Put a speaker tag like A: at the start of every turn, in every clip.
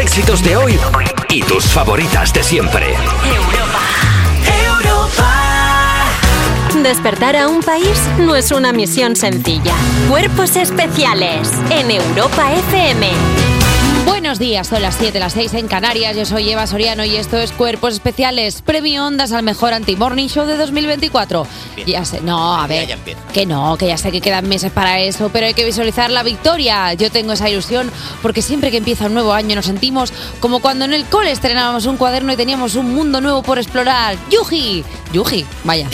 A: éxitos de hoy y tus favoritas de siempre.
B: Despertar a un país no es una misión sencilla. Cuerpos especiales en Europa FM.
C: Buenos días, son las 7, las 6 en Canarias. Yo soy Eva Soriano y esto es Cuerpos Especiales, premio Ondas al mejor anti-morning show de 2024. Ya sé, no, a ver, que no, que ya sé que quedan meses para eso, pero hay que visualizar la victoria. Yo tengo esa ilusión porque siempre que empieza un nuevo año nos sentimos como cuando en el cole estrenábamos un cuaderno y teníamos un mundo nuevo por explorar. ¡Yuji! ¡Yuji! Vaya.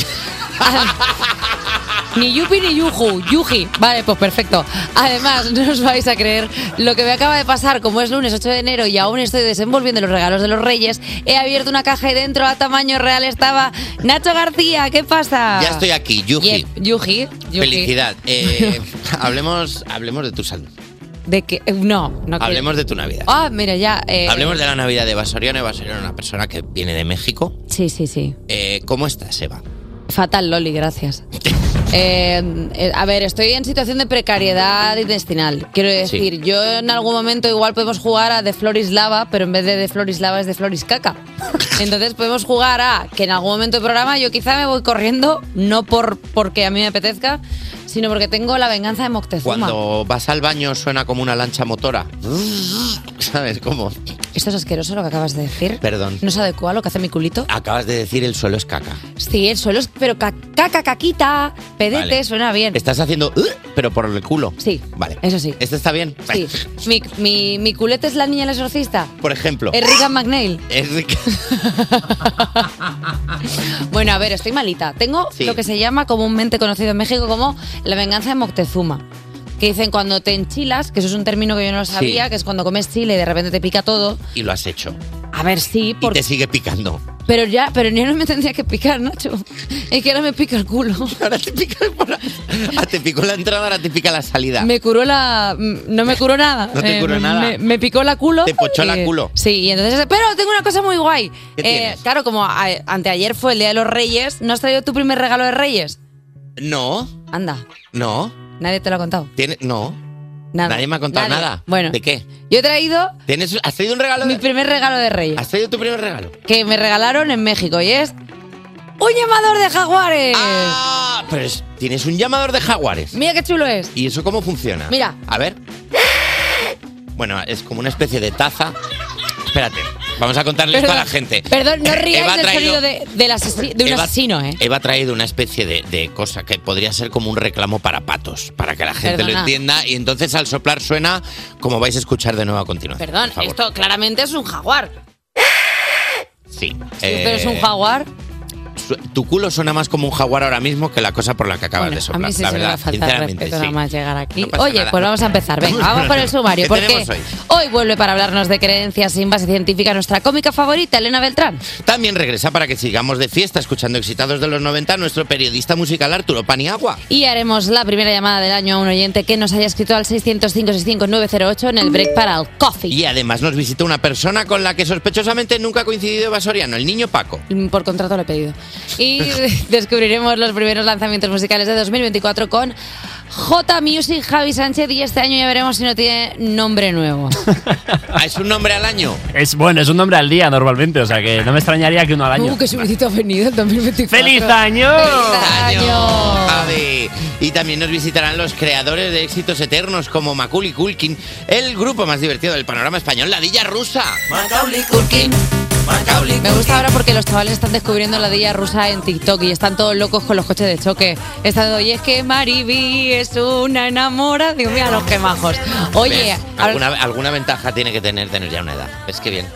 C: Ni Yupi ni Yuju, Yuji. Vale, pues perfecto. Además, no os vais a creer lo que me acaba de pasar. Como es lunes 8 de enero y aún estoy desenvolviendo los regalos de los Reyes, he abierto una caja y dentro a tamaño real estaba Nacho García. ¿Qué pasa?
D: Ya estoy aquí, Yuji.
C: Yep, Yuji. Yuji.
D: Felicidad. Eh, hablemos, hablemos de tu salud.
C: De que, eh, no, no quiero.
D: Hablemos de tu Navidad.
C: Ah, mira, ya. eh,
D: Hablemos de la Navidad de Vasoriano. Vasoriano es una persona que viene de México.
C: Sí, sí, sí.
D: Eh, ¿Cómo estás, Eva?
C: Fatal, Loli, gracias. Eh, eh, a ver, estoy en situación de precariedad intestinal. Quiero decir, yo en algún momento igual podemos jugar a de Floris Lava, pero en vez de de Floris Lava es de Floris Caca. Entonces podemos jugar a que en algún momento del programa yo quizá me voy corriendo, no por porque a mí me apetezca, sino porque tengo la venganza de Moctezuma.
D: Cuando vas al baño suena como una lancha motora. ¿Sabes cómo?
C: Esto es asqueroso lo que acabas de decir.
D: Perdón.
C: ¿No se adecua a lo que hace mi culito?
D: Acabas de decir el suelo es caca.
C: Sí, el suelo es... Pero ca- caca, caquita, pedete,
D: Vale.
C: suena bien.
D: Estás haciendo, "Uh", pero por el culo.
C: Sí.
D: Vale.
C: Eso sí.
D: ¿Este está bien?
C: Sí. Mi, mi, mi culete es la niña del exorcista.
D: Por ejemplo.
C: Es Regan McNeil.
D: Es rica.
C: Bueno, a ver, estoy malita. Tengo
D: Sí.
C: lo que se llama comúnmente conocido en México como la venganza de Moctezuma. Que dicen cuando te enchilas, que eso es un término que yo no lo sabía, que es cuando comes chile y de repente te pica todo.
D: Y lo has hecho.
C: A ver, sí,
D: Y te sigue picando.
C: pero ya, pero yo no me tendría que picar, Nacho. Es que ahora me pica el culo.
D: Ahora te pica Ah, te picó la entrada, ahora te pica la salida.
C: Me curó la. No me curó nada. Eh,
D: No te curó
C: me-
D: nada.
C: Me, me picó la culo.
D: Te pochó la
C: eh,
D: culo.
C: Sí, y entonces. Pero tengo una cosa muy guay. Eh,
D: ¿Qué tienes?
C: claro, como a- anteayer fue el Día de los Reyes, ¿no has traído tu primer regalo de Reyes?
D: No,
C: Anda,
D: no.
C: nadie te lo ha contado.
D: Tiene, no.
C: Nada.
D: Nadie me ha contado
C: Nadie.
D: nada.
C: Bueno.
D: ¿De qué?
C: Yo he traído
D: ¿Tienes, ¿Has traído un regalo?
C: mi
D: de-
C: primer regalo de Reyes
D: ¿Has traído tu primer regalo?
C: que me regalaron en México y es. ¡Un llamador de jaguares!
D: Ah, pero es- tienes un llamador de jaguares.
C: Mira qué chulo es.
D: ¿Y eso cómo funciona?
C: Mira.
D: A ver. Bueno, es como una especie de taza. Espérate. Vamos a contarle esto a la gente.
C: Perdón, no
D: Eva
C: rías
D: ha
C: del
D: traído-
C: sonido de, del asesi- de un
D: Eva-
C: asesino, ¿eh?
D: Eva ha traído una especie de, de cosa que podría ser como un reclamo para patos, para que la gente lo
C: Perdona.
D: entienda. Y entonces al soplar suena como vais a escuchar de nuevo a continuación.
C: Perdón,
D: por favor.
C: esto claramente es un jaguar.
D: Sí. eh,
C: Pero es un jaguar.
D: su- Tu culo suena más como un jaguar ahora mismo que la cosa por la que acabas de
C: A
D: soplar.
C: mí sí
D: la
C: se me
D: verdad,
C: va a faltar
D: sinceramente.
C: respeto nada
D: sí.
C: más llegar aquí.
D: No pasa
C: Oye,
D: nada.
C: pues vamos a empezar. Venga, vamos por el sumario.
D: ¿Qué
C: Porque
D: tenemos hoy?
C: hoy vuelve para hablarnos de creencias sin base científica nuestra cómica favorita, Elena Beltrán.
D: También regresa para que sigamos de fiesta escuchando Excitados de los 90 nuestro periodista musical Arturo Paniagua.
C: Y haremos la primera llamada del año a un oyente que nos haya escrito al 605-65908 en el break para el coffee.
D: Y además nos visita una persona con la que sospechosamente nunca ha coincidido Eva Soriano, el niño Paco.
C: Por contrato lo he pedido. Y descubriremos los primeros lanzamientos musicales de 2024 con J Music Javi Sánchez y este año ya veremos si no tiene nombre nuevo.
D: Ah, ¿Es un nombre al año?
E: Es bueno, es un nombre al día normalmente, o sea que no me extrañaría que uno al año.
C: Uh, qué subidito ha venido el 2024.
E: ¡Feliz año!
C: año!
D: Javi. Y también nos visitarán los creadores de éxitos eternos como Macaulay Culkin, el grupo más divertido del panorama español, la Dilla Rusa. Macaulay Culkin, Macaulay
C: Me gusta ahora porque los chavales están descubriendo la dilla rusa en TikTok y están todos locos con los coches de choque. Están de, oye, es que Mariby es una enamorada. Digo, mira los que majos. Oye,
D: ¿Ves?
C: ahora-
D: ¿Alguna, alguna ventaja tiene que tener tener ya una edad. Es que bien.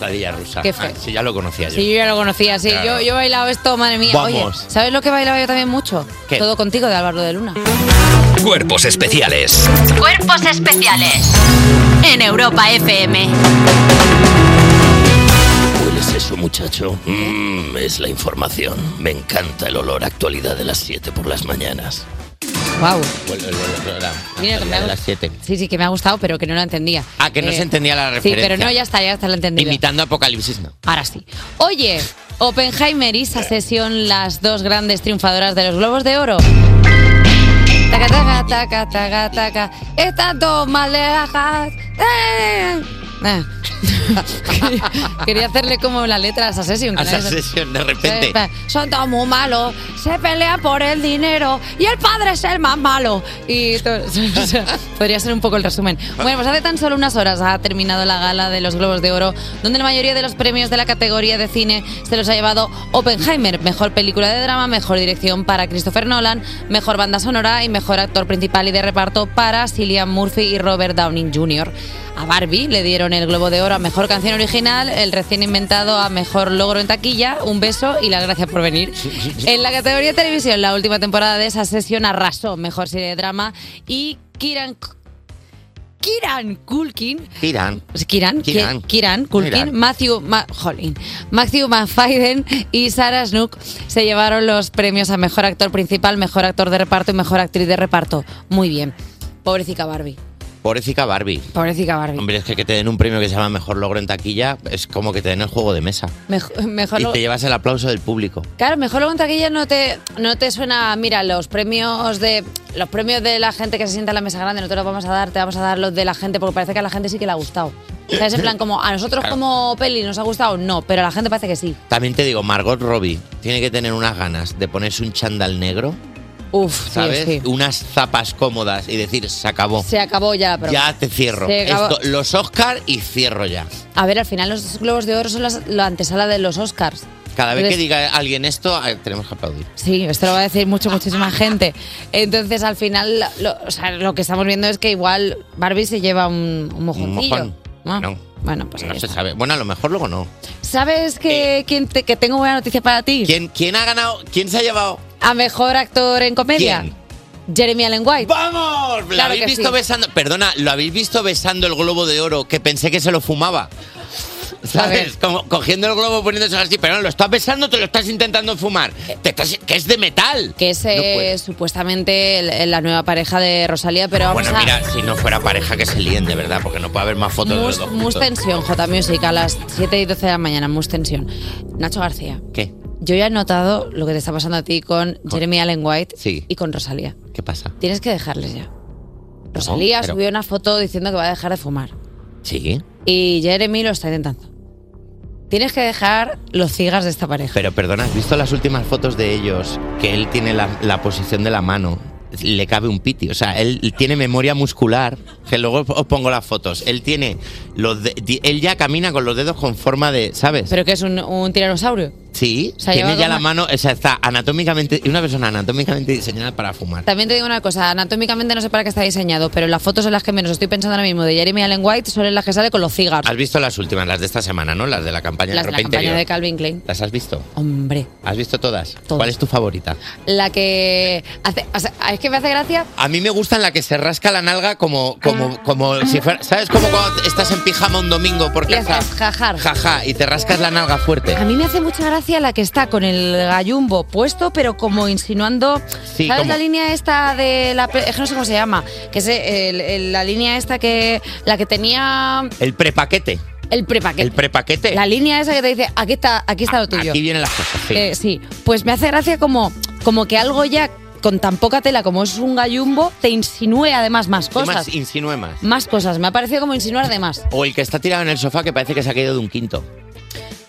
D: La Dilla Rusa.
C: Qué feo.
D: Ah, sí, ya lo conocía yo.
C: sí, yo ya lo conocía, sí.
D: Claro.
C: Yo, yo he bailado esto, madre mía.
D: Vamos.
C: Oye, ¿sabes lo que bailaba yo también mucho?
D: ¿Qué?
C: Todo contigo de Álvaro de Luna.
A: Cuerpos especiales
B: Cuerpos especiales en Europa FM.
F: ¿Hueles eso, muchacho? Mmm, es la información. Me encanta el olor a actualidad de las 7 por las mañanas.
C: Wow.
D: Bueno, bueno, bueno, la-
C: Mira,
D: la
C: me ha
D: de
C: gust-
D: las siete.
C: Sí, sí, que me ha gustado, pero que no la entendía. Eh,
D: Ah, que no se entendía la
C: Sí,
D: referencia.
C: pero no, ya está, ya está, la entendí.
D: Imitando a Apocalipsis, no.
C: Ahora sí. Oye, Oppenheimer y Succession, las dos grandes triunfadoras de los Globos de Oro. Taca, taca, taca, taca, taca. Están dos más lejas. Eh. Ah. Quería hacerle como la letra a esa sesión.
D: A esa sesión, de repente.
C: Son todos muy malos, se pelean por el dinero y el padre es el más malo. Y to- o sea, podría ser un poco el resumen. Bueno, pues hace tan solo unas horas ha terminado la gala de los Globos de Oro, donde la mayoría de los premios de la categoría de cine se los ha llevado Oppenheimer, mejor película de drama, mejor dirección para Christopher Nolan, mejor banda sonora y mejor actor principal y de reparto para Cillian Murphy y Robert Downing Jr. A Barbie le dieron el Globo de Oro a Mejor Canción Original, el recién inventado a Mejor Logro en Taquilla, un beso y las gracias por venir. En la categoría de televisión, la última temporada de esa sesión arrasó Mejor Serie de Drama y Kiran... Kiran Kulkin
D: Kiran.
C: Pues Kiran, Kiran, Kiran Kulkin,
D: Kiran.
C: Matthew, Ma- jolín, Matthew McFadden y Sarah Snook se llevaron los premios a Mejor Actor Principal, Mejor Actor de Reparto y Mejor Actriz de Reparto. Muy bien. Pobrecita Barbie.
D: Pobrecita Barbie.
C: Pobrecita Barbie.
D: Hombre, es que que te den un premio que se llama Mejor Logro en Taquilla es como que te den el juego de mesa.
C: Mejor, mejor
D: Y
C: lo-
D: te llevas el aplauso del público.
C: Claro, mejor luego en taquilla no te, no te suena, mira, los premios de los premios de la gente que se sienta en la mesa grande no te los vamos a dar, te vamos a dar los de la gente, porque parece que a la gente sí que le ha gustado. ¿Sabes? En plan, como a nosotros
D: Claro.
C: como peli nos ha gustado, no, pero a la gente parece que sí.
D: También te digo, Margot Robbie tiene que tener unas ganas de ponerse un chándal negro,
C: Uf, tío,
D: ¿sabes?
C: sí.
D: Unas zapas cómodas y decir, se acabó.
C: Se acabó ya la broma.
D: ya te cierro.
C: Se acabó.
D: Esto, los Oscar y cierro ya.
C: A ver, al final los Globos de Oro son las- la antesala de los Oscars.
D: Cada vez
C: Entonces-
D: que diga alguien esto, ah, tenemos que aplaudir.
C: Sí, esto lo va a decir mucho, muchísima gente. Entonces, al final, lo, o sea, lo que estamos viendo es que igual Barbie se lleva un, un
D: Un
C: mojoncillo.
D: mojón. No.
C: Bueno, pues
D: no se sabe. Bueno, a lo mejor luego no.
C: ¿Sabes que, quién te- que tengo buena noticia para ti?
D: Eh. ¿Quién, ¿Quién ha ganado? ¿Quién se ha llevado?
C: ¿A mejor actor en comedia? Jeremy Allen White.
D: ¡Vamos! ¿Lo
C: Claro
D: habéis
C: que
D: visto
C: sí.
D: besando? Perdona, ¿lo habéis visto besando el globo de oro que pensé que se lo fumaba? ¿Sabes? Como cogiendo el globo poniéndose así, pero no, lo estás besando, te lo estás intentando fumar. Te estás- que es de metal.
C: Eh. Que es eh, supuestamente el- la nueva pareja de Rosalía, pero vamos
D: Ah, Bueno,
C: a.
D: mira, si no fuera pareja que se líen, de verdad, porque no puede haber más fotos de los dos.
C: Mus
D: juntos.
C: Tensión, J Music, a las 7 y 12 de la mañana, Mus Tensión. Nacho García,
D: ¿Qué?
C: yo ya he notado lo que te está pasando a ti con Jeremy Allen White
D: Sí.
C: y con Rosalía.
D: ¿Qué pasa?
C: Tienes que dejarles ya. Rosalía
D: pero-
C: subió una foto diciendo que va a dejar de fumar.
D: Sí,
C: Y Jeremy lo está intentando. Tienes que dejar los cigas de esta pareja.
D: pero perdona, ¿has visto las últimas fotos de ellos? Que él tiene la, la posición de la mano. Le cabe un piti. O sea, él tiene memoria muscular. Que luego os pongo las fotos. Él tiene. Los de- di- él ya camina con los dedos con forma de. ¿Sabes?
C: Pero que es un, un tiranosaurio.
D: sí,
C: o sea,
D: tiene
C: lleva
D: ya la
C: como-
D: mano. O sea, está anatómicamente. Una persona anatómicamente diseñada para fumar.
C: También te digo una cosa, anatómicamente no sé para qué está diseñado, pero las fotos en las que menos estoy pensando ahora mismo de Jeremy Allen White son en las que sale con los cigarros.
D: Has visto las últimas, las de esta semana, ¿no? Las de la campaña
C: Las
D: de
C: de la
D: ropa
C: campaña
D: interior.
C: de Calvin Klein.
D: ¿Las has visto?
C: Hombre.
D: ¿Has visto todas? ¿Cuál es tu favorita?
C: La que hace, o sea, es que me hace gracia.
D: A mí me gustan la que se rasca la nalga como,
C: Ah.
D: como, como si fuera. ¿Sabes cómo cuando estás en pijama un domingo por
C: Le
D: casa?
C: haces jajar.
D: Jaja, y te rascas la nalga fuerte.
C: A mí me hace mucha gracia la que está con el gallumbo puesto, pero como insinuando.
D: Sí,
C: ¿Sabes
D: como-
C: la línea esta de la. pe- Es que no sé cómo se llama. Que es el- el- la línea esta que. La que tenía
D: El prepaquete.
C: el prepaquete.
D: El prepaquete.
C: La línea esa que te dice, aquí está, aquí está lo tuyo.
D: Aquí vienen las cosas. sí.
C: Eh, sí, pues me hace gracia como, como que algo ya con tan poca tela como es un gallumbo te insinúe además más
D: ¿Qué
C: cosas.
D: más? Insinúe más.
C: Más cosas, me ha parecido como insinuar de más.
D: O el que está tirado en el sofá que parece que se ha caído de un quinto.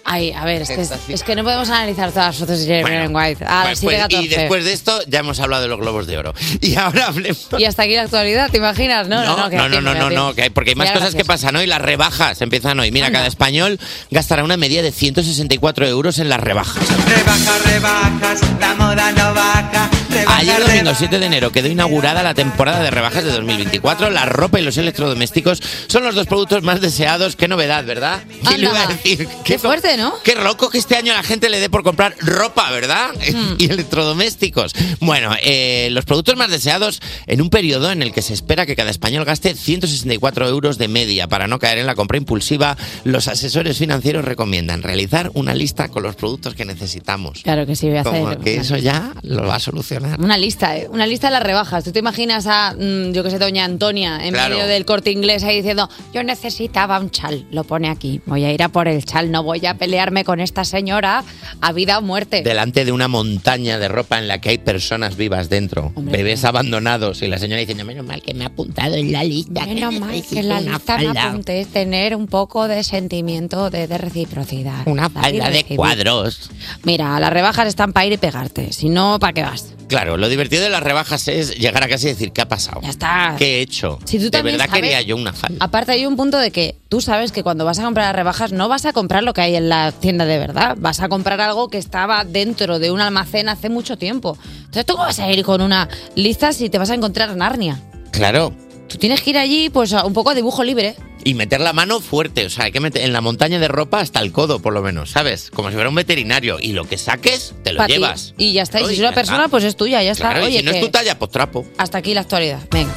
C: Ay, a ver, es que, es que no podemos analizar todas las fotos de Ah, Jeremy
D: Bueno,
C: Allen White. A las
D: Pues, pues,
C: 7:14.
D: y después de esto ya hemos hablado de los globos de oro. Y ahora hablemos.
C: Y hasta aquí la actualidad, ¿te imaginas? No, no, no, que
D: no, no,
C: tiempo,
D: no,
C: que
D: no,
C: tiempo.
D: no, que hay- porque hay más
C: Ya,
D: cosas
C: gracias.
D: que pasan hoy. Las rebajas empiezan hoy. Mira, cada español gastará una media de 164 euros en las rebajas.
G: Rebajas, rebajas, la moda no baja.
D: Ayer domingo 7 de enero quedó inaugurada la temporada de rebajas de 2024. La ropa y los electrodomésticos son los dos productos más deseados. Qué novedad, ¿verdad? Y
C: Anda.
D: le iba a decir,
C: Qué
D: co-
C: fuerte, ¿no?
D: Qué loco que este año la gente le dé por comprar ropa, ¿verdad?
C: Mm.
D: y electrodomésticos. Bueno, eh, los productos más deseados en un periodo en el que se espera que cada español gaste 164 euros de media para no caer en la compra impulsiva, los asesores financieros recomiendan realizar una lista con los productos que necesitamos.
C: Claro que sí, voy a
D: Como
C: hacer.
D: que eso ya lo va a solucionar. ganar.
C: Una lista, ¿eh? Una lista de las rebajas. ¿Tú te imaginas a, mm, yo que sé, doña Antonia en
D: Claro.
C: medio del corte inglés ahí diciendo, yo necesitaba un chal, lo pone aquí, voy a ir a por el chal, no voy a pelearme con esta señora a vida o muerte.
D: Delante de una montaña de ropa en la que hay personas vivas dentro, bebés abandonados y la señora diciendo, menos mal que me ha apuntado en la lista.
C: Menos
D: que
C: mal que
D: necesito
C: en la
D: una
C: lista me
D: falda".
C: apunté es tener un poco de sentimiento de, de reciprocidad.
D: Una
C: Dar y
D: falda de
C: recibir.
D: cuadros.
C: Mira, las rebajas están para ir y pegarte, si no, ¿para qué vas?
D: Claro, lo divertido de las rebajas es llegar a casa y decir, ¿qué ha pasado? Ya
C: está.
D: ¿Qué he hecho?
C: Si tú
D: de
C: también
D: verdad
C: sabes-
D: quería yo una falda.
C: Aparte hay un punto de que tú sabes que cuando vas a comprar las rebajas no vas a comprar lo que hay en la tienda de verdad, vas a comprar algo que estaba dentro de un almacén hace mucho tiempo. Entonces tú cómo vas a ir con una lista si te vas a encontrar Narnia.
D: Claro.
C: Tú tienes que ir allí pues a un poco a dibujo libre.
D: Y meter la mano fuerte, o sea, hay que meter en la montaña de ropa hasta el codo, por lo menos, ¿sabes? Como si fuera un veterinario. Y lo que saques, te lo
C: pa' ti.
D: llevas.
C: Y ya está. Y si
D: Oye,
C: es una
D: ya
C: persona
D: está.
C: pues es tuya, ya está.
D: Claro, y
C: Oye,
D: si no es
C: que
D: tu talla, pues trapo.
C: hasta aquí la actualidad. Venga.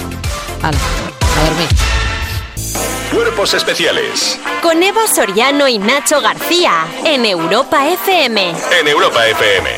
C: Hala, a dormir.
H: Cuerpos especiales
B: Con Eva Soriano y Nacho García en Europa FM.
H: en Europa FM.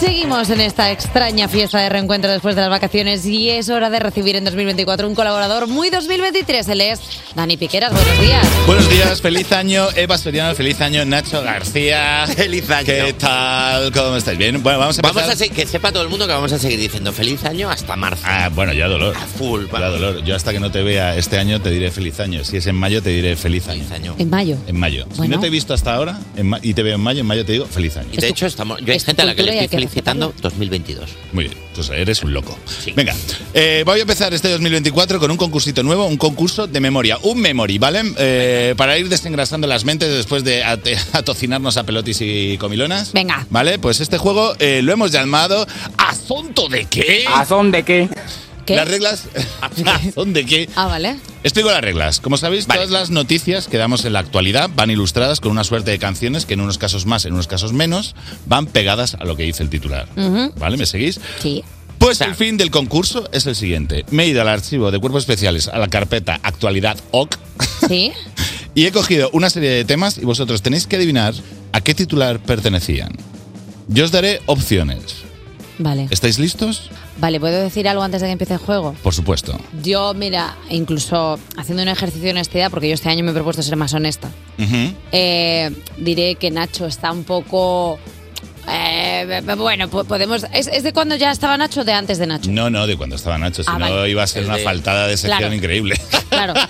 C: Seguimos en esta extraña fiesta de reencuentro después de las vacaciones y es hora de recibir en 2024 un colaborador muy 2023. Él es Dani Piqueras. Buenos días.
I: Buenos días, feliz año, Eva Soriano, feliz año, Nacho García.
D: Feliz año.
I: ¿Qué tal? ¿Cómo estáis? Bien, bueno, vamos a empezar.
D: Vamos a se- que sepa todo el mundo que vamos a seguir diciendo feliz año hasta marzo.
I: Ah, bueno, ya dolor.
D: full,
I: Ya dolor. Yo hasta que no te vea este año te diré feliz año. Si es en mayo te diré feliz año.
C: En mayo.
I: En mayo. Si
C: Bueno.
I: no te he visto hasta ahora en ma- y te veo en mayo, en mayo te digo feliz año.
D: Y de hecho, estamos, yo hay gente a la que
I: cultura
D: le
I: y hay
D: estoy
I: que
D: felicitando 2022.
I: Muy bien, pues eres un loco. Venga, eh, voy a empezar este 2024 con un concursito nuevo, un concurso de memoria, un memory, ¿vale? Eh, para ir desengrasando las mentes después de ate- atocinarnos a pelotis y comilonas.
C: Venga.
I: ¿Vale? Pues este juego eh, lo hemos llamado ¿Asunto de qué? ¿Azón de qué?
C: ¿Qué?
I: Las reglas. ¿Azón de qué?
C: Ah, vale.
I: Explico las reglas. Como sabéis, todas las noticias que damos en la actualidad van ilustradas con una suerte de canciones que en unos casos más, en unos casos menos, van pegadas a lo que dice el titular.
J: Ujú.
I: ¿Vale? ¿Me seguís?
C: Sí.
I: Pues el fin del concurso es el siguiente. Me he ido al archivo de cuerpos especiales, a la carpeta actualidad OC,
C: Sí.
I: y he cogido una serie de temas y vosotros tenéis que adivinar a qué titular pertenecían. Yo os daré opciones.
C: Vale.
I: ¿Estáis listos?
C: Vale, ¿puedo decir algo antes de que empiece el juego?
I: Por supuesto.
C: Yo, mira, incluso haciendo un ejercicio de honestidad, porque yo este año me he propuesto ser más honesta,
I: Ujú.
C: eh, diré que Nacho está un poco... eh, bueno, po- podemos... ¿es, es de cuando ya estaba Nacho o de antes de Nacho?
I: No, no, de cuando estaba Nacho, si
C: Ah,
I: no
C: vale.
I: iba a ser una
C: de-
I: faltada de sección
C: Claro.
I: increíble.
C: Claro.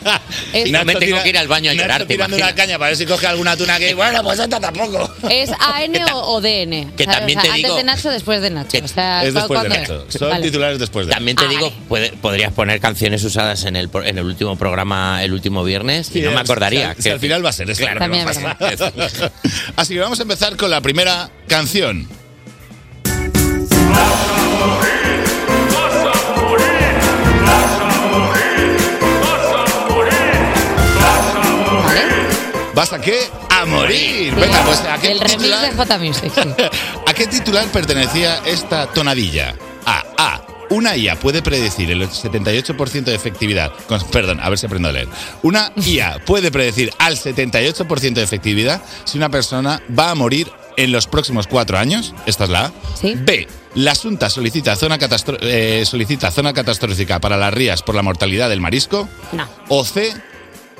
I: Y
C: Es,
I: Nacho tira- Nacho tirando una caña para ver si coge alguna tuna que bueno, pues esta tampoco.
C: ¿Es AN o, o DN?
D: que
C: ¿Sabes?
D: también
C: O sea,
D: te digo-
C: antes de Nacho, después de Nacho. O sea, ¿cu- cuándo es? Vale. Ah,
I: después
D: de También te digo, puede- podrías poner canciones usadas en el, pro- en el último programa, el último viernes, y
I: Sí,
D: no me
I: es-
D: acordaría.
I: si al- si al final va a ser eso.
D: Claro,
I: También
D: no
I: es
D: pasa
I: verdad.
D: nada.
I: Así que vamos a empezar con la primera canción. ¿Vas a qué? A morir. Venga, pues ¿a qué,
C: El remix
I: titular,
C: de J Music. sí.
I: a qué titular pertenecía esta tonadilla? A. A. Una IA puede predecir el 78% de efectividad. Con- perdón, a ver si aprendo a leer. Una IA puede predecir al 78% de efectividad si una persona va a morir en los próximos cuatro años. Esta es la A. B. La Junta solicita zona, catastro- eh, solicita zona catastrófica para las rías por la mortalidad del marisco.
C: No.
I: O C.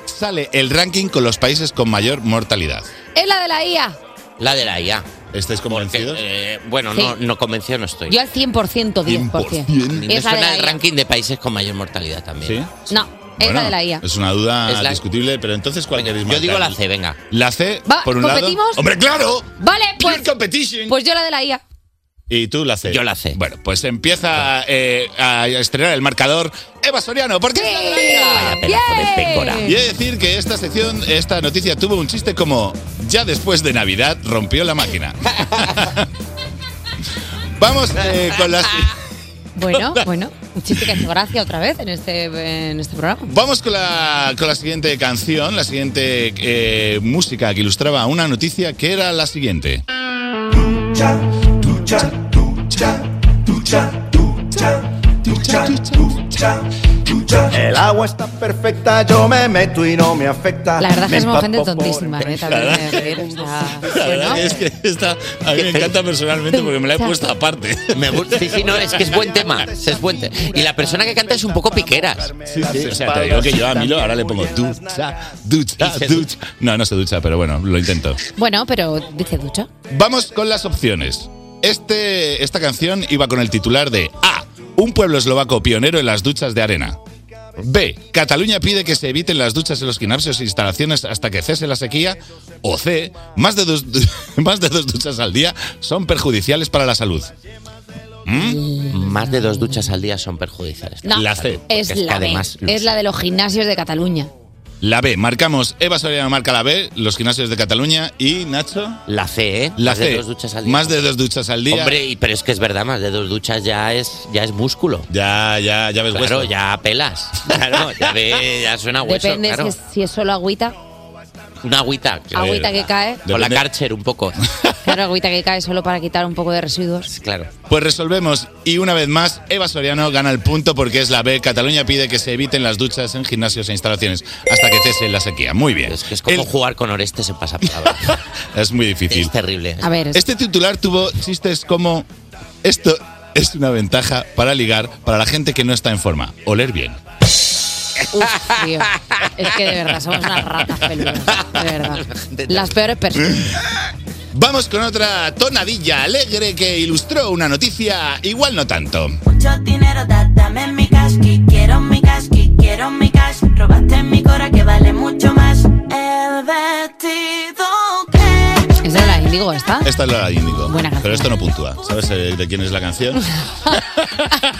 I: Sale el ranking con los países con mayor mortalidad.
C: Es la de la IA.
D: La de la IA.
I: ¿Estáis
D: convencidos? bueno,
C: Sí.
D: no, no convencido no estoy.
C: Yo al 100%, 10%.
D: A mí me
C: Es la de
D: suena
C: la
D: el
C: IA.
D: ranking de países con mayor mortalidad también.
C: No, es la de la IA.
I: Es una duda
D: Es la-
I: discutible, pero entonces ¿cuál queréis
D: Yo digo
I: marcar?
D: la C, venga.
I: La C,
C: Va,
I: por un
C: ¿competimos?
I: lado. ¡Hombre, claro!
C: Vale, pues.
I: competition.
C: Pues yo la de la IA.
I: Y tú la C. Yo la C. Bueno, pues empieza eh, a estrenar el marcador Eva Soriano, porque es la de la IA. Y he de decir que esta sección, esta noticia tuvo un chiste como ya después de Navidad rompió la máquina. Vamos eh, con las
C: Bueno, bueno. Un chiste que hace gracia otra vez en este, en este programa.
I: Vamos con la, con la siguiente canción, la siguiente eh, música que ilustraba una noticia que era la siguiente.
K: Ducha, ducha, ducha, ducha, ducha,
J: El agua está perfecta, yo me meto y no me afecta.
C: La verdad es que
J: Me
C: somos gente
J: empapo por
C: tontísima, ¿eh?
J: empezar.
C: También
I: La
C: tengo que decir, o sea,
I: La verdad es que esta a mí me encanta personalmente porque me la he puesto aparte.
D: Me gusta. Sí, sí, no, es que es buen tema. Es buen te- y la persona que canta es un poco piqueras.
I: O sea, te digo que yo a Milo ahora le pongo ducha, ducha, ducha. No, no se ducha, pero bueno, lo intento.
C: Bueno, pero dice ducha.
I: Vamos con las opciones. Este, esta canción iba con el titular de A. Un pueblo eslovaco pionero en las duchas de arena. B. Cataluña pide que se eviten las duchas en los gimnasios e instalaciones hasta que cese la sequía. O C. Más de dos, más de dos duchas al día son perjudiciales para la salud. ¿Mm?
D: Más de dos duchas al día son perjudiciales.
C: No,
I: La C.
C: Es la, B, es la de los gimnasios de Cataluña.
I: La B. Marcamos. Eva Soriano marca la B. Los gimnasios de Cataluña. Y Nacho.
D: La C, ¿eh?
I: La
D: más
I: C.
D: de dos duchas al día.
I: Más de dos duchas al día.
D: Hombre, y- pero es que es verdad, más de dos duchas ya es, ya es músculo.
I: Ya, ya, ya ves
D: Claro,
I: hueso.
D: ya pelas. Claro, ya, ve, ya suena
I: Ah,
D: a hueso.
C: Depende
D: claro.
C: si, es, si es solo agüita.
D: Una agüita. claro.
C: Agüita que cae.
D: Con la
I: Depende-
D: cárcher un poco.
C: Claro, agüita que cae solo para quitar un poco de residuos.
D: Claro.
I: Pues resolvemos y una vez más Eva Soriano gana el punto porque es la B. Cataluña pide que se eviten las duchas en gimnasios e instalaciones hasta que cese la sequía. Muy bien.
D: Es que es como
I: El-
D: jugar con Orestes en pasapalabra.
I: es muy difícil.
D: es terrible.
C: A ver,
I: Este titular tuvo chistes como esto es una ventaja para ligar para la gente que no está en forma. Oler bien.
C: uf, tío. Es que de verdad somos unas ratas peludas. De verdad. Las peores personas.
I: Vamos con otra tonadilla alegre que ilustró una noticia igual no tanto.
K: Mucho dinero, da- dame mi cash, que quiero mi cash, que quiero mi cash. Robaste mi cora que vale mucho más. El vestido que
C: ¿Es de la Indigo esta?
I: Esta es la índigo.
C: Ah. Buena canción.
I: Pero esto no puntúa. ¿Sabes eh, de quién es la canción?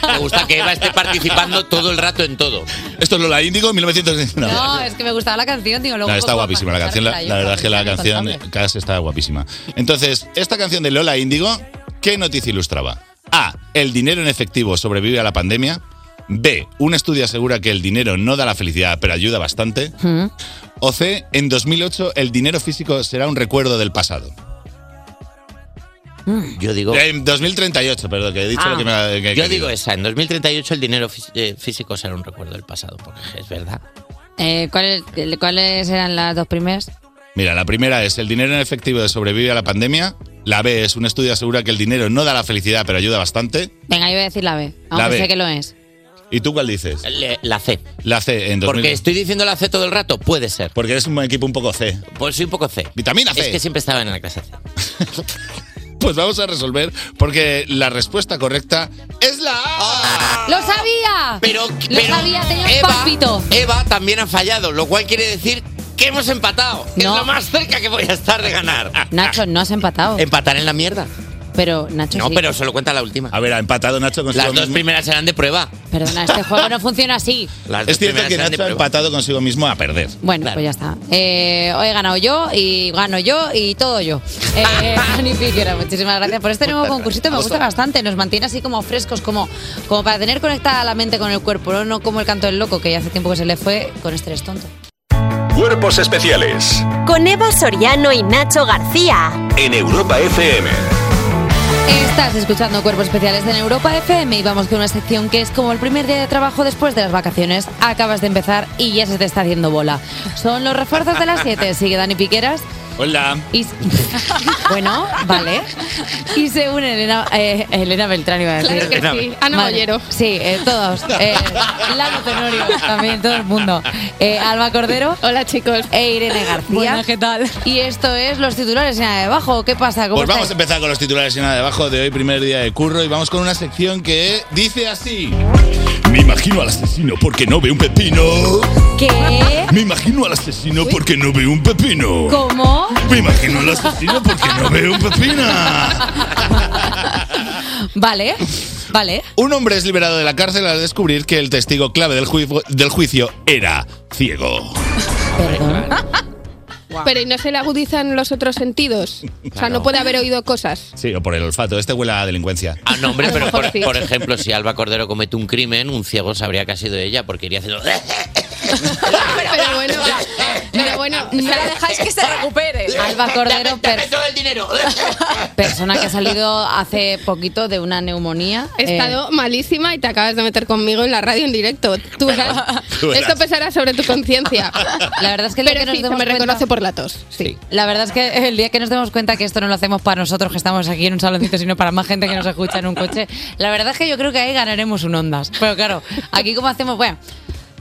D: Me gusta que Eva esté participando todo el rato en todo.
I: Esto es Lola Índigo, 1900. No.
C: No, es que me gustaba la canción, digo, luego.
I: No,
C: un
I: está
C: poco
I: guapísima la
C: para
I: canción. La, la
C: cantársela yo,
I: verdad es que la
C: para
I: canción
C: cantable.
I: casi está guapísima. Entonces, esta canción de Lola Índigo, ¿qué noticia ilustraba? A. El dinero en efectivo sobrevive a la pandemia. B. Un estudio asegura que el dinero no da la felicidad, pero ayuda bastante.
C: Hmm.
I: O C. En 2008 el dinero físico será un recuerdo del pasado.
C: Hmm.
I: Eh,
D: Yo digo.
I: En 2038, perdón, que he dicho
C: Ah.
I: lo que me que-
D: Yo
I: que
D: digo esa, en 2038 el dinero fí- eh, físico será un recuerdo del pasado, porque es verdad.
C: Eh, ¿cuál- el- ¿Cuáles eran las dos primeras?
I: Mira, la primera es el dinero en efectivo sobrevive a la pandemia. La B es un estudio asegura que el dinero no da la felicidad, pero ayuda bastante.
C: Venga, yo voy a decir la B, aunque
I: La B.
C: sé que lo es.
I: ¿Y tú cuál dices?
D: Le- La C.
I: La C en 2000.
D: Porque estoy diciendo la C todo el rato, puede ser.
I: Porque eres un equipo un poco C.
D: Pues soy un poco C.
I: Vitamina C.
D: Es que siempre estaba en la clase C.
I: Pues vamos a resolver porque la respuesta correcta es la A.
C: Ah. ¡Lo sabía!
D: Pero,
C: ¡Lo
D: pero
C: sabía! ¡Tenía un
D: Eva,
C: papito!
D: Eva también ha fallado, lo cual quiere decir que hemos empatado. que
C: No.
D: Es lo más cerca que voy a estar de ganar.
I: Ah.
C: Nacho, no has empatado.
D: Empatar en la mierda.
C: Pero, Nacho,
D: No,
C: sí.
D: pero solo cuenta la última.
I: A ver, ha empatado Nacho consigo
D: Las dos
I: mismo.
D: primeras serán de prueba.
C: Perdona, este juego no funciona así.
D: Las
I: Es
D: dos
I: cierto
D: primeras
I: que
D: serán de
I: Nacho ha
D: prueba.
I: empatado consigo mismo a perder.
C: Bueno, pues ya está. Eh, hoy he ganado yo y gano yo y todo yo. Eh, Dani Piquera, muchísimas gracias por este nuevo concursito. Me gusta bastante. Nos mantiene así como frescos, como, como para tener conectada la mente con el cuerpo, ¿no? no como el canto del loco que ya hace tiempo que se le fue con estrés tonto.
H: Cuerpos especiales
B: Con Eva Soriano y Nacho García.
H: en Europa FM.
C: Estás escuchando Cuerpos Especiales en Europa FM y vamos con una sección que es como el primer día de trabajo después de las vacaciones. Acabas de empezar y ya se te está haciendo bola. Son los refuerzos de las 7. Sigue Dani Piqueras.
I: Hola.
C: Y- bueno, vale. Y se une Elena, eh, Elena Beltrán, iba a decir.
L: Claro que sí. Ana
C: Vale.
L: Mollero.
C: Sí, eh, todos. Eh, Lalo Tenorio, también todo el mundo. Eh, Alba Cordero.
L: Hola chicos.
C: E Irene García.
L: Buenas, ¿qué
C: tal? Y esto es los titulares en la de abajo. ¿Qué pasa? ¿Cómo
I: Pues vamos a
C: estáis?
I: empezar con los titulares y nada de abajo de hoy, primer día de curro, y vamos con una sección que dice así. Me imagino al asesino porque no ve un pepino.
C: ¿Qué?
I: Me imagino al asesino porque no ve un pepino.
C: ¿Eh? ¿Cómo?
I: Me imagino al asesino porque no ve un pepino.
C: Vale, vale.
I: Un hombre es liberado de la cárcel al descubrir que el testigo clave del, juicio- del juicio era ciego.
C: Perdón.
L: Pero ¿y no se le agudizan los otros sentidos? O sea, no puede haber oído cosas.
I: Sí, o por el olfato. Este huele a delincuencia.
D: Ah, no, hombre,
L: A lo
D: pero
L: mejor
D: por,
L: sí.
D: por ejemplo, si Alba Cordero comete un crimen, un ciego sabría que ha sido ella porque iría haciendo.
L: Pero bueno, pero Pero bueno,
M: No la dejáis que se recupere.
C: Alba Cordero, per-
M: el dinero.
C: persona que ha salido hace poquito de una neumonía.
L: He
C: eh,
L: estado malísima y te acabas de meter conmigo en la radio en directo. Tú verás.
C: tú verás.
L: Esto pesará sobre tu conciencia.
C: La verdad es que el día
L: Pero
C: que
L: sí,
C: nos
L: se
C: demos
L: me
C: cuenta-
L: reconoce por la tos. Sí.
C: La verdad es que el día que nos demos cuenta que esto no lo hacemos para nosotros que estamos aquí en un saloncito, sino para más gente que nos escucha en un coche, la verdad es que yo creo que ahí ganaremos un ondas. Pero claro, aquí como hacemos, bueno,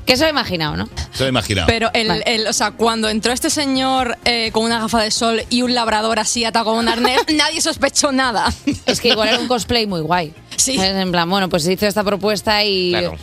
C: que eso he imaginado, ¿no?
I: Se lo he imaginado.
M: Pero el, el- o sea, cuando entró este señor eh, con una gafa de sol y un labrador así atado con un arnés, nadie sospechó nada.
C: Es que igual era un cosplay muy guay. Sí. En plan, bueno, pues hizo esta propuesta y...
I: Claro.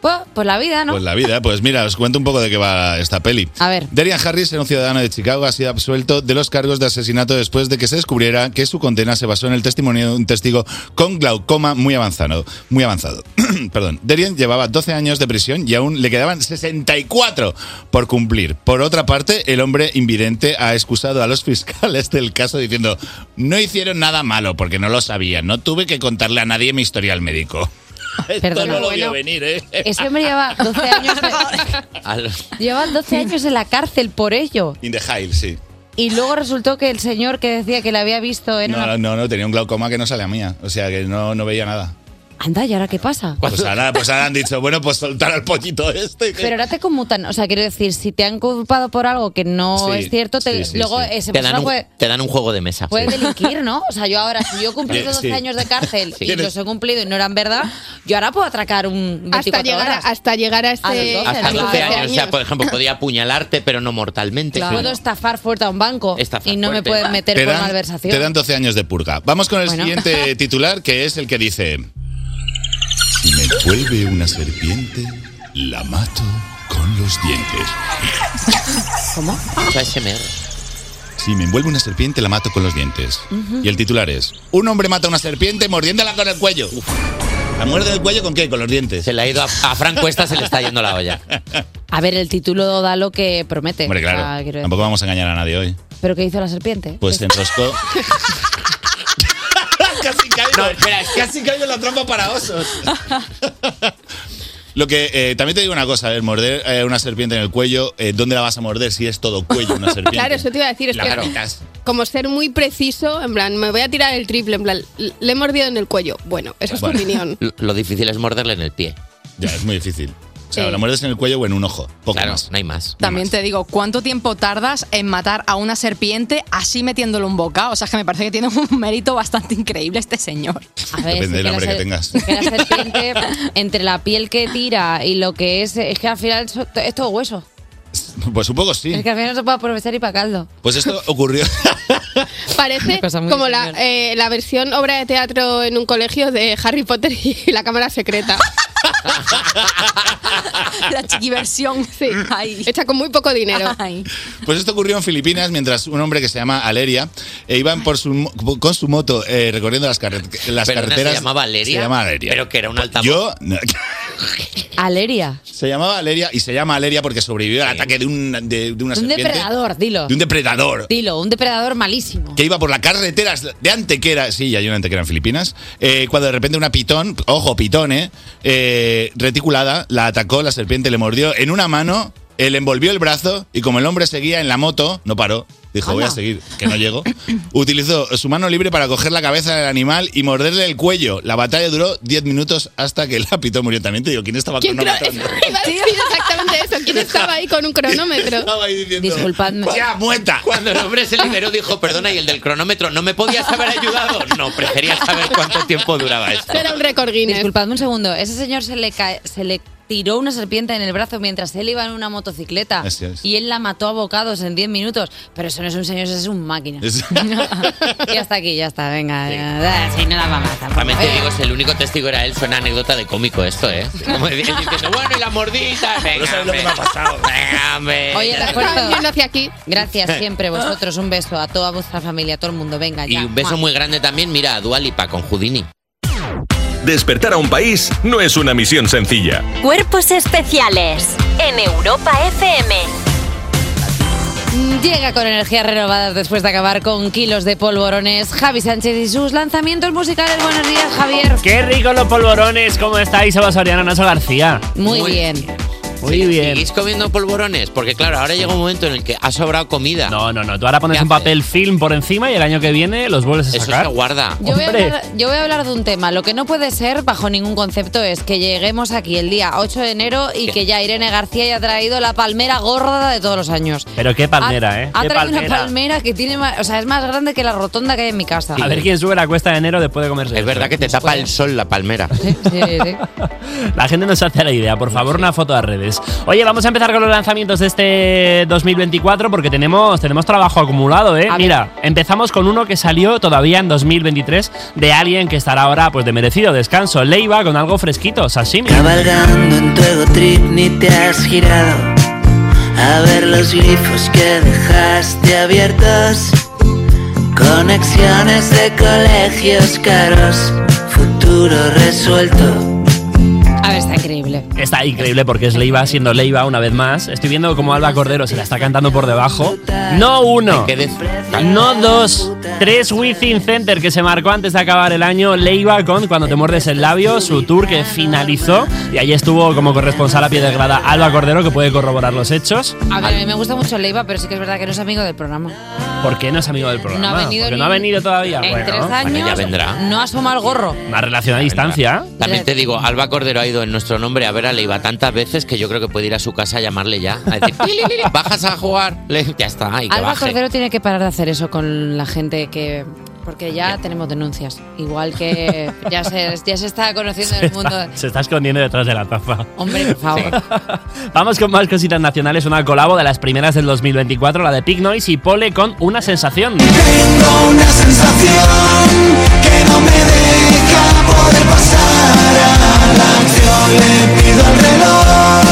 C: Pues, pues la vida, ¿no?
I: Pues la vida, pues mira, os cuento un poco de qué va esta peli.
C: A ver.
I: Darian Harris era un ciudadano de Chicago, ha sido absuelto de los cargos de asesinato después de que se descubriera que su condena se basó en el testimonio de un testigo con glaucoma muy avanzado. Muy avanzado. Mm, Perdón. Darian llevaba 12 años de prisión y aún le quedaban 64 por cumplir. Por otra parte, el hombre invidente ha excusado a los fiscales del caso diciendo no hicieron nada malo porque no lo sabían, no tuve que contarle a nadie mi historial médico.
C: Perdona.
I: no lo vio
C: Bueno,
I: venir, ¿eh?
C: Ese hombre lleva 12 años, lleva 12 años en la cárcel por ello.
I: In the High, sí.
C: Y luego resultó que el señor que decía que le había visto era
I: No,
C: una...
I: no, no, tenía un glaucoma que no sale a mía. O sea, que no, no veía nada.
C: Anda, ¿y ahora qué pasa?
I: Pues ahora, pues ahora han dicho, bueno, pues soltar al pollito este.
C: Pero ahora te conmutan, o sea, quiero decir, si te han culpado por algo que no
D: Sí,
C: es cierto, te-
D: sí, sí,
C: luego
D: sí.
C: ese
D: te, dan
C: persona
D: un,
C: puede,
D: te dan un juego de mesa.
C: puede
D: Sí.
C: delinquir, ¿no? O sea, yo ahora, si yo he cumplido
I: Eh,
D: Sí,
C: 12
D: sí.
C: años de cárcel y
D: Tienes-
C: los he cumplido y no eran verdad, yo ahora puedo atracar un 24
L: Hasta llegar, a-
C: horas.
L: hasta llegar a este.
D: Hasta 12
L: Claro.
D: años. O sea, por ejemplo, podía apuñalarte, pero no mortalmente.
C: Puedo estafar fuerte a un banco
D: Estafar
C: y no
D: fuerte.
C: me pueden meter
I: te
C: por
I: dan,
C: malversación.
I: te dan 12 años de purga. Vamos con el
C: Bueno.
I: siguiente titular, que es el que dice... Si me vuelve una serpiente, la mato con los dientes.
C: ¿Cómo?
I: O sea, Si me envuelve una serpiente, la mato con los dientes.
N: Ujú.
I: Y el titular es: Un hombre mata a una serpiente mordiéndola con el cuello. ¿La muerde del cuello con qué? Con los dientes.
D: Se le ha ido a, a Fran Cuesta, se le está yendo la olla.
C: A ver, el título da lo que promete.
I: Hombre,
C: O sea,
I: claro.
C: Ah, quiero decir-
I: Tampoco vamos a engañar a nadie hoy.
C: ¿Pero qué hizo la serpiente?
I: Pues se enroscó. casi caigo. casi caigo en la trampa para osos. Lo que eh, también te digo una cosa, a ver, morder eh, una serpiente en el cuello, eh, ¿dónde la vas a morder si es todo cuello una serpiente?
L: Claro, eso te iba a decir. Es
I: La
L: que
I: quitas.
L: como ser muy preciso, en plan, me voy a tirar el triple, en plan, le he mordido en el cuello. Bueno, esa es
I: Bueno.
L: tu opinión.
D: Lo, lo difícil es morderle en el pie.
I: Ya, es muy difícil. O sea,
M: Sí.
I: la muerdes en el cuello o en un ojo. Poco más.
D: no hay más.
M: También te digo, ¿cuánto tiempo tardas en matar a una serpiente así metiéndole un boca? O sea, es que me parece que tiene un mérito bastante increíble este señor.
C: A ver,
I: Depende del
C: sí que
I: hambre
C: la
I: que
C: ser-
I: tengas.
C: que la serpiente, entre la piel que tira y lo que es, es que al final so- es todo hueso.
I: Pues un poco sí.
C: Es que al final no se puede aprovechar y para caldo.
I: Pues esto ocurrió.
L: Parece como la, eh, la versión obra de teatro en un colegio de Harry Potter y la cámara secreta.
M: la chiquiversión.
L: Sí. Hecha con muy poco dinero.
I: Pues esto ocurrió en Filipinas mientras un hombre que se llama Aleria eh, iban por su, mo- con su moto eh, recorriendo las, carre- las
D: Perdona,
I: carreteras.
D: Se llamaba Valeria.
I: Se llama Aleria.
D: Pero que era un altavoz.
I: Yo. no,
C: Aleria.
I: se llamaba Aleria y se llama Aleria porque sobrevivió al ataque de, un, de, de una
C: Un
I: serpiente.
C: depredador, dilo.
I: De un depredador.
C: Dilo, un depredador malísimo.
I: que iba por las carreteras de Antequera, sí, hay una Antequera en Filipinas, eh, cuando de repente una pitón, ojo, pitón, eh, eh, reticulada, la atacó, la serpiente le mordió en una mano, eh, le envolvió el brazo y como el hombre seguía en la moto, no paró. Dijo, voy a
O: Anda.
I: seguir, que no llego. Utilizó su mano libre para coger la cabeza del animal y morderle el cuello. La batalla duró 10 minutos hasta que la pitón murió. También te digo, ¿quién estaba
L: ¿Quién
I: con una
L: cro-
I: matón?
L: Iba a decir exactamente eso. ¿Quién estaba ahí con un cronómetro?
C: Disculpadme.
I: ¡Ya, muerta!
D: Cuando el hombre se liberó dijo, perdona, y el del cronómetro, ¿no me podías haber ayudado? No, prefería saber cuánto tiempo duraba esto.
L: Era un récord Guinness.
C: Disculpadme un segundo. Ese señor se le, cae- se le tiró una serpiente en el brazo mientras él iba en una motocicleta.
I: Así es.
C: Y él la mató a bocados en 10 minutos. Pero eso no es un señor, eso es un máquina.
I: Es-
C: ya está aquí, ya está. Venga, ya- sí, no la vamos a matar.
D: Realmente digo, es el único testigo era él, suena anécdota de cómico esto, ¿eh? Como decía, diciendo, bueno, y la mordita, venga,
I: sabes lo que me ha
D: hombre. Venga, hombre.
C: Oye, de
L: Estaba
C: acuerdo.
L: viendo hacia aquí.
C: Gracias siempre vosotros. Un beso a toda vuestra familia, a todo el mundo. Venga,
D: Y
C: ya.
D: un beso muy grande también, mira, a Dualipa con Houdini.
H: Despertar a un país no es una misión sencilla.
B: Cuerpos especiales en Europa FM.
C: Llega con energías renovadas después de acabar con kilos de polvorones. Javi Sánchez y sus lanzamientos musicales. Buenos días, Javier.
E: Qué rico los polvorones, ¿cómo estáis? Eva Soriano, Nacho García.
C: Muy, bien.
E: Muy bien.
D: ¿Seguís comiendo polvorones? Porque claro, ahora llega un momento en el que ha sobrado comida.
E: No, no, no. Tú ahora pones
D: ¿Qué
E: un papel film por encima y el año que viene los vuelves a
D: Eso
E: sacar.
D: se guarda.
C: Yo voy, a hablar, yo voy a hablar de un tema. Lo que no puede ser, bajo ningún concepto, es que lleguemos aquí el día 8 de enero y que ya Irene García haya traído la palmera gorda de todos los años.
E: Pero qué palmera,
C: ha,
E: ¿eh?
C: Ha
E: Qué
C: traído una
E: palmera.
C: palmera que tiene más, o sea, es más grande que la rotonda que hay en mi casa.
E: A ver quién sube la cuesta de enero después de comerse. ¿eh? Es verdad
D: que te tapa el sol la palmera.
C: Sí, sí.
E: La gente no se hace la idea, por favor, una foto a redes. Oye, vamos a empezar con los lanzamientos de este 2024 porque tenemos, tenemos trabajo acumulado, ¿eh? Mira, empezamos con uno que salió todavía en 2023 de alguien que estará ahora pues de merecido descanso. Leiva con algo fresquito, sashimi.
N: Cabalgando en tu ego trip ni te has girado A ver los glifos que dejaste abiertos Conexiones de colegios caros Futuro resuelto
C: A ver, está increíble.
E: Está increíble porque es Leiva siendo Leiva una vez más. Estoy viendo como Alba Cordero se la está cantando por debajo. No uno, no dos, tres Within Center que se marcó antes de acabar el año. Leiva con Cuando te muerdes el labio, su tour que finalizó. Y allí estuvo como corresponsal a pie de grada Alba Cordero que puede corroborar los hechos.
C: A ver, a mí me gusta mucho Leiva, pero sí que es verdad que no es amigo del programa.
E: ¿Por qué no es amigo del programa?
C: No ha venido
E: Porque
C: ni-
E: no ha venido todavía.
C: En
E: Bueno, pues
C: tres años
D: ya vendrá.
C: no asoma el gorro.
E: Una relación a distancia.
D: También te digo, Alba Cordero ha ido en nuestro nombre a ver a Leiva tantas veces que yo creo que puede ir a su casa a llamarle ya. A decir, "Li, li, li, bajas a jugar. Le- Ya está, y que
C: Alba
D: baje.
C: Cordero tiene que parar de hacer eso con la gente que. Porque ya tenemos denuncias. Igual que ya se, ya se está conociendo en el mundo.
E: Se está escondiendo detrás de la tapa.
C: Hombre, por favor.
E: Vamos con más cositas nacionales. Una colabo de las primeras del 2024, la de Pig Noise y Pole con Una Sensación.
G: Tengo una sensación que no me deja poder pasar a la acción. Le pido al reloj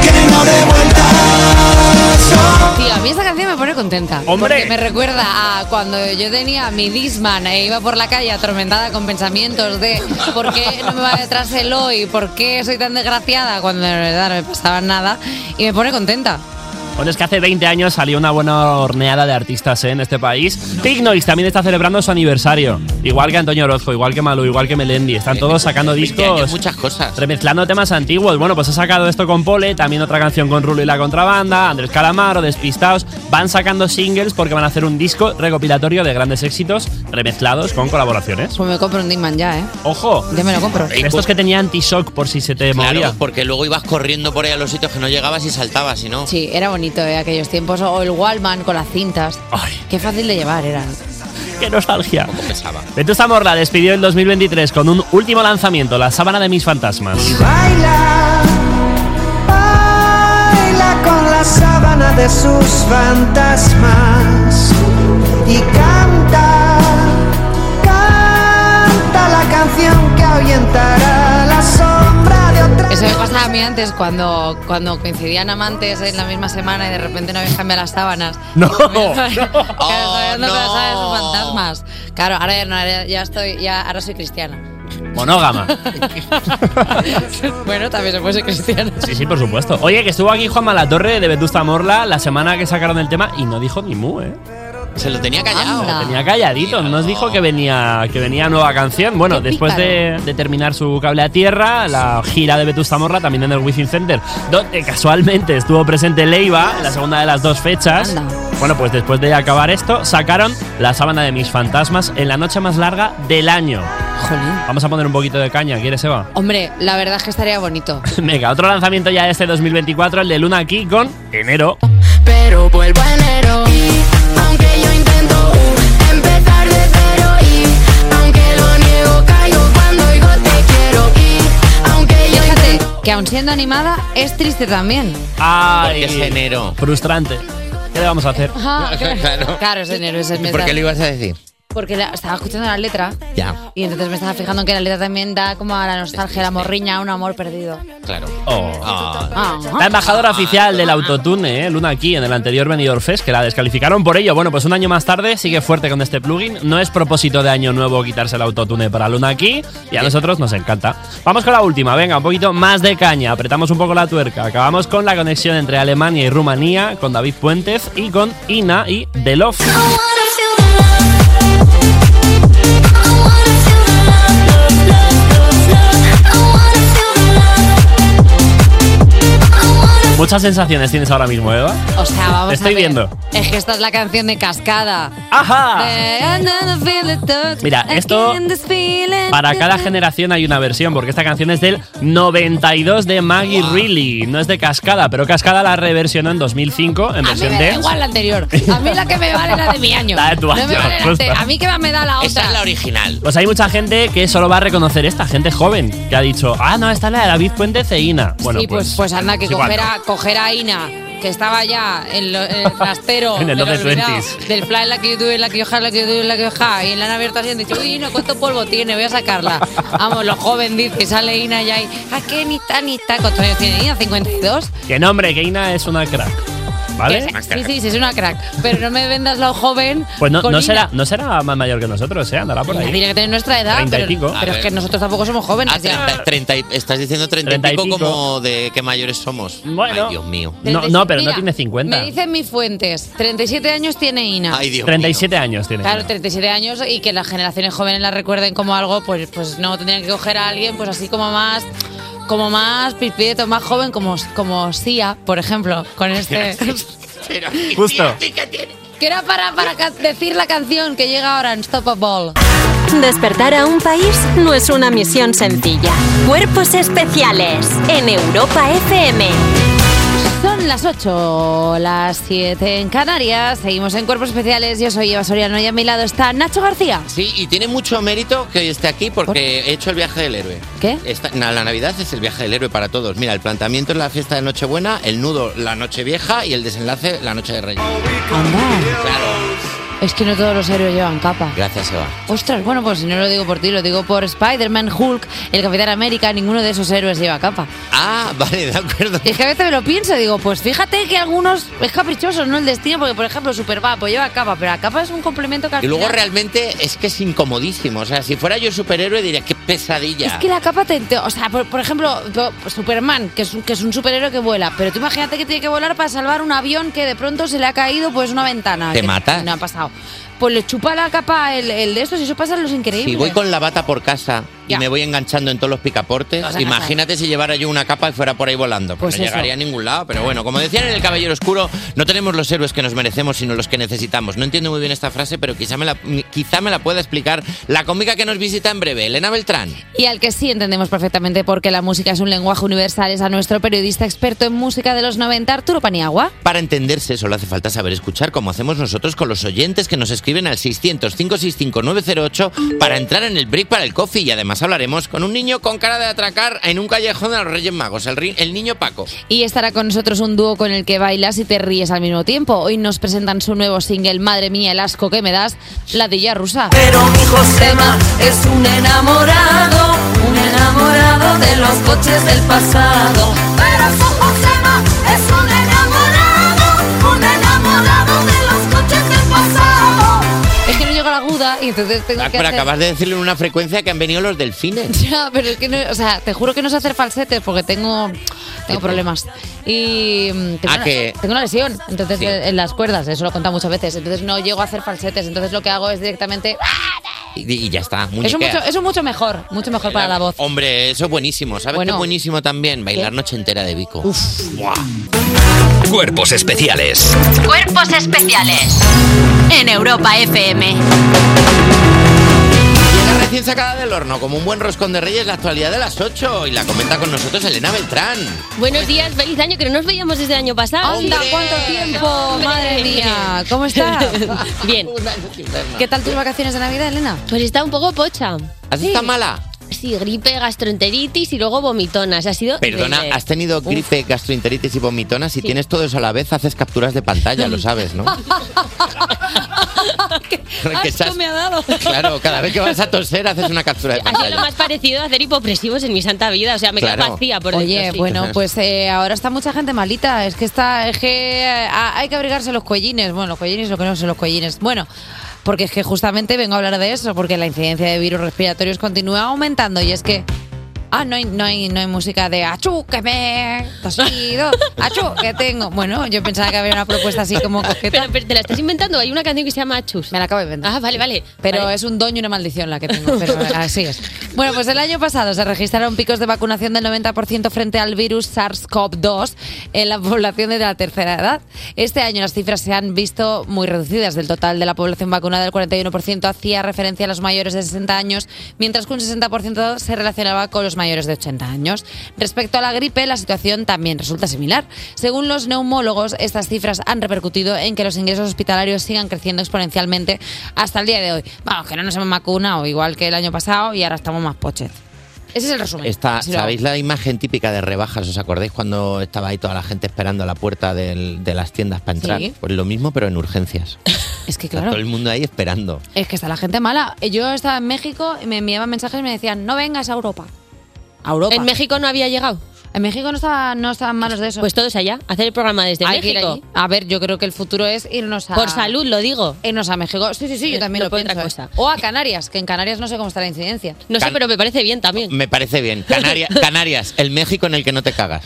G: que no dé vueltas.
C: Tío, a mí esta canción me pone contenta.
G: Hombre.
C: Porque me recuerda a cuando yo tenía mi Disman e iba por la calle atormentada con pensamientos de ¿por qué no me va detrás el hoy? ¿Por qué soy tan desgraciada? Cuando en verdad no me pasaba nada. Y me pone contenta.
E: Bueno, es que hace 20 años salió una buena horneada de artistas ¿eh? en este país. Pig Noise también está celebrando su aniversario. Igual que Antonio Orozco, igual que Malú, igual que Melendi. Están todos sacando
D: 20
E: discos.
D: Eh, años, muchas cosas.
E: Remezclando temas antiguos. Bueno, pues ha sacado esto con Pole, también otra canción con Rulo y la Contrabanda, Andrés Calamaro, Despistaos. Van sacando singles porque van a hacer un disco recopilatorio de grandes éxitos remezclados con colaboraciones.
C: Pues me compro un Disman ya, ¿eh?
E: ¡Ojo!
C: Ya me lo compro.
D: pues,
E: Estos que tenían anti-shock por si se te
D: Claro,
E: movía.
D: porque luego ibas corriendo por ahí a los sitios que no llegabas y saltabas, si no.
C: Sí, era bonito ¿eh? aquellos tiempos. O el Wallman con las cintas. Qué fácil de llevar eran.
E: ¡Qué nostalgia!
D: Pesaba.
E: Vetusta Morla despidió el 2023 con un último lanzamiento, La Sábana de mis Fantasmas.
G: Baila, baila con la sábana de sus fantasmas y canta, canta la canción que ahuyentará la sombra de otra.
C: Eso me pasaba a mí antes cuando, cuando coincidían amantes en la misma semana y de repente no habían cambiado las sábanas.
E: No,
C: No, pero sabes, son fantasmas. Claro, ahora ya, no, ahora ya estoy, ya ahora soy cristiana.
E: Monógama.
C: bueno, también se puede ser cristiana.
E: Sí, sí, por supuesto. Oye, que estuvo aquí Juan Malatorre de Vetusta Morla la semana que sacaron el tema y no dijo ni mu, ¿eh?
D: Se lo tenía callado.
E: Lo tenía calladito, nos dijo que venía, que venía nueva canción. Bueno, después de,
D: pícaro.
E: de terminar su cable a tierra, la gira de Vetusta Morla también en el Within Center, donde casualmente estuvo presente Leiva en la segunda de las dos fechas. Bueno, pues después de acabar esto, sacaron la sábana de mis fantasmas en la noche más larga del año. Vamos a poner un poquito de caña, ¿quieres, Eva?
C: Hombre, la verdad es que estaría bonito.
E: Venga, otro lanzamiento ya de este 2024, el de Luna aquí con Enero.
G: Pero vuelvo a enero, aunque yo intento uh, empezar de cero y aunque lo niego caigo cuando oigo te quiero y aunque yo
C: Fíjate que aun siendo animada, es triste también.
E: Ay,
D: Porque es enero.
E: Frustrante. ¿Qué le vamos a hacer?
C: Ah,
D: Claro.
C: Claro, es enero, es el mes
D: ¿Por qué
C: de-
D: lo ibas a decir?
C: Porque la- estaba escuchando la letra
D: Ya,
C: y entonces me estaba fijando que la letra también da como a la nostalgia, a la morriña, a un amor perdido.
D: claro.
C: Ah.
E: Oh. La embajadora oficial del autotune, ¿eh? Luna aquí, en el anterior Benidorm Fest, que la descalificaron por ello. Bueno, pues un año más tarde sigue fuerte con este plugin. No es propósito de año nuevo quitarse el autotune para Luna aquí y a nosotros nos encanta. Vamos con la última, venga, un poquito más de caña. Apretamos un poco la tuerca. Acabamos con la conexión entre Alemania y Rumanía, con David Puentes y con Ina y The Love.
G: I
E: muchas sensaciones tienes ahora mismo, Eva.
C: O sea, vamos
E: Te estoy
C: a ver.
E: viendo.
C: Es que esta es la canción de Cascada.
E: ¡Ajá! Mira,
C: Mira,
E: esto Para cada generación hay una versión, porque esta canción es del 92 de Maggie Reilly. No es de Cascada, pero Cascada la reversionó en 2005 en
C: A mí
E: versión
C: me da
E: dance.
C: igual la anterior. A mí la que me vale es la de mi año.
E: La de tu
C: No
E: año,
C: me vale la
E: justo.
C: ante- A mí que va me da la otra.
D: original.
E: Pues hay mucha gente que solo va a reconocer esta, gente joven, que ha dicho, ah, no, esta es la de David Puente Ceina. Bueno,
C: sí, pues, pues anda, que
E: es igual.
C: coger a, coger a Ina, que estaba ya en, lo- en el trastero
E: En el
C: pero
E: Love
C: olvidado,
E: 20s.
C: del fly en la que yo tuve, en la que yo ja, en la que yo tuve, en la que yo ja, y en la han abierto así, han dicho, uy, no, ¿cuánto polvo tiene? Voy a sacarla. Vamos, lo joven dice que sale Ina y ahí, ¿a qué ni tan ni tan? ¿Cuántos años tiene Ina? ¿52?
E: Que nombre, que Ina es una crack. ¿Vale?
C: Que- Sí, sí, sí, es una crack. Pero no me vendas lo joven.
E: Pues no,
C: con
E: no
C: Ina.
E: será, no será más mayor que nosotros, ¿eh? Andará por
C: Ina
E: ahí.
C: tiene que tener nuestra edad,
E: Treinta y
C: pero,
E: pico.
C: pero
D: A
C: es
D: ver.
C: que nosotros tampoco somos
E: Ah,
C: jóvenes. ya.
D: 30 y- estás diciendo 30,
E: Treinta y
D: y pico,
E: pico.
D: como de qué mayores somos. Bueno. Ay, Dios mío.
E: No, no, pero no
C: Mira,
E: tiene 50.
C: Me dicen mis fuentes, 37 años tiene Ina.
E: Ay, Dios 37 años tiene.
C: Claro,
E: Ina.
C: 37 años y que las generaciones jóvenes la recuerden como algo, pues, pues no, tendrían que coger a alguien pues así como más, como más pispieto, más joven, como, como Sia, por ejemplo, con este...
E: Justo.
C: que era para, para ca- decir la canción que llega ahora, Unstoppable.
B: Despertar a un país no es una misión sencilla. Cuerpos especiales en Europa FM.
C: Son las 8, las 7 en Canarias, seguimos en Cuerpos Especiales, yo soy Eva Soriano y a mi lado está Nacho García.
D: Sí, y tiene mucho mérito que hoy esté aquí porque he hecho el viaje del héroe.
C: ¿Qué?
D: la Navidad es el viaje del héroe para todos. Mira, el planteamiento es la fiesta de Nochebuena, el nudo la Nochevieja y el desenlace la Noche de Reyes.
C: Es que no todos los héroes llevan capa.
D: Gracias, Eva.
C: Ostras, bueno, pues no lo digo por ti, lo digo por Spider-Man, Hulk, el Capitán América, ninguno de esos héroes lleva capa.
D: Ah, vale, de acuerdo.
C: Y es que a veces me lo pienso, digo, pues fíjate que algunos es caprichoso, ¿no? El destino, porque por ejemplo Superbad, pues lleva capa, pero la capa es un complemento que al
D: Y luego
C: final-
D: realmente es que es incomodísimo. O sea, si fuera yo superhéroe diría, qué pesadilla.
C: Es que la capa te... te- o sea, por, por ejemplo, po- Superman, que es, un- que es un superhéroe que vuela, pero tú imagínate que tiene que volar para salvar un avión que de pronto se le ha caído pues una ventana.
D: Te
C: que
D: mata.
C: No ha pasado. Pues le chupa la capa el, el de estos y eso pasa en Los Increíbles.
D: Si voy con la bata por casa
C: Ya.
D: y me voy enganchando en todos los picaportes,
C: Vas a
D: imagínate si llevara yo una capa y fuera por ahí volando. Pues,
C: Pues
D: no
C: eso.
D: llegaría a ningún lado. Pero bueno, como decían en El Caballero Oscuro, no tenemos los héroes que nos merecemos, sino los que necesitamos. No entiendo muy bien esta frase, pero quizá me la, quizá me la pueda explicar la cómica que nos visita en breve, Elena Beltrán.
C: Y al que sí entendemos perfectamente porque la música es un lenguaje universal es a nuestro periodista experto en música de los 90, Arturo Paniagua.
D: Para entenderse solo hace falta saber escuchar como hacemos nosotros con los oyentes que nos escriben al 600 565 908 para entrar en el break para el coffee y además hablaremos con un niño con cara de atracar en un callejón de los Reyes Magos, el, ri- el niño Paco.
C: Y estará con nosotros un dúo con el que bailas y te ríes al mismo tiempo. Hoy nos presentan su nuevo single, Madre mía, el asco que me das, la de rusa.
O: Pero mi Josema es un enamorado, un enamorado de los coches del pasado. Pero su Josema es un enamorado, un enamorado de los coches del pasado.
C: Es que no llego a la aguda y entonces tengo que
D: Ah, Pero
C: hacer-
D: acabas de decirle en una frecuencia que han venido los delfines.
C: Ya, pero es que no, o sea, te juro que no sé hacer falsetes porque tengo, tengo problemas. Y mm, tengo,
D: Ah,
C: una,
D: que-
C: tengo una lesión, entonces
D: Sí.
C: eh, en las cuerdas, eso lo he contado muchas veces. Entonces no llego a hacer falsetes, entonces lo que hago es directamente.
D: Y, y ya está,
C: Eso
D: muñequea.
C: mucho, eso mucho mejor, mucho mejor para la voz.
D: Hombre, eso es buenísimo. ¿Sabes
C: Bueno.
D: qué buenísimo también? Bailar noche entera de Vico. Buah.
A: Cuerpos especiales.
B: Cuerpos especiales en Europa FM.
D: Llega recién sacada del horno, como un buen roscón de reyes, la actualidad de las 8 y la comenta con nosotros Elena Beltrán.
P: Buenos días, feliz año, que no nos veíamos desde el año pasado.
C: ¡Onda, cuánto tiempo! ¡Madre mía! ¿Cómo estás?
P: Bien.
C: ¿Qué tal tus vacaciones de Navidad, Elena?
P: Pues está un poco pocha.
D: ¿Has estado mala?
P: Sí, gripe, gastroenteritis y luego vomitonas. Ha sido.
D: Perdona,
P: de-
D: has tenido
P: Uf.
D: gripe, gastroenteritis y vomitonas. Si
P: Sí.
D: tienes todo eso a la vez, haces capturas de pantalla, lo sabes, ¿no? Que estás-
P: me ha dado.
D: Claro, cada vez que vas a toser, haces una captura de
P: Ha sido lo
D: pantalla.
P: más parecido a hacer hipopresivos en mi santa vida. O sea, me queda
D: Claro.
P: vacía por
C: Oye,
P: dentro, sí.
C: bueno, pues eh, ahora está mucha gente malita. Es que está, es que eh, ha- hay que abrigarse los cuellines. Bueno, los cuellines, lo que no son los cuellines. Bueno, porque es que justamente vengo a hablar de eso, porque la incidencia de virus respiratorios continúa aumentando y es que. Ah, no hay, no hay, no hay música de achú, que me he tosido, achú, que tengo. Bueno, yo pensaba que había una propuesta así como coqueta.
P: Pero, pero te la estás inventando, hay una canción que se llama Achus.
C: Me la acabo de inventar.
P: Ah, vale, vale.
C: Pero
P: Vale.
C: es un doño y una maldición la que tengo, pero así es. Bueno, pues el año pasado se registraron picos de vacunación del 90% frente al virus SARS-CoV-2 en la población de la tercera edad. Este año las cifras se han visto muy reducidas. Del total de la población vacunada, el 41% hacía referencia a los mayores de 60 años, mientras que un 60% se relacionaba con los mayores de 80 años. Respecto a la gripe, la situación también resulta similar. Según los neumólogos, estas cifras han repercutido en que los ingresos hospitalarios sigan creciendo exponencialmente hasta el día de hoy. Vamos, que no nos hemos vacunado igual que el año pasado y ahora estamos más poches. Ese es el resumen.
D: Está,
C: Así lo hago.
D: ¿Sabéis la imagen típica de rebajas? ¿Os acordáis cuando estaba ahí toda la gente esperando a la puerta del- de las tiendas para entrar?
C: Sí.
D: Pues lo mismo, pero en urgencias.
C: Es que
D: Está
C: claro.
D: todo el mundo ahí esperando.
C: Es que está la gente mala. Yo estaba en México y me enviaban mensajes y me decían, no vengas a Europa. ¿A Europa?
P: ¿En México no había llegado?
C: En México no estaban no estaban malos de eso.
P: Pues todos allá, hacer el programa desde
C: Hay que ir
P: México.
C: allí. A ver, yo creo que el futuro es irnos a...
P: Por salud, lo digo.
C: Irnos a México. Sí, sí, sí, yo también
P: No
C: lo
P: por
C: pienso.
P: otra
C: ¿eh?
P: cosa.
C: O a Canarias, que en Canarias no sé cómo está la incidencia.
P: No sé,
D: Can-
P: pero me parece bien también.
D: Me parece bien. Canaria- Canarias, el México en el que no te cagas.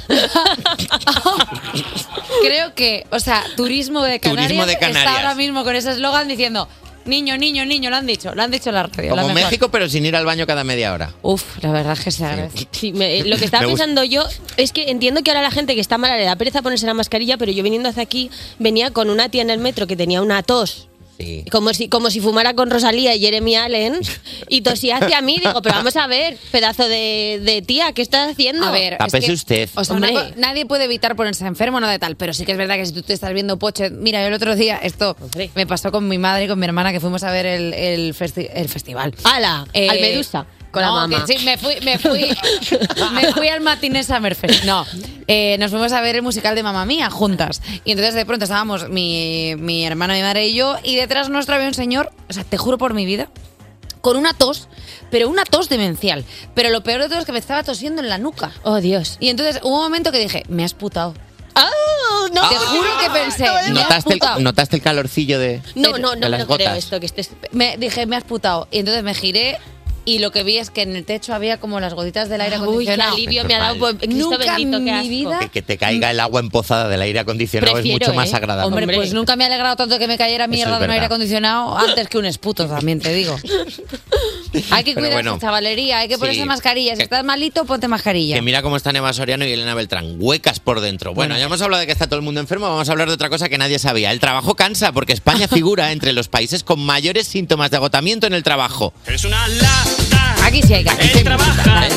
C: Creo que, o sea, turismo de Canarias,
D: Turismo de Canarias.
C: está ahora mismo con ese eslogan diciendo, niño, niño, niño, lo han dicho, lo han dicho en la radio. la
D: Como
C: mejor.
D: México, pero sin ir al baño cada media hora.
C: Uf, la verdad es que se agradece.
P: Sí, me- eh, lo que estaba
D: Me gusta.
P: pensando yo es que entiendo que ahora la gente que está mala le da pereza ponerse la mascarilla, pero yo viniendo hacia aquí venía con una tía en el metro que tenía una tos. Como, si, como si fumara con Rosalía y Jeremy Allen y tosía hacia mí. Digo, pero vamos a ver, pedazo de, de tía, ¿qué estás haciendo?
C: A ver,
D: Tápese usted.
C: O sea,
P: Hombre.
C: una co- nadie puede evitar ponerse enfermo, nada de tal, pero sí que es verdad que si tú te estás viendo poche, mira, yo el otro día, esto me pasó con mi madre y con mi hermana que fuimos a ver el, el, festi- el festival. Eh,
P: ¡Hala! al Medusa, con la
C: no,
P: mamá.
C: que sí, me fui, me fui, me fui al matiné Summerfest. No, eh, nos fuimos a ver el musical de Mamá Mía juntas. Y entonces de pronto estábamos mi, mi hermana, mi madre y yo, y detrás nuestro había un señor, o sea, te juro por mi vida, con una tos, pero una tos demencial. Pero lo peor de todo es que me estaba tosiendo en la nuca.
P: Oh, Dios.
C: Y entonces hubo un momento que dije, me has putado.
P: Oh, no,
C: te
D: no,
C: juro que pensé, me has
D: ¿Notaste
C: putado.
D: el, notaste el calorcillo de,
C: No, no,
D: de
C: no me
D: las
C: lo
D: gotas?
C: creo esto. Me dije, me has putado. Y entonces me giré y lo que vi es que en el techo había como las gotitas del aire
P: Uy, qué
C: acondicionado.
P: alivio me ha dado. pues, Cristo
C: Nunca
P: bendito,
C: en
P: qué
C: mi
P: asco.
C: vida
D: Que, que te caiga el agua empozada del aire acondicionado es mucho
C: Prefiero,
D: más
C: ¿eh?
D: agradable.
C: Hombre, pues nunca me ha alegrado tanto que me cayera mierda
D: es
C: de un aire
D: verdad.
C: acondicionado antes que un esputo, también te digo. Hay que
D: Pero
C: cuidar
D: bueno.
C: su chavalería, hay que
D: Sí.
C: ponerse mascarillas. Si
D: Que-
C: estás malito, ponte mascarilla.
D: Que mira cómo están Eva Soriano y Elena Beltrán, huecas por dentro. Bueno, ya hemos hablado de que está todo el mundo enfermo, vamos a hablar de otra cosa que nadie sabía. El trabajo cansa, porque España figura entre los países con mayores síntomas de agotamiento en el trabajo.
Q: Es una lata,
C: Aquí sí hay que
Q: él trabaja.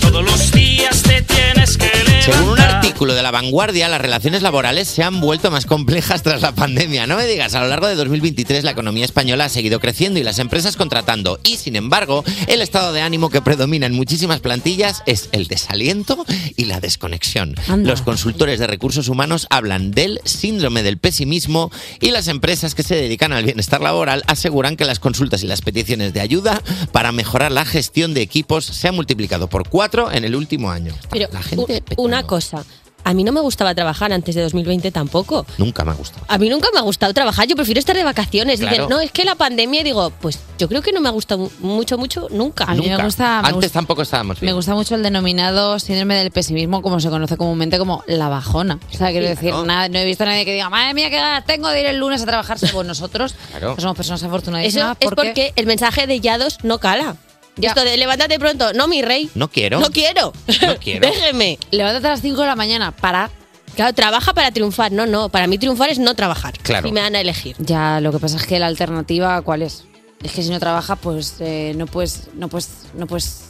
Q: Todos los días te tienes que
D: Según un artículo de La Vanguardia, las relaciones laborales se han vuelto más complejas tras la pandemia. No me digas, a lo largo de 2023 la economía española ha seguido creciendo y las empresas contratando. Y sin embargo, el estado de ánimo que predomina en muchísimas plantillas es el desaliento y la desconexión. Los consultores de recursos humanos hablan del síndrome del pesimismo y las empresas que se dedican al bienestar laboral aseguran que las consultas y las peticiones de ayuda para mejorar la gestión de equipos se han multiplicado por cuatro en el último año.
P: Pero u- una cosa, a mí no me gustaba trabajar antes de 2020 tampoco.
D: Nunca me ha gustado.
P: A mí nunca me ha gustado trabajar, yo prefiero estar de vacaciones. Dicen,
D: Claro.
P: no, es que la pandemia, digo, pues yo creo que no me ha gustado mu- mucho, mucho, nunca.
C: A mí me Nunca. gusta- me
D: Antes
C: gusta-
D: tampoco estábamos bien.
C: Me gusta mucho el denominado síndrome del pesimismo, como se conoce comúnmente como la bajona. O sea, quiero
P: Sí,
C: decir,
P: claro.
C: nada, no he visto a nadie que diga, madre mía, qué ganas tengo de ir el lunes a trabajar según nosotros.
P: Claro.
C: que somos personas
P: Eso
C: afortunadísimas.
P: es porque el mensaje de Yados no cala. Esto de levántate pronto, no, mi rey.
D: No quiero.
P: No quiero.
D: No quiero. Eh,
P: Déjeme.
C: Levántate a las 5 de la mañana para.
P: Claro, trabaja para triunfar. No, no. Para mí triunfar es no trabajar.
C: Claro.
P: Y me dan a elegir.
C: Ya, lo que pasa es que la alternativa, ¿cuál es? Es que si no trabajas, pues eh, no puedes, no puedes, no puedes,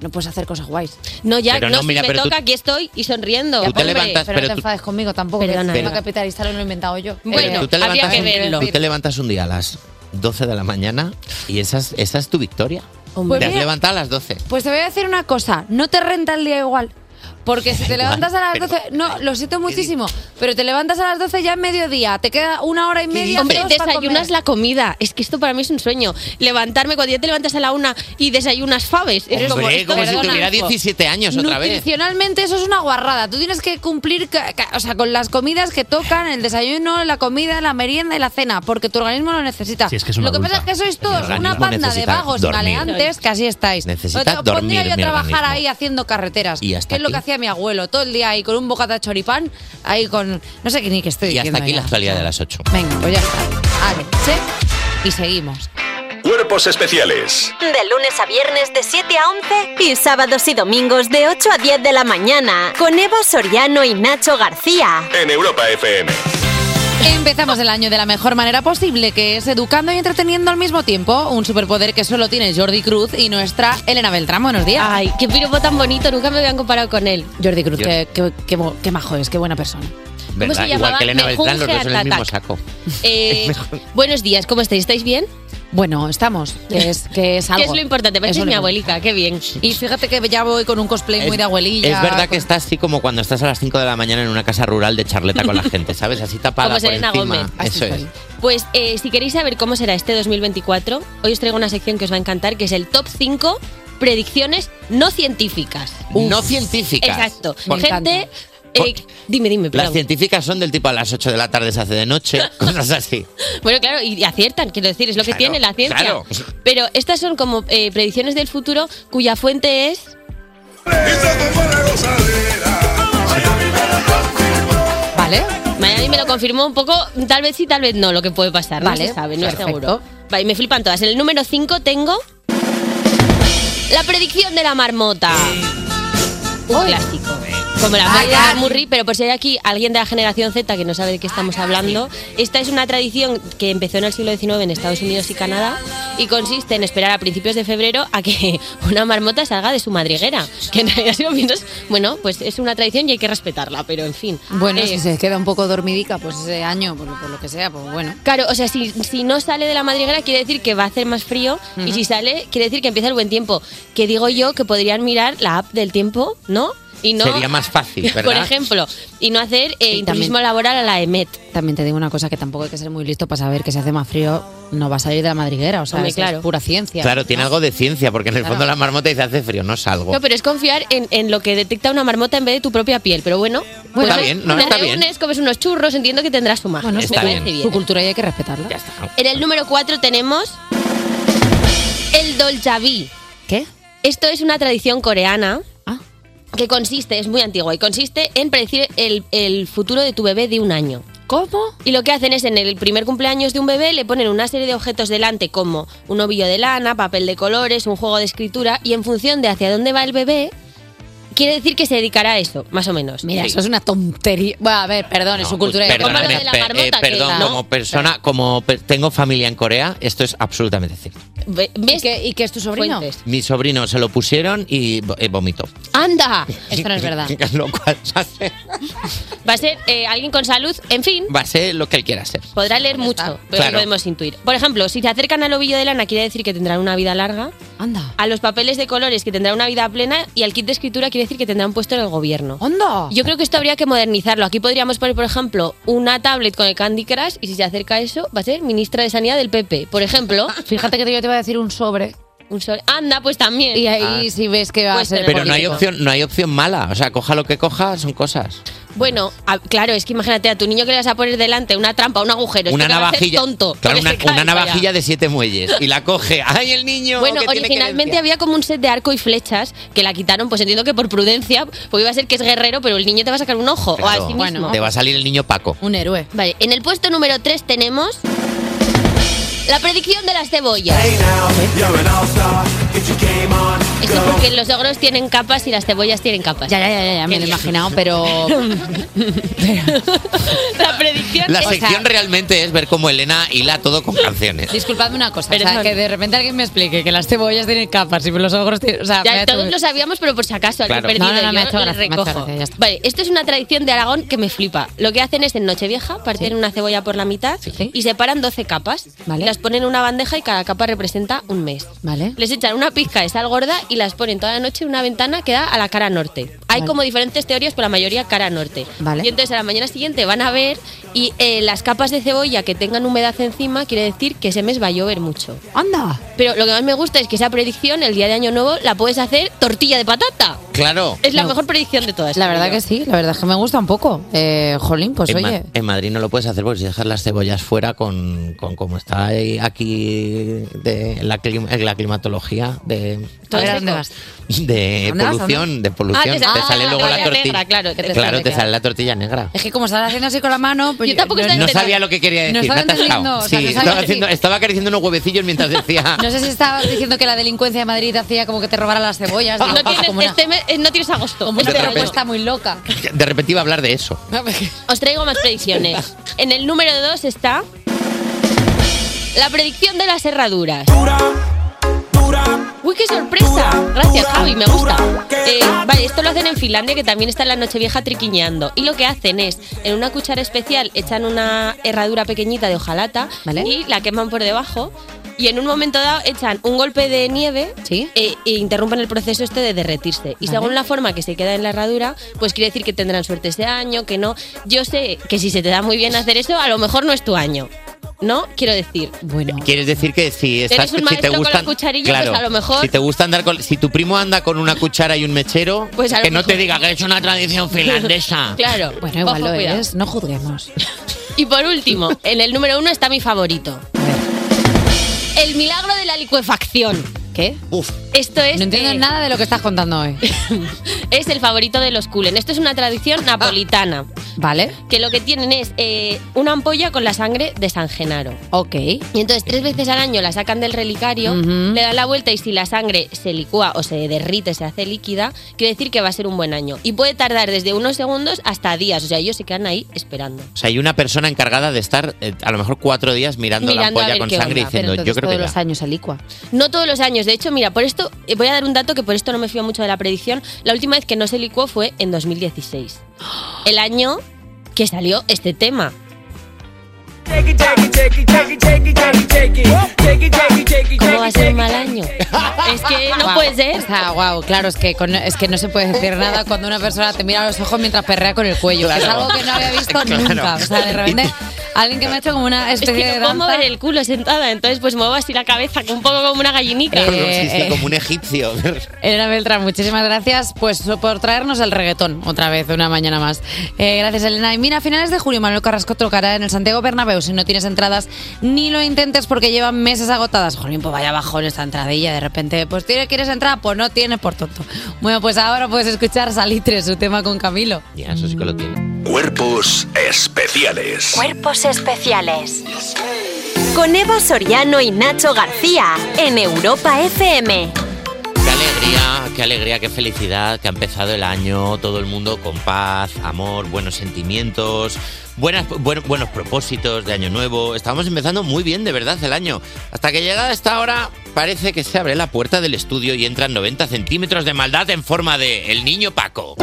C: no puedes hacer cosas guays.
P: No, ya,
D: Pero
P: no,
D: no,
P: si
D: mira,
P: me
D: pero tú-
P: toca, aquí estoy y sonriendo.
D: Tú te Hombre, levantas,
C: pero,
D: pero
C: no te
D: tú-
C: enfades conmigo tampoco, que el
D: Perdona.
C: sistema capitalista lo he inventado yo.
P: Bueno,
D: tú, te levantas
P: habría que
D: un,
P: verlo.
D: tú te levantas un día a las 12 de la mañana y esa es, esa es tu victoria.
C: Hombre.
D: Te has
C: Pues mira.
D: levantado a las 12.
C: Pues te voy a decir una cosa, no te renta el día igual. Porque si te
D: Igual,
C: levantas a las
D: pero-
C: 12, no, lo siento muchísimo, pero te levantas a las 12 ya en mediodía, te queda una hora y media.
P: Hombre,
C: dos para
P: desayunas
C: comer.
P: la comida. Es que esto para mí es un sueño. Levantarme cuando ya te levantas a la una y desayunas faves. Es como,
D: Hombre,
P: esto-
D: como si
P: perdona.
D: tuviera 17 años otra vez.
C: Nutricionalmente eso es una guarrada. Tú tienes que cumplir ca- ca- o sea, con las comidas que tocan, el desayuno, la comida, la merienda y la cena, porque tu organismo lo necesita.
D: Si es que es una
C: lo que pasa es
D: adulta.
C: que sois
D: El
C: todos
D: organismo
C: una panda de
D: necesita
C: vagos y
D: dormir.
C: maleantes que así estáis.
D: Necesita
C: Pero te-
D: dormir
C: Pondría yo a
D: mi
C: trabajar
D: organismo.
C: ahí haciendo carreteras,
D: Y
C: que
D: hasta
C: es lo
D: aquí.
C: que hacía mi abuelo, todo el día ahí con un bocata de choripán, ahí con... No sé qué ni qué estoy
D: Y hasta
C: diciendo pues
D: aquí
C: ya.
D: la actualidad de las 8.
C: Venga, pues ya está. Ale, check y seguimos.
H: Cuerpos especiales
B: De lunes a viernes de 7 a 11 y sábados y domingos de 8 a 10 de la mañana con Eva Soriano y Nacho García.
H: en Europa FM.
C: Empezamos el año de la mejor manera posible, que es educando y entreteniendo al mismo tiempo, un superpoder que solo tiene Jordi Cruz y nuestra Elena Beltrán. Buenos días.
P: Ay, qué piropo tan bonito, nunca me habían comparado con él.
C: Jordi Cruz,
D: Yo-
C: qué, qué- qué bo- qué majo es, qué buena persona.
D: ¿Verdad? Igual
P: llamaba?
D: que Elena Beltrán, los
P: Mejunje
D: dos en el mismo
P: Atatac.
D: saco.
P: Eh, buenos días, ¿cómo estáis? ¿Estáis bien?
C: Bueno, estamos, que es, que es
P: ¿Qué
C: algo.
P: es lo importante? Parece
C: Eso
P: mi
C: le-
P: abuelita, qué bien.
C: Y fíjate que ya voy con un cosplay muy de abuelilla.
D: Es verdad
C: pues.
D: que está así como cuando estás a las 5 de la mañana en una casa rural de charleta con la gente, ¿sabes? Así tapada
P: Como
D: por
P: Selena
D: encima.
P: Gómez. Así
D: Eso es.
P: Pues eh, si queréis saber cómo será este 2024, hoy os traigo una sección que os va a encantar, que es el top 5 predicciones no científicas.
D: No científicas.
P: Exacto.
D: Por-
P: Gente... eh, dime, dime,
D: Las
P: perdón.
D: científicas son del tipo a las 8 de la tarde se hace de noche, cosas así.
P: Bueno, claro, y aciertan, quiero decir, es lo que
D: Claro,
P: tiene la ciencia.
D: Claro.
P: Pero estas son como eh, predicciones del futuro cuya fuente es...
C: Vale.
P: Miami me lo confirmó un poco, tal vez sí, tal vez no, lo que puede pasar.
C: Vale,
P: no se sabe, no es
C: perfecto.
P: seguro. Vale, me flipan todas. En el número 5 tengo... La predicción de la marmota. Un clásico. Como la
O: Ay,
P: marca
O: ay.
P: Murray, pero por si hay aquí alguien de la generación Z que no sabe de qué estamos hablando, esta es una tradición que empezó en el siglo XIX en Estados Unidos y Canadá y consiste en esperar a principios de febrero a que una marmota salga de su madriguera. Que en realidad, si lo piensas, bueno, pues es una tradición y hay que respetarla, pero en fin.
C: Bueno,
P: Eh,
C: si se queda un poco dormidica, pues ese año, por, lo- por lo que sea, pues bueno.
P: Claro, o sea, si, si no sale de la madriguera quiere decir que va a hacer más frío y si sale quiere decir que empieza el buen tiempo. Que digo yo que podrían mirar la app del tiempo, ¿no? Y no
D: Sería más fácil, ¿verdad?
P: Por ejemplo, y no hacer eh,
C: Y también-
P: intrusismo laboral a la EMET.
C: También te digo una cosa que tampoco hay que ser muy listo para saber que si hace más frío no va a salir de la madriguera, o sea,
P: Hombre,
C: eso es
P: claro.
C: pura ciencia.
D: Claro, tiene algo de ciencia, porque en el
P: Claro.
D: fondo la marmota dice hace frío, no salgo.
P: No, pero es confiar en, en lo que detecta una marmota en vez de tu propia piel. Pero bueno, pues
D: Está
P: ves,
D: bien, no,
P: te
D: está
P: reúnes,
D: bien.
P: comes unos churros, entiendo que tendrás tu magia.
D: Bueno,
P: Me
D: Está
P: parece
D: bien.
P: bien.
C: Su cultura y hay que respetarla.
P: En el número 4 tenemos el doljaví.
C: ¿Qué? Ah.
P: Esto es una tradición coreana que consiste, es muy antigua, y consiste en predecir el, el futuro de tu bebé de un año.
C: ¿Cómo?
P: Y lo que hacen es en el primer cumpleaños de un bebé le ponen una serie de objetos delante como un ovillo de lana, papel de colores, un juego de escritura y en función de hacia dónde va el bebé, quiere decir que se dedicará a eso, más o menos.
C: Mira, eso es una tontería. Bueno, a ver, perdón, es su
D: pues,
C: cultura. y-
D: Perdóname,
P: como lo de la
D: per-
P: marmota,
D: eh,
P: que
D: perdón,
P: la-
D: como persona, como per- tengo familia en Corea, esto es absolutamente cierto.
C: ¿Y qué, y qué es tu sobrino?
D: Mi sobrino se lo pusieron y vo- eh, vomitó.
P: ¡Anda! Esto no es verdad.
D: lo cual hace-
P: Va a ser eh, alguien con salud, en fin,
D: va a ser lo que él quiera ser.
P: podrá leer mucho, pero
D: Claro.
P: lo podemos intuir. Por ejemplo, si se acercan al ovillo de lana, quiere decir que tendrán una vida larga.
C: Anda.
P: A los papeles de colores, que tendrán una vida plena. Y al kit de escritura, quiere decir que tendrán puesto en el gobierno.
C: ¡Onda!
P: Yo creo que esto habría que modernizarlo. Aquí podríamos poner, por ejemplo, una tablet con el Candy Crush. Y si se acerca a eso, va a ser ministra de Sanidad del PP. Por ejemplo.
C: Fíjate que yo te iba a decir un sobre.
P: Un sobre. Anda, pues también.
C: Y ahí
D: Ah.
C: si ves que va
P: Pues
C: a ser.
D: Pero no hay
C: político.
D: opción, no hay opción mala. O sea, coja lo que coja, son cosas.
P: Bueno, a- claro, es que imagínate a tu niño que le vas a poner delante una trampa, un agujero. es
D: una
P: que va a hacer
D: navajilla.
P: tonto.
D: Claro,
P: porque
D: una,
P: se cae,
D: una
P: vaya.
D: navajilla de siete muelles. Y la coge. ¡Ay, el niño!
P: Bueno,
D: que tiene
P: originalmente había como un set de arco y flechas que la quitaron, pues entiendo que por prudencia, porque iba a ser que es guerrero, pero el niño te va a sacar un ojo o
D: Claro,
P: así mismo.
D: Te va a salir el niño Paco.
C: Un héroe.
P: Vale, en el puesto número 3 tenemos la predicción de las cebollas. Esto es porque los ogros tienen capas y las cebollas tienen capas. Ya,
C: ya, ya, ya me lo he imaginado, pero.
P: la predicción
D: La
C: O sea,
D: sección realmente es ver cómo Elena hila todo con
P: Eh,
D: canciones.
C: Disculpadme una cosa,
P: Pero
C: o sea,
P: eso-
C: que de repente alguien me explique que las cebollas tienen capas y los ogros tienen... O sea, me ha
P: Ya,
C: hecho-
P: todos lo sabíamos, pero por si acaso,
C: Claro.
P: algo perdido,
C: No, no, no, me ha
P: yo
C: hecho
P: le
C: gracia, me ha hecho
P: recojo.
C: gracia, ya está.
P: Vale, esto es una tradición de Aragón que me flipa. Lo que hacen es en Nochevieja partir una cebolla por la mitad y separan 12 capas.
C: Vale.
P: Las ponen en una bandeja y cada capa representa un mes.
C: Vale.
P: Les echan una pizca de sal gorda y las ponen toda la noche en una ventana que da a la cara norte. Hay
C: Vale.
P: como diferentes teorías, pero la mayoría cara norte.
C: Vale.
P: Y entonces a la mañana siguiente van a ver y eh, las capas de cebolla que tengan humedad encima quiere decir que ese mes va a llover mucho.
C: ¡Anda!
P: Pero lo que más me gusta es que esa predicción, el día de Año Nuevo, la puedes hacer tortilla de patata.
D: Claro.
P: Es la mejor predicción de todas.
C: La verdad que sí, la verdad es que me gusta un poco. Eh, jolín, pues
D: en, Ma-
C: oye...
D: en Madrid no lo puedes hacer porque si dejas las cebollas fuera con, con como está ahí- aquí de la, clim- eh, la climatología de,
C: A ver, ¿a dónde vas?
D: de
C: ¿Dónde vas,
D: polución,
C: dónde?
D: de polución,
C: Ah, que
D: te
C: sale- ah,
D: sale
C: la
D: luego la
C: tortilla
D: tortilla.
C: negra, claro, que te sale
D: te
C: negra.
D: sale la tortilla negra.
C: Es que como estás haciendo así con la mano, pues
P: yo tampoco estaba
D: No
P: intentando-
D: sabía lo que quería
C: No
D: decir.
C: estaba
D: me ha atascado.
C: entendiendo, o sea,
D: Sí,
C: no sabía
D: estaba,
C: decir.
D: haciendo- estaba acariciando unos huevecillos mientras decía.
C: No sé si estabas diciendo que la delincuencia de Madrid hacía como que te robara las cebollas.
P: No tienes- este no tienes agosto.
C: Como una
D: Este agosto.
C: propuesta muy loca.
D: De repente iba a hablar de eso.
P: Os traigo más predicciones. En el número 2 está la predicción de las herraduras. Uy, qué sorpresa. Gracias, Javi, me gusta. Eh, vale, esto lo hacen en Finlandia, que también está en la Nochevieja triquiñando. Y lo que hacen es, en una cuchara especial, echan una herradura pequeñita de hojalata y la queman por debajo. Y en un momento dado echan un golpe de nieve e, e interrumpen el proceso este de derretirse. Y
C: Vale.
P: según la forma que se queda en la herradura, pues quiere decir que tendrán suerte ese año, que no. Yo sé que si se te da muy bien hacer eso, a lo mejor no es tu año. ¿No? Quiero decir.
C: Bueno.
D: Quieres decir que si
P: Eres
D: estás
P: un
D: si
P: maestro
D: te
P: con la
D: gustan
P: cucharilla, pues a lo mejor-
D: si te gusta andar con si tu primo anda con una cuchara y un mechero,
P: Pues a lo
D: que no
P: mejor.
D: te diga que es una tradición finlandesa.
P: Claro.
C: Bueno, igual
P: Ojo,
C: lo
P: cuidado.
C: eres. No juzguemos.
P: Y por último, en el número uno está mi favorito. El milagro de la licuefacción. ¿Qué?
D: Uf.
P: Esto es.
C: No entiendo nada de lo que estás contando hoy.
P: Es el favorito de los culen. Esto es una tradición napolitana.
C: Ah. ¿Vale?
P: Que lo que tienen es eh, una ampolla con la sangre de San Genaro.
C: Ok.
P: Y entonces tres veces al año la sacan del relicario,
C: Ujú.
P: le dan la vuelta y si la sangre se licúa o se derrite, se hace líquida, quiere decir que va a ser un buen año. Y puede tardar desde unos segundos hasta días. O sea, ellos se quedan ahí esperando.
D: O sea, hay una persona encargada de estar eh, a lo mejor cuatro días mirando, la
P: Mirando a
D: ampolla
P: ver
D: con
P: qué onda,
D: sangre y diciendo, yo creo que ya.
C: años se licua.
P: No todos los años. De hecho, mira, por esto eh, voy a dar un dato que por esto no me fío mucho de la predicción. La última vez que no se licuó fue en 2016. El año que salió este tema.
C: ¿Cómo
P: va a ser un mal año? Es que no puede ser.
C: O sea, wow, claro, es que, con- es que no se puede decir nada cuando una persona te mira a los ojos mientras perrea con el cuello. que Es
P: Claro.
C: algo que no había visto
P: Claro.
C: nunca. O sea, de repente, alguien que me ha hecho como una
P: Es que
C: especie de
P: no puedo
C: danza.
P: mover el culo sentada, entonces pues muevo así la cabeza, que un poco como una gallinita.
C: Eh, Claro, sí, sí, eh.
D: Como un egipcio.
C: Elena Beltrán, muchísimas gracias pues, por traernos el reggaetón otra vez, una mañana más. Eh, gracias, Elena. Y mira, a finales de julio Manuel Carrasco tocará en el Santiago Bernabéu. Si no tienes entradas, ni lo intentes porque llevan meses agotadas. Jolín, pues vaya bajón esta entradilla. De repente, pues ¿tiene- ¿quieres entrar? Pues no tienes, por tonto. Bueno, pues ahora puedes escuchar Salitre, su tema con Camilo.
D: Ya, eso sí que lo tiene.
H: Cuerpos especiales.
B: Cuerpos especiales. Con Evo Soriano y Nacho García en Europa FM.
D: Qué alegría, qué alegría, qué felicidad que ha empezado el año, todo el mundo con paz, amor, buenos sentimientos, buenas, buen- buenos propósitos de año nuevo. Estamos empezando muy bien, de verdad, el año. Hasta que llegada esta hora, parece que se abre la puerta del estudio y entran 90 centímetros de maldad en forma de el niño Paco.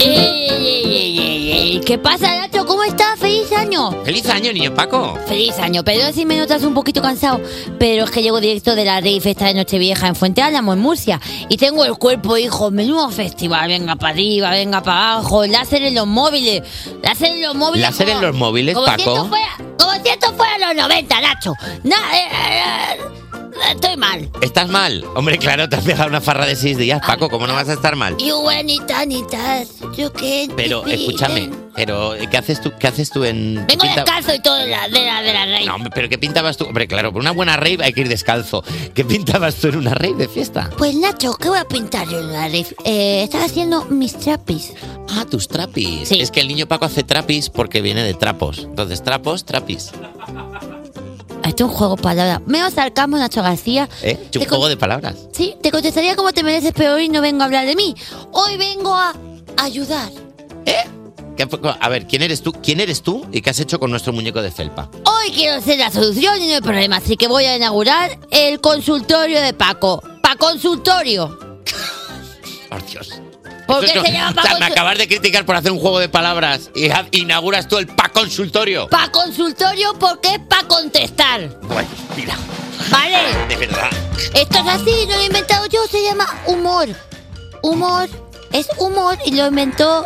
R: Ey, ey, ey, ey, ey. ¿Qué pasa, Nacho? ¿Cómo estás? ¡Feliz año!
D: ¡Feliz año, niño Paco!
R: Feliz año, pero si me notas un poquito cansado. Pero es que llego directo de la rave esta de Nochevieja en Fuente Álamo, en Murcia. Y tengo el cuerpo, hijo, menudo festival. Venga para arriba, venga para abajo. Láser en los móviles. Láser en los móviles.
D: Láser en
R: como-
D: los móviles,
R: como Si
D: Paco.
R: esto fuera, como si esto fuera los 90, Nacho. Na- eh, eh, eh, estoy mal.
D: ¿Estás mal? Hombre, claro, te has pegado una farra de seis días, Paco, ¿cómo no vas a estar mal?
R: Y buenita, nitas. Yo qué.
D: Pero,
R: sí, eh.
D: escúchame, pero ¿qué haces tú, qué haces tú en...?
R: Vengo
D: pinta-
R: descalzo y todo de la, de la, de la rave.
D: No, hombre, pero ¿qué pintabas tú? Hombre, claro, por una buena rave hay que ir descalzo. ¿Qué pintabas tú en una rave de fiesta?
R: Pues Nacho, ¿qué voy a pintar yo en la ref? Eh, estaba haciendo mis trapis.
D: Ah, tus trapis. Es que el niño Paco hace trapis porque viene de trapos. Entonces, trapos, trapis.
R: Esto es un juego de palabras. Me sarcasmo, Nacho García.
D: ¿Eh? Es un juego de palabras.
R: Sí, te contestaría como te mereces, pero hoy no vengo a hablar de mí. Hoy vengo a ayudar.
D: ¿Qué- A ver, ¿quién eres tú? ¿Quién eres tú y qué has hecho con nuestro muñeco de felpa?
R: Hoy quiero ser la solución y no el problema, así que voy a inaugurar el consultorio de Paco. Pa consultorio.
D: Por Dios.
R: ¿Por
D: Esto
R: qué
D: no-
R: se llama
D: O sea,
R: Paco
D: me acabas de criticar por hacer un juego de palabras y ha- inauguras tú el pa consultorio.
R: Pa consultorio porque es pa contestar.
D: Bueno, mira,
R: ¿Vale?
D: de verdad.
R: Esto es así, no lo he inventado yo, se llama humor. Humor es humor y lo inventó,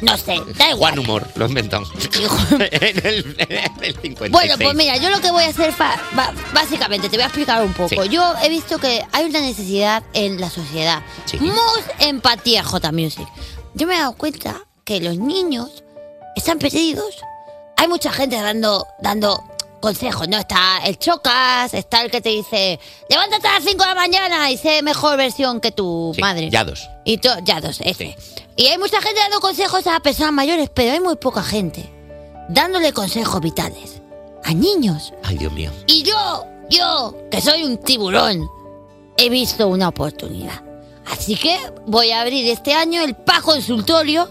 R: no sé, da igual.
D: Juan Humor, lo inventó. en el, en el 56.
R: Bueno, pues mira, yo lo que voy a hacer, fa- ba- básicamente, te voy a explicar un poco.
D: Sí.
R: Yo he visto que hay una necesidad en la sociedad. Más empatía, J Music. Yo me he dado cuenta que los niños están perdidos. Hay mucha gente dando, dando consejos, ¿no? Está el chocas, está el que te dice, levántate a las 5 de la mañana y sé mejor versión que tu madre.
D: Ya dos.
R: Y to- ya dos, ese. Y hay mucha gente dando consejos a personas mayores, pero hay muy poca gente dándole consejos vitales a niños.
D: Ay, Dios mío.
R: Y yo, yo, que soy un tiburón, he visto una oportunidad. Así que voy a abrir este año el PAJ consultorio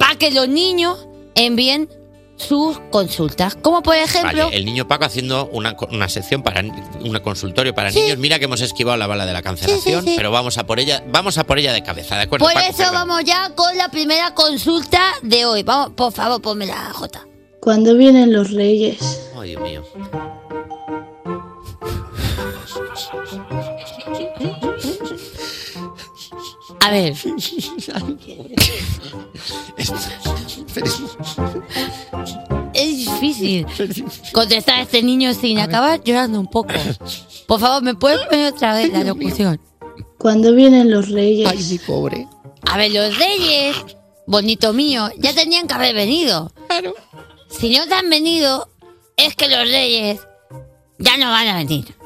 R: para que los niños envíen sus consultas. Como por ejemplo,
D: Vale, eh, el niño Paco haciendo una, co- una sección para ni- un consultorio para niños. Mira que hemos esquivado la bala de la cancelación,
R: sí.
D: pero vamos a por ella, vamos a por ella de cabeza, ¿de acuerdo?
R: por
D: Paco?
R: eso
D: Perdón.
R: vamos ya con la primera consulta de hoy. Vamos, por favor, ponmela, Jota.
S: Cuando vienen los reyes?
D: Ay, Dios mío.
R: A ver. Es difícil contestar a este niño sin acabar llorando un poco. Por favor, ¿me puedes poner otra vez la locución?
S: Cuando vienen los reyes?
R: Ay, mi pobre. A ver, los reyes, bonito mío, ya tenían que haber venido. Claro. Si no te han venido, es que los reyes ya no van a venir.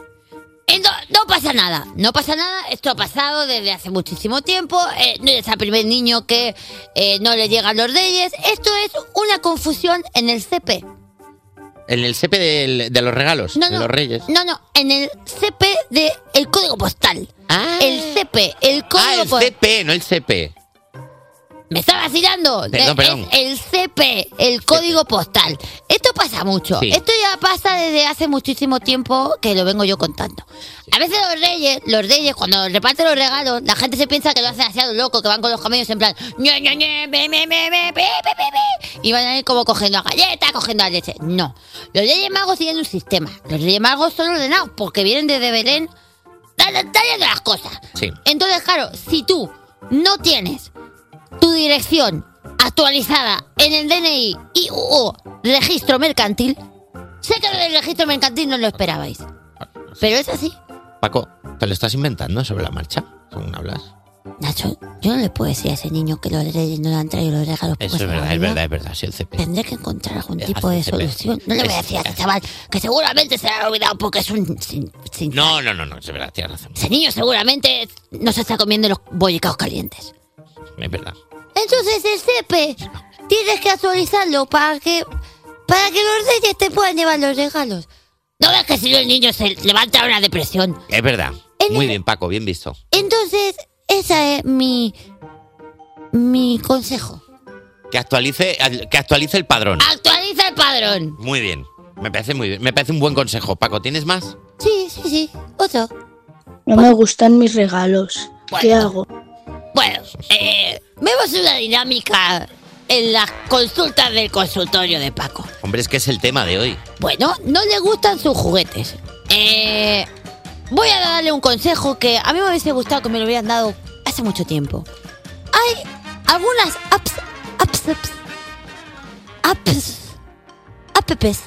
R: Entonces, no pasa nada, no pasa nada, esto ha pasado desde hace muchísimo tiempo, eh, no es el primer niño que eh, no le llegan los reyes, esto es una confusión en el CP.
D: En el CP del- de los regalos,
R: No,
D: Pues de
R: no.
D: los reyes.
R: No, no, en el CP de el código postal.
D: Ah.
R: El CP, el código postal.
D: CP, no Ah, el CP.
R: Me está vacilando.
D: Perdón,
R: Es
D: perdón.
R: el CP, el código postal. Esto pasa mucho.
D: Sí.
R: Esto ya pasa desde hace muchísimo tiempo que lo vengo yo contando. A veces los reyes, los reyes, cuando reparten los regalos, la gente se piensa que lo hacen así a lo loco, que van con los camellos en plan. "Ñe, Ñe, Ñe, be, be, be, be, be, be, be, be", Y van a ir como cogiendo a galletas, cogiendo a leche. No. Los reyes magos tienen un sistema. Los reyes magos son ordenados porque vienen desde Belén trayendo las cosas.
D: Sí.
R: Entonces, claro, si tú no tienes tu dirección actualizada en el DNI y o registro mercantil, sé que lo del registro mercantil no lo esperabais. Pero es así.
D: Paco, ¿te lo estás inventando sobre la marcha? Según hablas.
R: Nacho, yo no le puedo decir a ese niño que los reyes no le han traído los regalos. porque
D: Eso
R: se
D: es
R: lo
D: verdad,
R: han
D: es
R: olvidado.
D: verdad, es verdad, sí, el CP.
R: Tendré que encontrar algún
D: Eh,
R: tipo de
D: hace- hace-
R: solución. No le voy a
D: es-
R: decir a ese chaval que seguramente se le ha olvidado porque es un... sin- sin-
D: No, no, no, no, es verdad, tienes razón,
R: ese niño seguramente no se está comiendo los bollicaos calientes.
D: es verdad.
R: Entonces el CP tienes que actualizarlo para que para que los reyes te puedan llevar los regalos. No ves que si los niños se levanta una depresión.
D: Es verdad.
R: En
D: Muy
R: el-
D: bien, Paco, bien visto.
R: Entonces, esa es mi mi consejo.
D: Que actualice, que actualice el padrón.
R: Actualiza el padrón.
D: Muy bien. Me parece muy bien. Me parece un buen consejo. Paco, ¿tienes más?
R: Sí, sí, sí. Otro.
S: No me gustan mis regalos. ¿Qué hago?
R: Bueno, eh, vemos una dinámica en las consultas del consultorio de Paco.
D: Hombre, es que es el tema de hoy.
R: Bueno, no le gustan sus juguetes. Eh, voy a darle un consejo que a mí me hubiese gustado que me lo hubieran dado hace mucho tiempo. Hay algunas apps, apps, apps, apps, apps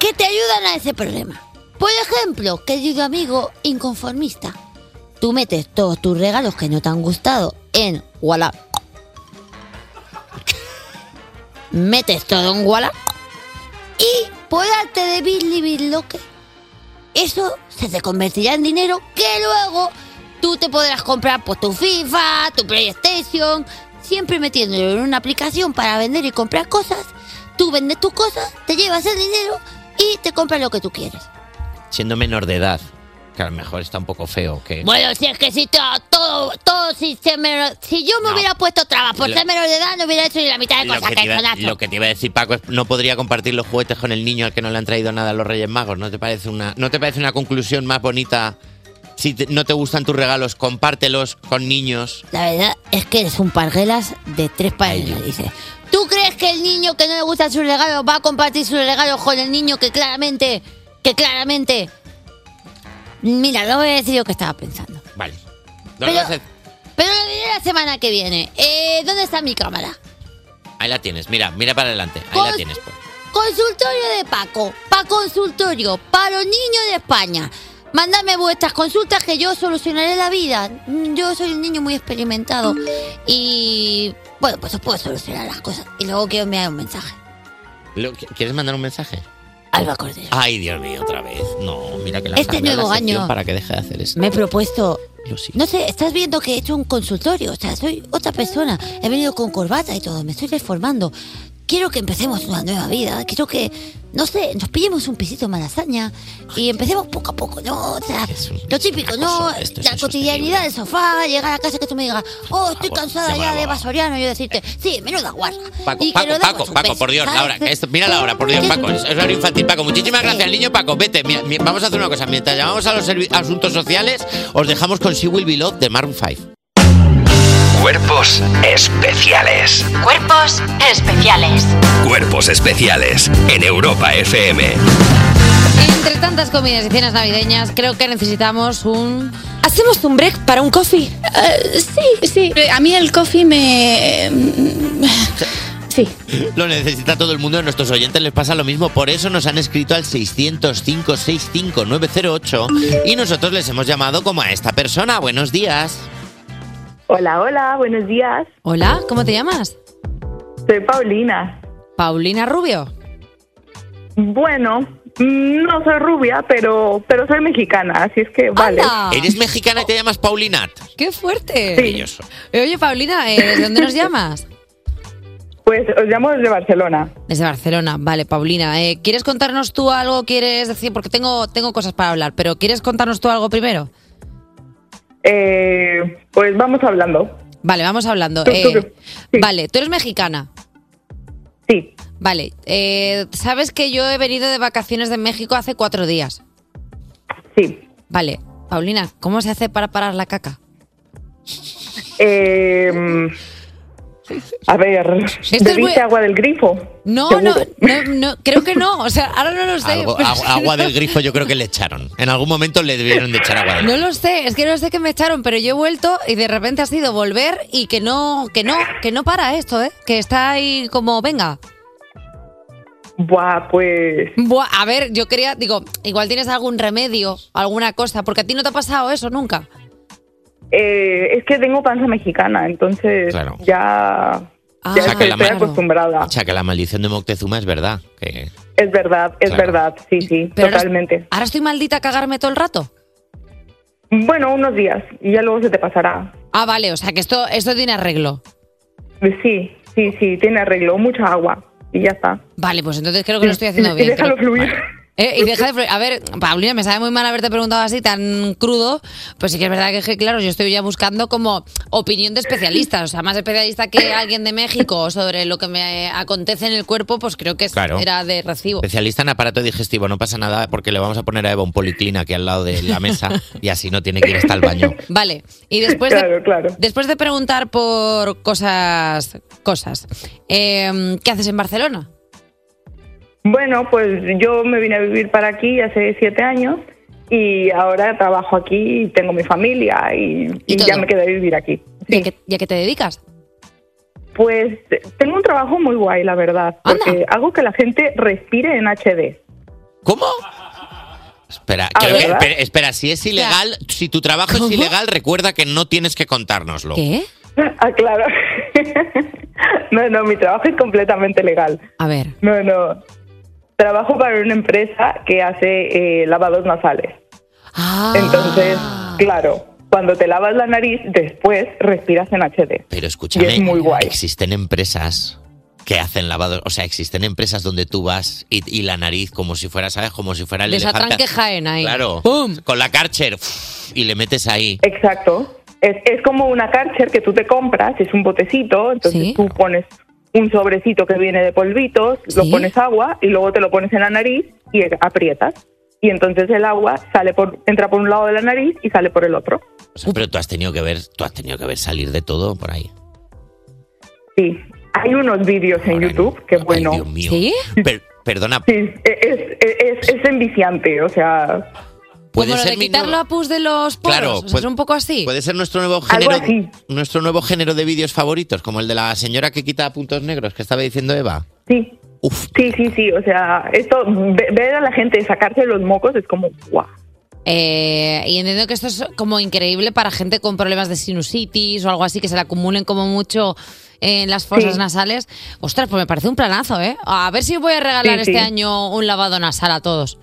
R: que te ayudan a ese problema. Por ejemplo, querido amigo inconformista, tú metes todos tus regalos que no te han gustado en Wallap. Metes todo en Wallap y por arte de Billy que eso se te convertirá en dinero que luego tú te podrás comprar por tu FIFA, tu PlayStation, siempre metiéndolo en una aplicación para vender y comprar cosas. Tú vendes tus cosas, te llevas el dinero y te compras lo que tú quieres.
D: Siendo menor de edad, que a lo mejor está un poco feo. Que...
R: Bueno, si es que si todo, todo, todo si, se me- si yo me
D: No.
R: hubiera puesto trabas por
D: Lo-
R: ser menor de edad, no hubiera hecho ni la mitad de
D: Lo
R: cosas
D: que,
R: que,
D: te
R: he hecho,
D: iba,
R: Nacho.
D: lo que te iba a decir, Paco, es no podría compartir los juguetes con el niño al que no le han traído nada los Reyes Magos. ¿No te parece una, no te parece una conclusión más bonita? Si te- no te gustan tus regalos, compártelos con niños.
R: La verdad es que eres un parguelas de tres pares de narices. ¿Tú crees que el niño que no le gustan sus regalos va a compartir sus regalos con el niño que claramente, que claramente... Mira, lo voy a decir yo que estaba pensando.
D: Vale. No
R: Pero-
D: lo haces-
R: Pero lo diré la semana que viene. Eh, ¿Dónde está mi cámara?
D: Ahí la tienes, mira, mira para adelante. Ahí la
R: Cons-
D: tienes. pues.
R: Consultorio de Paco. Pa consultorio. Para los niños de España. Mandadme vuestras consultas que yo solucionaré la vida. Mm, Yo soy un niño muy experimentado. Y bueno, pues os puedo solucionar las cosas. Y luego quiero enviar un mensaje.
D: Lo- ¿qu- ¿Quieres mandar un mensaje?
R: Alba Cordero.
D: Ay, Dios mío, otra vez. No, mira que la han
R: Este
D: cambiado la
R: nuevo
D: sección
R: año
D: Para que deje de hacer eso.
R: Me he propuesto.
D: Yo sí.
R: No sé, estás viendo que he hecho un consultorio. O sea, soy otra persona. He venido con corbata y todo. Me estoy reformando. quiero que empecemos una nueva vida, quiero que, no sé, nos pillemos un pisito en Malasaña y empecemos poco a poco, ¿no? O sea, lo típico, ¿no? La cotidianidad del sofá, llegar a casa que tú me digas, oh, estoy
D: favor,
R: cansada
D: llama a
R: ya
D: la
R: de Vasoriano, y yo decirte, sí, menuda guarra.
D: Paco,
R: Y que
D: Paco,
R: nos damos
D: Paco,
R: un
D: Paco,
R: beso,
D: por Dios,
R: ¿sabes?
D: Laura, que esto- mira la hora, por Dios, Paco, es es horario infantil, Paco. Muchísimas gracias, niño Paco, vete. mira, mi- vamos a hacer una cosa, mientras llamamos a los servi- asuntos sociales, os dejamos con She Will Be Loved de Maroon 5.
A: Cuerpos especiales.
B: Cuerpos especiales.
A: Cuerpos especiales en Europa FM.
C: Entre tantas comidas y cenas navideñas, creo que necesitamos un...
P: ¿Hacemos un break para un coffee?
L: Eh, sí, sí. A mí el coffee me... Sí.
D: Lo necesita todo el mundo, a nuestros oyentes les pasa lo mismo, por eso nos han escrito al 605-65908 y nosotros les hemos llamado como a esta persona. Buenos días.
T: Hola, hola, buenos días.
C: Hola, ¿cómo te llamas?
T: Soy Paulina.
C: Paulina Rubio.
T: Bueno, mm, no soy rubia, pero, pero soy mexicana, así es que vale.
D: ¿Eres mexicana y te llamas Paulinat?
C: ¡Qué fuerte!
D: Maravilloso.
C: Oye, Paulina, eh, ¿desde dónde nos llamas?
T: Pues os llamo desde Barcelona.
C: Desde Barcelona, vale, Paulina. eh, ¿Quieres contarnos tú algo? ¿Quieres decir? Porque tengo, tengo cosas para hablar, pero ¿quieres contarnos tú algo primero?
T: Eh, pues vamos hablando.
C: Vale, vamos hablando.
T: Tú- tú
C: eh, Vale, tú eres mexicana.
T: Sí.
C: Vale, eh, sabes que yo he venido de vacaciones de México hace cuatro días.
T: Sí.
C: Vale, Paulina, ¿cómo se hace para parar la caca?
T: Eh, mm, a ver,
C: es
T: ¿bebiste
C: muy-
T: agua del grifo?
C: No,
T: Seguro.
C: no, no, no, creo que no. O sea, ahora no lo sé.
D: Algo- agu- agua del grifo yo creo que le echaron. En algún momento le debieron de echar agua del grifo.
C: No lo sé, es que no sé que me echaron, pero yo he vuelto y de repente ha sido volver y que no, que no, que no para esto, ¿eh? Que está ahí como, venga.
T: Buah, pues.
C: Buah, a ver, yo quería, digo, igual tienes algún remedio, alguna cosa, porque a ti no te ha pasado eso nunca.
T: eh, es que tengo panza mexicana, entonces
D: Claro.
T: ya,
C: Ah,
T: ya
D: O sea, que
T: estoy
D: la ma-
T: acostumbrada.
D: O sea, que la maldición de Moctezuma es verdad. Que...
T: Es verdad, es
D: Claro.
T: verdad, sí, sí,
C: Pero ahora-
T: totalmente.
C: Ahora estoy maldita a cagarme todo el rato.
T: Bueno, unos días y ya luego se te pasará.
C: Ah, vale, o sea que esto, esto tiene arreglo.
T: Sí, sí, sí, tiene arreglo, mucha agua y ya está.
C: Vale, pues entonces creo que lo estoy
T: Y-
C: haciendo
T: y
C: bien.
T: déjalo
C: creo.
T: fluir.
C: Eh, y deja de fre- A ver, Paulina, me sabe muy mal haberte preguntado así tan crudo, pues sí que es verdad que, es que, claro, yo estoy ya buscando como opinión de especialistas, o sea, más especialista que alguien de México sobre lo que me acontece en el cuerpo, pues creo que es-
D: Claro.
C: era de recibo.
D: Especialista en aparato digestivo, no pasa nada porque le vamos a poner a Eva un policlin aquí al lado de la mesa y así no tiene que ir hasta el baño.
C: Vale, y después, de, después de preguntar por cosas, cosas, eh, ¿qué haces en Barcelona?
T: Bueno, pues yo me vine a vivir para aquí hace siete años y ahora trabajo aquí y tengo mi familia y, y ya me quedé a vivir aquí.
C: ¿Y a qué- y a qué te dedicas?
T: Pues eh, tengo un trabajo muy guay, la verdad, porque hago que la gente respire en HD.
D: ¿Cómo? Espera,
T: Ah,
D: creo que- eh,
T: ¿verdad?
D: espera, espera, si es ilegal, si tu trabajo es ilegal, recuerda que no tienes que contárnoslo.
C: ¿Qué?
T: Ah, claro. no, no, mi trabajo es completamente legal.
C: A ver.
T: No, no. Trabajo para una empresa que hace eh, lavados nasales.
C: Ah.
T: Entonces, claro, cuando te lavas la nariz, después respiras en HD.
D: Pero escúchame,
T: Y es muy guay.
D: existen empresas que hacen lavados, o sea, existen empresas donde tú vas y, y la nariz como si fuera, ¿sabes? Como si fuera el elefante.
C: Desatranque Jaén ahí.
D: Claro. Con la Karcher uf, y le metes ahí.
T: Exacto. Es, es como una cárcel que tú te compras, es un botecito, entonces tú pones un sobrecito que viene de polvitos, lo pones agua y luego te lo pones en la nariz y aprietas. Y entonces el agua sale por, entra por un lado de la nariz y sale por el otro.
D: O sea, pero tú has tenido que ver, tú has tenido que ver salir de todo por ahí.
T: Sí, hay unos vídeos en YouTube que bueno.
D: mío. Per- perdona,
T: Sí, e-, es, es, es enviciante, o sea,
D: puede
C: Como lo
D: ser
C: de
D: mi
C: quitar la pus de los poros,
D: Claro, pues
C: o sea,
D: puede-
C: es un poco así.
D: Puede ser nuestro nuevo género, nuestro nuevo género de vídeos favoritos, como el de la señora que quita puntos negros que estaba diciendo Eva.
T: sí. Sí, sí, sí, o sea, esto, ve- ver a la gente sacarse los mocos es como, guau.
C: Eh, y entiendo que esto es como increíble para gente con problemas de sinusitis o algo así que se le acumulen como mucho en las fosas
T: Sí.
C: nasales. Ostras, pues me parece un planazo, ¿eh? A ver si voy a regalar
T: Sí, sí.
C: este año un lavado nasal a todos.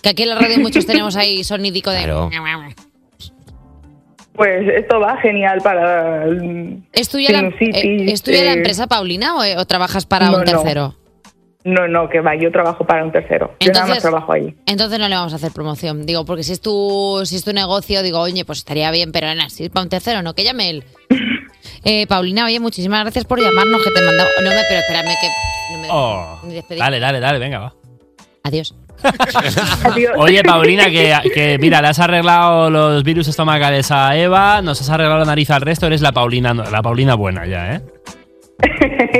C: Que aquí en la radio muchos tenemos ahí sonidico de...
D: Claro.
T: Pues esto va genial para mm,
C: ¿Es tuya, la,
T: Sin City,
C: eh, ¿es tuya la
T: eh,
C: empresa, Paulina, o, eh, o trabajas para
T: no,
C: un
T: no.
C: tercero?
T: No, no, que va, yo trabajo para un tercero. yo nada más
C: Entonces-
T: trabajo ahí.
C: Entonces no le vamos a hacer promoción. Digo, porque si es tu, si es tu negocio, digo, oye, pues estaría bien, pero nada, si es para un tercero, no, que llame él. Eh, Paulina, oye, muchísimas gracias por llamarnos, que te mandamos. No me, pero espérame que. No me,
E: Oh.
C: me despedí.
E: Dale, dale, dale, venga, va.
C: Adiós.
E: Oye, Paulina, que, que mira, le has arreglado los virus estomacales a Eva, nos has arreglado la nariz al resto, eres la Paulina, la Paulina buena ya, ¿eh?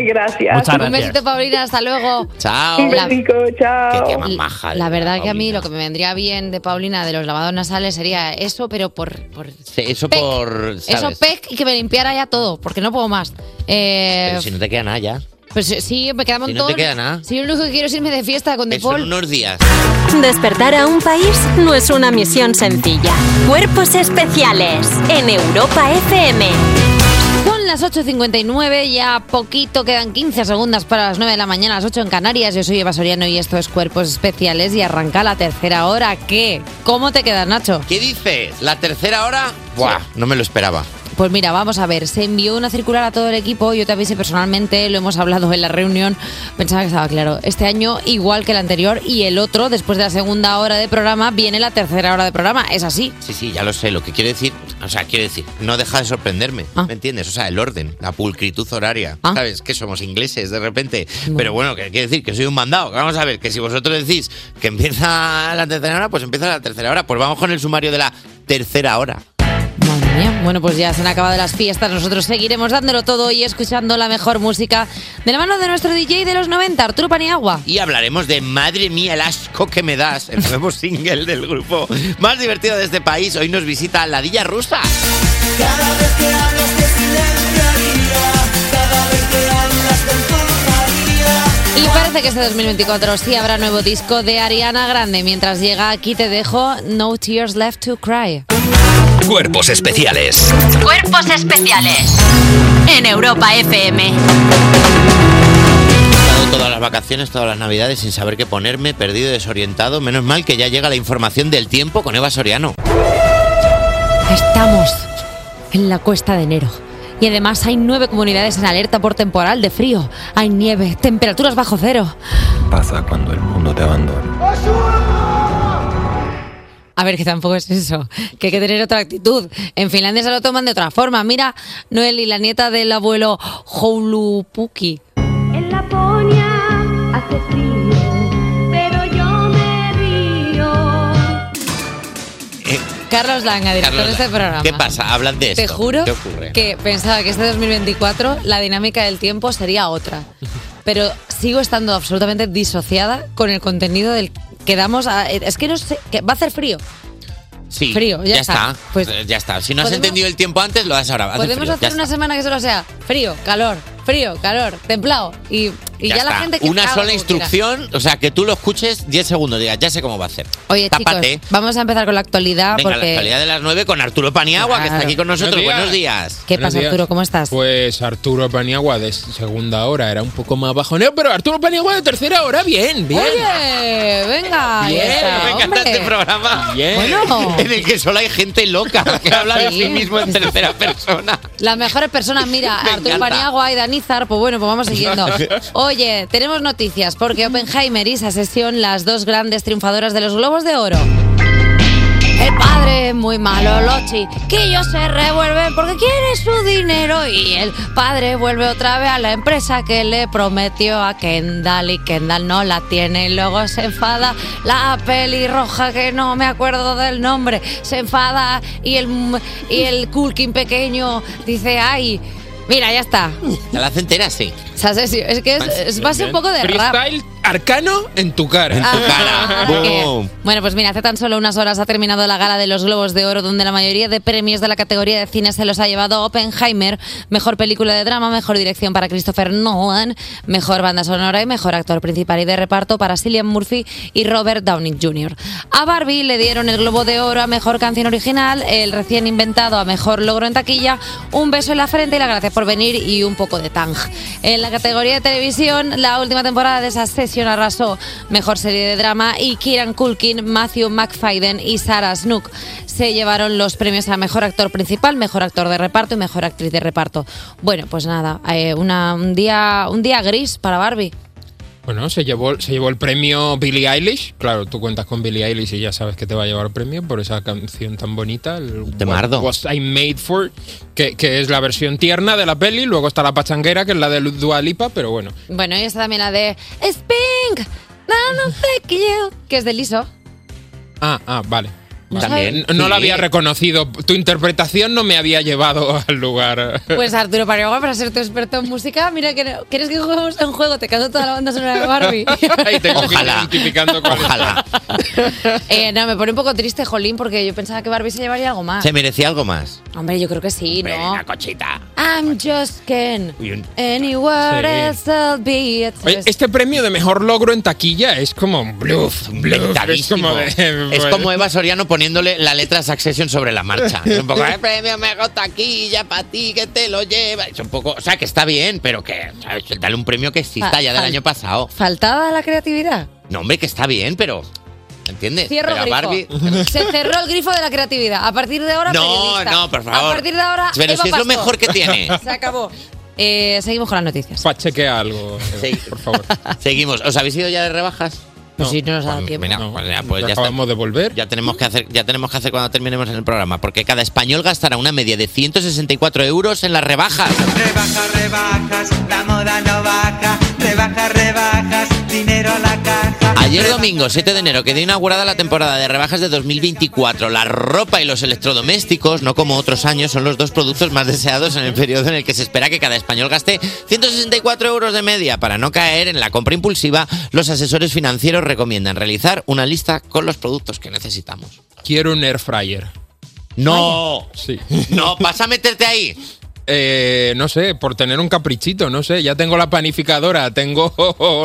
T: gracias.
E: Muchas
C: Un besito,
E: gracias.
C: Paulina, hasta luego.
D: Chao.
C: Un besico,
D: Qué,
C: chao.
D: qué más maja.
C: La verdad que a mí
D: Paulina.
C: lo que me vendría bien de Paulina de los lavados nasales sería eso, pero por, por
D: Sí, Eso por.
C: eso
D: ¿sabes?
C: pec y que me limpiara ya todo, porque no puedo más. Eh,
D: Pero si no te queda nada ya.
C: Pues sí, me queda un
D: Si no
C: montón.
D: te queda nada.
C: Si yo lo único que quiero es irme de fiesta con
D: Eso en
C: Depol.
D: unos días.
B: Despertar a un país no es una misión sencilla. Cuerpos especiales en Europa FM.
C: Son las 8.59, ya poquito, quedan 15 segundos para las 9 de la mañana, las 8 en Canarias. Yo soy Eva Soriano y esto es Cuerpos Especiales y arranca la tercera hora. ¿Qué? ¿Cómo te quedas, Nacho?
D: ¿Qué dices? ¿La tercera hora? Buah, no me lo esperaba.
C: Pues mira, vamos a ver, se envió una circular a todo el equipo, yo te avisé personalmente, lo hemos hablado en la reunión, pensaba que estaba claro. Este año, igual que el anterior y el otro, después de la segunda hora de programa, viene la tercera hora de programa, es así.
D: Sí, sí, ya lo sé. Lo que quiero decir, o sea, quiero decir, no deja de sorprenderme. ¿Me entiendes? O sea, el orden, la pulcritud horaria. ¿Sabes? Que somos ingleses de repente. Pero bueno, que quiere decir que soy un mandado. que Vamos a ver, que si vosotros decís que empieza la tercera hora, pues empieza la tercera hora. Pues vamos con el sumario de la tercera hora.
C: Bien, Bueno, pues ya se han acabado las fiestas. Nosotros seguiremos dándolo todo y escuchando la mejor música de la mano de nuestro DJ de los 90, Arturo Paniagua.
D: Y hablaremos de Madre mía, el asco que me das, el nuevo single del grupo más divertido de este país. Hoy nos visita la Dilla Rusa.
C: Y parece que este 2024 sí habrá nuevo disco de Ariana Grande. Mientras llega aquí te dejo No Tears Left to Cry.
A: Cuerpos especiales.
B: Cuerpos especiales en Europa FM.
D: He estado todas las vacaciones, todas las navidades sin saber qué ponerme, perdido, desorientado. Menos mal que ya llega la información del tiempo con Eva Soriano.
C: Estamos en la cuesta de enero. Y además hay nueve comunidades en alerta por temporal de frío. Hay nieve, temperaturas bajo cero.
U: pasa cuando el mundo te abandona.
C: A ver, que tampoco es eso, que hay que tener otra actitud. En Finlandia se lo toman de otra forma. Mira, Noel y la nieta del abuelo Houlupuki.
O: En Laponia hace frío, pero yo me río.
C: Carlos Langa, director
D: Eh, Carlos,
C: de este programa.
D: ¿Qué pasa? Hablan de esto.
C: Te juro
D: ¿Qué ocurre?
C: que pensaba que este 2024 la dinámica del tiempo sería otra. Pero sigo estando absolutamente disociada con el contenido del que damos a... Es que no sé, que va a hacer frío.
D: Sí,
C: frío, ya está. Pues
D: Eh, ya está. Si no has
C: podemos-
D: entendido el tiempo antes, lo haces ahora. Hace
C: Podemos
D: frío, ya
C: hacer una
D: está.
C: semana que solo sea frío, calor, frío, calor, templado. Y, y ya, la
D: está.
C: gente que
D: Una
C: haga
D: sola
C: como quiera.
D: instrucción, o sea, que tú lo escuches 10 segundos, digas, ya sé cómo va a hacer.
C: Oye,
D: Tápate.
C: chicos, vamos a empezar con la actualidad
D: Venga,
C: Ah, porque...
D: la actualidad de las 9 con Arturo Paniagua, que está
V: Claro.
D: aquí con nosotros. Buenos
V: Buenos
D: días.
C: ¿Qué pasa, Arturo? ¿Cómo estás?
V: Pues Arturo Paniagua de segunda hora era un poco más bajoneo, pero Arturo Paniagua de tercera hora, bien, bien.
C: Oye, venga, ahí
V: Bien,
C: está,
V: me encanta
C: hombre.
V: este
D: programa
V: Bien.
C: Bueno.
D: en el que solo hay gente loca que habla de sí
C: Sí.
D: mismo en tercera persona.
C: Las mejores personas, mira,
D: Me
C: Arturo
D: encanta.
C: Paniagua y Danizar, pues bueno, pues vamos siguiendo. Oye, tenemos noticias, porque Oppenheimer y Sesión, las dos grandes triunfadoras de los Globos de Oro. El padre es muy malo, Lochi, que ellos se revuelven porque quiere su dinero y el padre vuelve otra vez a la empresa que le prometió a Kendall y Kendall no la tiene y luego se enfada la pelirroja que no me acuerdo del nombre, se enfada y el, y el Culkin pequeño dice, ay, mira, ya está.
D: Te la hace entera, sí.
C: O sea, es, es que es, es- va a ser un poco de rap.
V: Freestyle arcano en tu cara. En
C: tu
V: cara.
C: Boom. ah, Bueno, pues mira, hace tan solo unas horas ha terminado la gala de los Globos de Oro, donde la mayoría de premios de la categoría de cine se los ha llevado Oppenheimer, mejor película de drama, mejor dirección para Christopher Nolan, mejor banda sonora y mejor actor principal y de reparto para Cillian Murphy y Robert Downey Jr. A Barbie le dieron el Globo de Oro a mejor canción original, el recién inventado a mejor logro en taquilla, un beso en la frente y las gracias por venir y un poco de tang. En la categoría de televisión, la última temporada de esa Eurovisión arrasó mejor serie de drama y Kieran Culkin, Matthew McFadden y Sarah Snook se llevaron los premios a mejor actor principal, mejor actor de reparto y mejor actriz de reparto. Bueno, pues nada, eh, una- un, día, un día gris para Barbie.
V: Bueno, se llevó, se llevó el premio Billie Eilish. Claro, tú cuentas con Billie Eilish y ya sabes que te va a llevar premio por esa canción tan bonita. El
D: Temardo.
V: What Was I Made For, que, que es la versión tierna de la peli. Luego está la pachanguera, que es la de Dua Lipa, pero bueno.
C: Bueno, y está también la de "It's Pink, no, no sé que yo", que es de Liso.
V: Ah, ah, vale.
C: No
V: Vale.
C: También,
V: No, no la
C: sí.
V: había reconocido. Tu interpretación no me había llevado al lugar.
C: Pues Arturo Paniagua, para ser tu experto en música, mira que no- quieres que juguemos a un juego, te canto toda la banda sonora de Barbie.
V: Ahí tengo que ir identificando cuál es.
C: Eh, no, me pone un poco triste, Jolín, porque yo pensaba que Barbie se llevaría algo más.
D: Se merecía algo más.
C: Hombre, yo creo que sí,
D: Hombre,
C: ¿no?
D: una cochita.
C: I'm just Ken.
D: Y un-
C: Anywhere else I'll be. It's
V: Oye,
C: just-
V: este premio de mejor logro en taquilla es como un bluff, un bluff. Es
D: Inventadísimo.
V: como, de- pues.
D: Es como Eva Soriano poniéndole la letra Succession sobre la marcha. Es un poco, "Eh, premio mejor taquilla para ti que te lo lleva. Es un poco, o sea, que está bien, pero que ¿sabes? dale un premio que exista
C: Fa-
D: ya del
C: fal-
D: año pasado.
C: Faltaba la creatividad.
D: No, hombre, que está bien, pero ¿entiendes?
C: Cierro
D: pero a Barbie
C: grifo. Se cerró el grifo de la creatividad. A partir de ahora,
D: No,
C: periodista.
D: no, por favor.
C: A partir de ahora,
D: Pero
C: Eva
D: si es lo
C: Pastor.
D: mejor que tiene.
C: Se acabó. Eh, seguimos con las noticias.
V: Para chequear algo, eh,
D: por
V: favor.
D: Seguimos. ¿Os habéis ido ya de rebajas?
C: Pues sí, no nos ha dado
D: Pues
C: tiempo.
D: mira, pues ya, pues
V: ya
D: ya está.
V: acabamos de volver.
D: Ya tenemos que hacer, ya tenemos que hacer cuando terminemos el programa, porque cada español gastará una media de 164 euros en las rebajas.
F: Rebajas, rebajas, la moda no baja. Rebajas, rebajas, dinero a la caja.
D: Ayer domingo, 7 de enero, quedó inaugurada la temporada de rebajas de 2024. La ropa y los electrodomésticos, no como otros años, son los dos productos más deseados en el periodo en el que se espera que cada español gaste 164 euros de media. Para no caer en la compra impulsiva, los asesores financieros recomiendan realizar una lista con los productos que necesitamos.
V: Quiero un air fryer.
D: ¡No!
V: Sí. Eh,
D: No, vas a meterte ahí.
V: no sé, por tener un caprichito, no sé. Ya tengo la panificadora, tengo.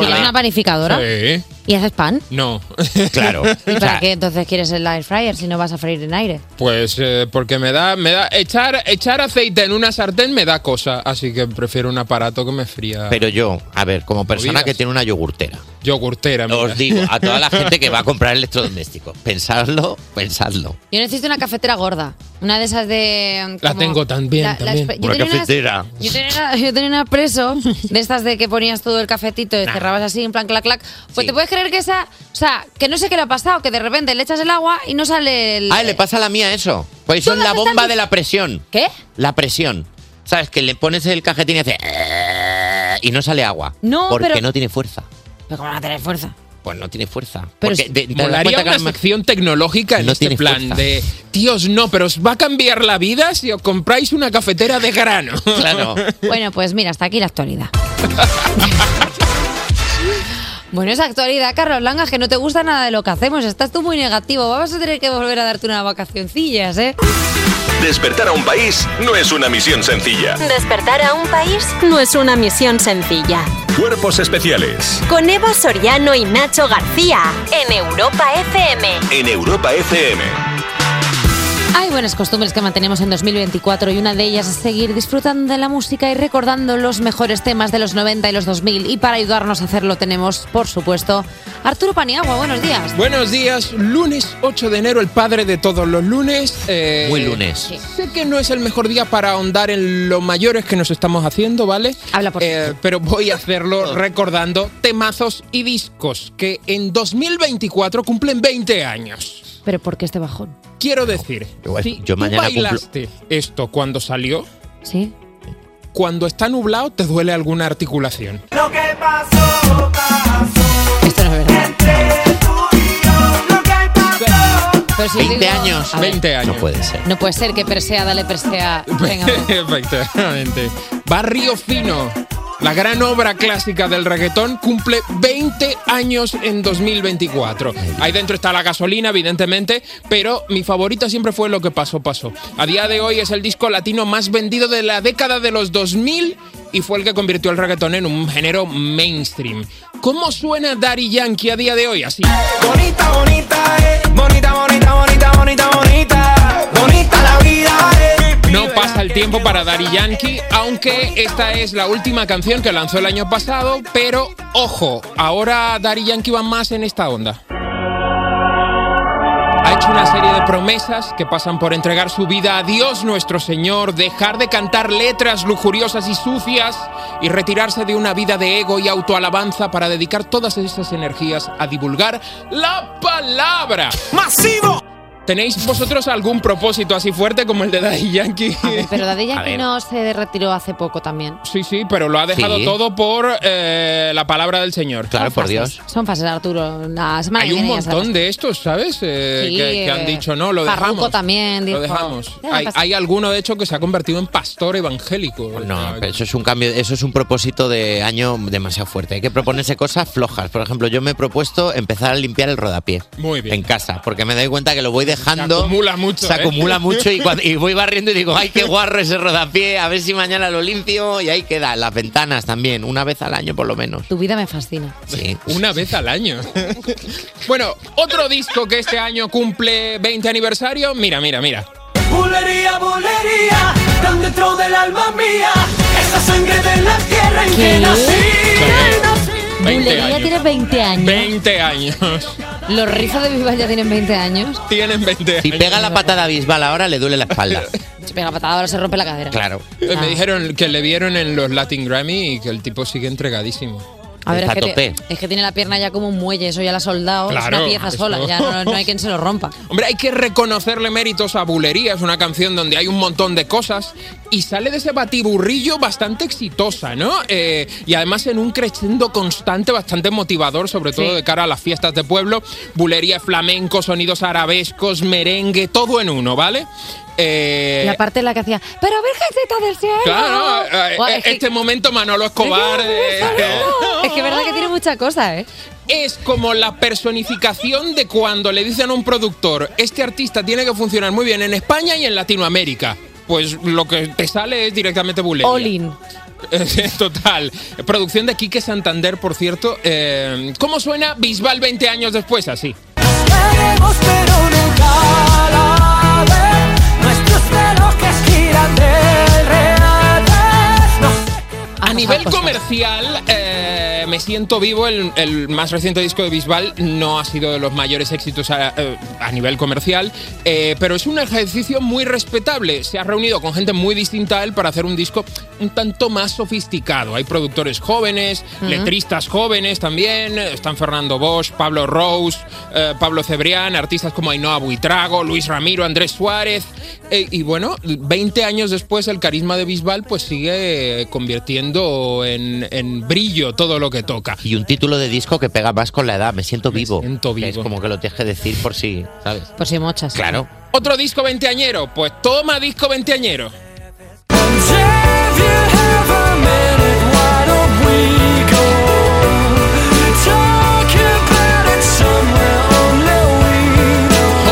C: ¿Tienes
V: la-
C: una panificadora?
V: Sí.
C: ¿Y haces pan?
V: No.
D: Claro.
C: ¿Y para qué entonces quieres el air fryer si no vas a freír en aire?
V: Pues eh, porque me da, me da echar, echar aceite en una sartén me da cosa, así que prefiero un aparato que me fría.
D: Pero yo, a ver, como persona
V: Movidas.
D: que tiene una yogurtera.
V: Yogurtera,
D: Os digo, a toda la gente que va a comprar electrodomésticos, pensadlo, pensadlo.
C: Yo necesito una cafetera gorda. Una de esas de. mm,
D: La
C: como-
D: tengo también, también.
C: espe-
D: Una
C: tenía unas-
D: cafetera.
C: yo, tenía una, yo tenía una preso de estas de que ponías todo el cafetito y
D: Nah.
C: cerrabas así, en plan clac, clac. Pues te puedes creer que esa. O sea, que no sé qué le ha pasado, que de repente le echas el agua y no sale el.
D: Ah, le pasa a la mía eso. Pues son la bomba de la presión.
C: ¿Qué?
D: La presión. ¿Sabes? Que le pones el cajetín y hace. Y no sale agua.
C: No,
D: Porque
C: pero-
D: no tiene fuerza.
C: Pero como no tener fuerza.
D: Pues no tiene fuerza.
V: Pero
D: Porque de- te das
V: molaría
D: cuenta que
V: una
D: no me-
V: sección tecnológica en este plan
D: fuerza.
V: de tíos no, pero os va a cambiar la vida si os compráis una cafetera de grano.
D: Claro.
C: Bueno, pues mira, hasta aquí la actualidad. Bueno, esa actualidad, Carlos Langas, que no te gusta nada de lo que hacemos. Estás tú muy negativo. Vamos a tener que volver a darte unas vacacioncillas, ¿eh?
H: Despertar a un país no es una misión sencilla.
B: Despertar a un país no es una misión sencilla.
C: Mm.
H: Cuerpos especiales
B: Con Eva Soriano y Nacho García en Europa FM.
H: en Europa FM.
C: Hay buenas costumbres que mantenemos en 2024 y una de ellas es seguir disfrutando de la música y recordando los mejores temas de los 90 y los 2000. Y para ayudarnos a hacerlo tenemos, por supuesto, Arturo Paniagua. Buenos días.
V: Buenos días, lunes 8 de enero, el padre de todos los lunes. eh,
D: Muy lunes.
V: Sé que no es el mejor día para ahondar en los mayores que nos estamos haciendo, ¿vale? Habla por Pero voy a hacerlo recordando temazos y discos que en 2024 cumplen 20 años.
C: Pero ¿por qué este bajón?
V: Quiero decir,
D: Yo-
V: si
D: yo
V: tú
D: mañana cumplo-
V: bailaste esto cuando salió,
C: sí.
V: Cuando está nublado te duele alguna articulación.
G: Lo que pasó,
C: Esto no es verdad. Pero si os
V: 20
C: digo-
V: años.
C: A ver,
V: 20 años. No puede ser.
C: No puede ser que persea, dale persea. Venga, va.
V: Efectivamente. Barrio Fino, la gran obra clásica del reggaetón, cumple 20 años en 2024. Ahí dentro está la gasolina, evidentemente, pero mi favorita siempre fue Lo que pasó, pasó. A día de hoy es el disco latino más vendido de la década de los 2000 y fue el que convirtió el reggaetón en un género mainstream. ¿Cómo suena Daddy Yankee a día de hoy? Así.
G: Bonita, bonita, eh. Bonita, bonita, bonita, bonita, bonita. Bonita la vida, eh.
V: No pasa el el tiempo para Daddy Yankee, aunque esta es la última canción que lanzó el año pasado, pero ojo, ahora Daddy Yankee va más en esta onda. Ha hecho una serie de promesas que pasan por entregar su vida a Dios nuestro Señor, dejar de cantar letras lujuriosas y sucias y retirarse de una vida de ego y autoalabanza para dedicar todas esas energías a divulgar la palabra. ¡Masivo! ¿Tenéis vosotros algún propósito así fuerte como el de Daddy Yankee?
C: Pero Daddy
V: A
C: Yankee
V: ver.
C: no se retiró hace poco también.
V: Sí, sí, pero lo ha dejado
C: Sí.
V: todo por eh, la palabra del Señor. Claro, por Dios.
C: Son fases, Arturo. La semana
V: Hay
C: que
V: un
C: viene ya sabrás.
V: montón de estos, ¿sabes? Eh,
C: Sí,
V: que, que han
C: eh,
V: dicho, no, lo
C: Farruko
V: dejamos.
C: también dijo.
V: Lo dejamos.
C: Ya,
V: Hay,
C: pasa-
V: hay alguno, de hecho, que se ha convertido en pastor evangélico.
D: No, pero eso es un cambio, eso es un propósito de año demasiado fuerte. Hay que proponerse cosas flojas. Por ejemplo, yo me he propuesto empezar a limpiar el rodapié
V: Muy bien.
D: en casa, porque me doy cuenta que lo voy dejando.
V: Se acumula mucho,
D: Se
V: ¿eh?
D: acumula mucho y, cuando- y voy barriendo y digo, ay, qué guarro ese rodapié, a ver si mañana lo limpio y ahí queda. Las ventanas también, una vez al año por lo menos.
C: Tu vida me fascina.
D: Sí.
V: Una vez al año. bueno, otro disco que este año cumple 20 aniversario. Mira, mira, mira.
G: Bulería, bulería, tan dentro del alma mía, esa sangre de la tierra en que
C: ¿Qué?
G: nací.
V: 20
C: ya
V: años.
C: tiene 20 años.
V: 20 años.
C: Los rizos de Viva ya tienen 20 años.
V: Tienen 20 años.
D: Si pega la patada bisbal ahora, le duele la espalda.
C: Se pega patada, ahora se rompe la cadera.
D: Claro.
V: Eh, Me dijeron que le vieron en los Latin Grammy y que el tipo sigue entregadísimo.
C: A ver, es que, te- es que tiene la pierna ya como un muelle, eso ya la ha soldado. es
V: Claro,
C: una pieza
V: eso.
C: sola, ya no, no hay quien se lo rompa.
V: Hombre, hay que reconocerle méritos a Bulería, es una canción donde hay un montón de cosas y sale de ese batiburrillo bastante exitosa, ¿no? Eh, y además en un crescendo constante bastante motivador, sobre todo
J: Sí.
V: de cara a las fiestas de pueblo. Bulería, flamenco, sonidos arabescos, merengue, todo en uno, ¿vale? Eh,
C: la parte en la que hacía, pero Virgencita del cielo.
V: Claro, eh,
C: Guau,
V: eh,
C: es, que,
V: este momento Manolo Escobar. eh,
C: es que es verdad que tiene mucha cosa, ¿eh?
V: es como la personificación de cuando le dicen a un productor, este artista tiene que funcionar muy bien en España y en Latinoamérica. Pues lo que te sale es directamente bulería.
C: Olin.
V: Total. Producción de Quique Santander, por cierto. Eh, ¿Cómo suena Bisbal 20 años después? Así.
G: Queremos pero nunca a la vez, nuestros relojes giran del revés. No
V: A nivel comercial, eh, Me Siento Vivo, el, el más reciente disco de Bisbal, no ha sido de los mayores éxitos a, eh, a nivel comercial, eh, pero es un ejercicio muy respetable. Se ha reunido con gente muy distinta a él para hacer un disco un tanto más sofisticado. Hay productores jóvenes,
J: Ujú.
V: letristas jóvenes también, eh, están Fernando Bosch, Pablo Rose, eh, Pablo Cebrián, artistas como Ainhoa Buitrago, Luis Ramiro, Andrés Suárez. Eh, y bueno, 20 años después el carisma de Bisbal pues sigue convirtiendo en, en brillo todo lo que toca.
D: Y un título de disco que pega más con la edad, me siento vivo.
V: vivo.
D: Es como que lo tienes que decir por si, ¿sabes?
C: Por si mochas.
D: Claro.
V: Otro disco veinteañero, pues toma disco veinteañero.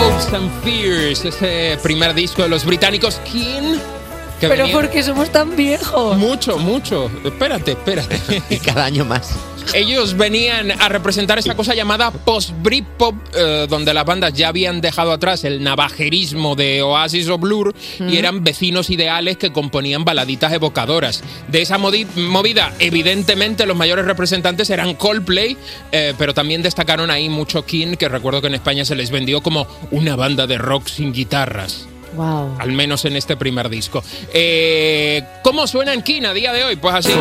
V: Hopes and Fears, ese primer disco de los británicos King. que
C: Pero
V: venía-
C: porque somos tan viejos.
V: Mucho, mucho. Espérate, espérate.
D: Y cada año más.
V: Ellos venían a representar esa cosa llamada post-Britpop, eh, donde las bandas ya habían dejado atrás el navajerismo de Oasis o Blur y eran vecinos ideales que componían baladitas evocadoras. De esa modi- movida, evidentemente, los mayores representantes eran Coldplay, eh, pero también destacaron ahí mucho King, que recuerdo que en España se les vendió como una banda de rock sin guitarras.
C: Wow.
V: Al menos en este primer disco. Eh, ¿Cómo suena en King a día de hoy? Pues así.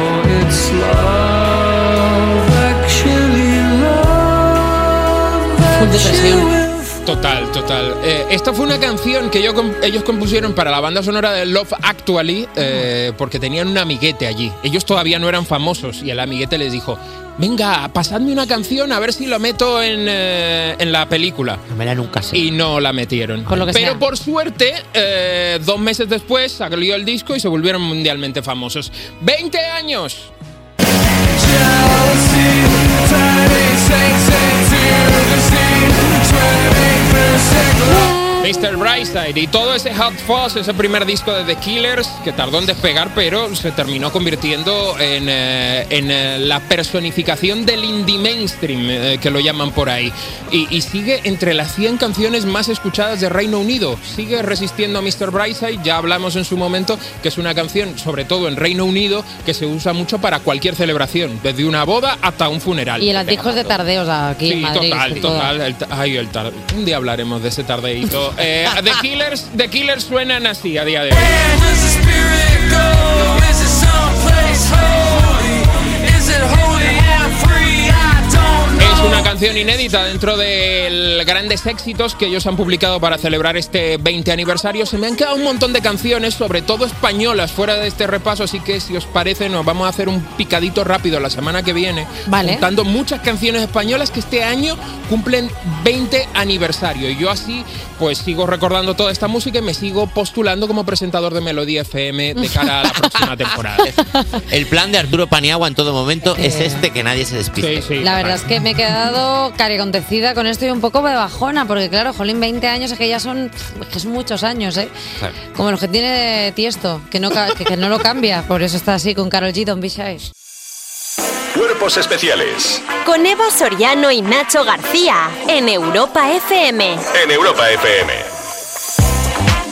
C: Full depresión.
V: Total, total. Eh, esta fue una canción que yo comp- ellos compusieron para la banda sonora de Love Actually eh, porque tenían un amiguete allí. Ellos todavía no eran famosos y el amiguete les dijo, venga, pasadme una canción a ver si lo meto en, eh, en la película.
D: No me la nunca sé.
V: Y no la metieron.
D: Con lo que
V: Pero
D: sea.
V: por suerte, eh, dos meses después salió el disco y se volvieron mundialmente famosos. ¡20 años! Mr. Brightside y todo ese Hot Fuzz, ese primer disco de The Killers que tardó en despegar, pero se terminó convirtiendo en, eh, en, eh, la personificación del indie mainstream, eh, que lo llaman por ahí. Y, y sigue entre las 100 canciones más escuchadas de Reino Unido. Sigue resistiendo a Mr. Brightside, ya hablamos en su momento que es una canción, sobre todo en Reino Unido, que se usa mucho para cualquier celebración, desde una boda hasta un funeral.
C: Y en las discos de tardeos aquí en
V: Sí,
C: Madrid.
V: total,
C: sobre todo.
V: total. El ta- ay, el tar- un día hablaremos de ese tardeíto. Eh, The, Killers, The Killers suenan así a día de hoy. Es una canción inédita dentro de el- grandes éxitos que ellos han publicado para celebrar este 20 aniversario. Se me han quedado un montón de canciones, sobre todo españolas, fuera de este repaso, así que si os parece nos vamos a hacer un picadito rápido la semana que viene,
C: Vale.
V: juntando muchas canciones españolas que este año cumplen 20 aniversario. Y yo así pues sigo recordando toda esta música y me sigo postulando como presentador de Melodía FM de cara a la próxima temporada.
D: El plan de Arturo Paniagua en todo momento es este, que nadie se despiste.
C: La verdad es que me he quedado cariontecida con esto y un poco de bajona, porque claro, Jolín, 20 años es que ya son, es que son muchos años, ¿eh? Como los que tiene Tiesto, que no, ca- que, que no lo cambia, por eso está así con Carol G, Don Bishai.
H: Cuerpos especiales
B: Con Eva Soriano y Nacho García en Europa FM.
H: en Europa FM.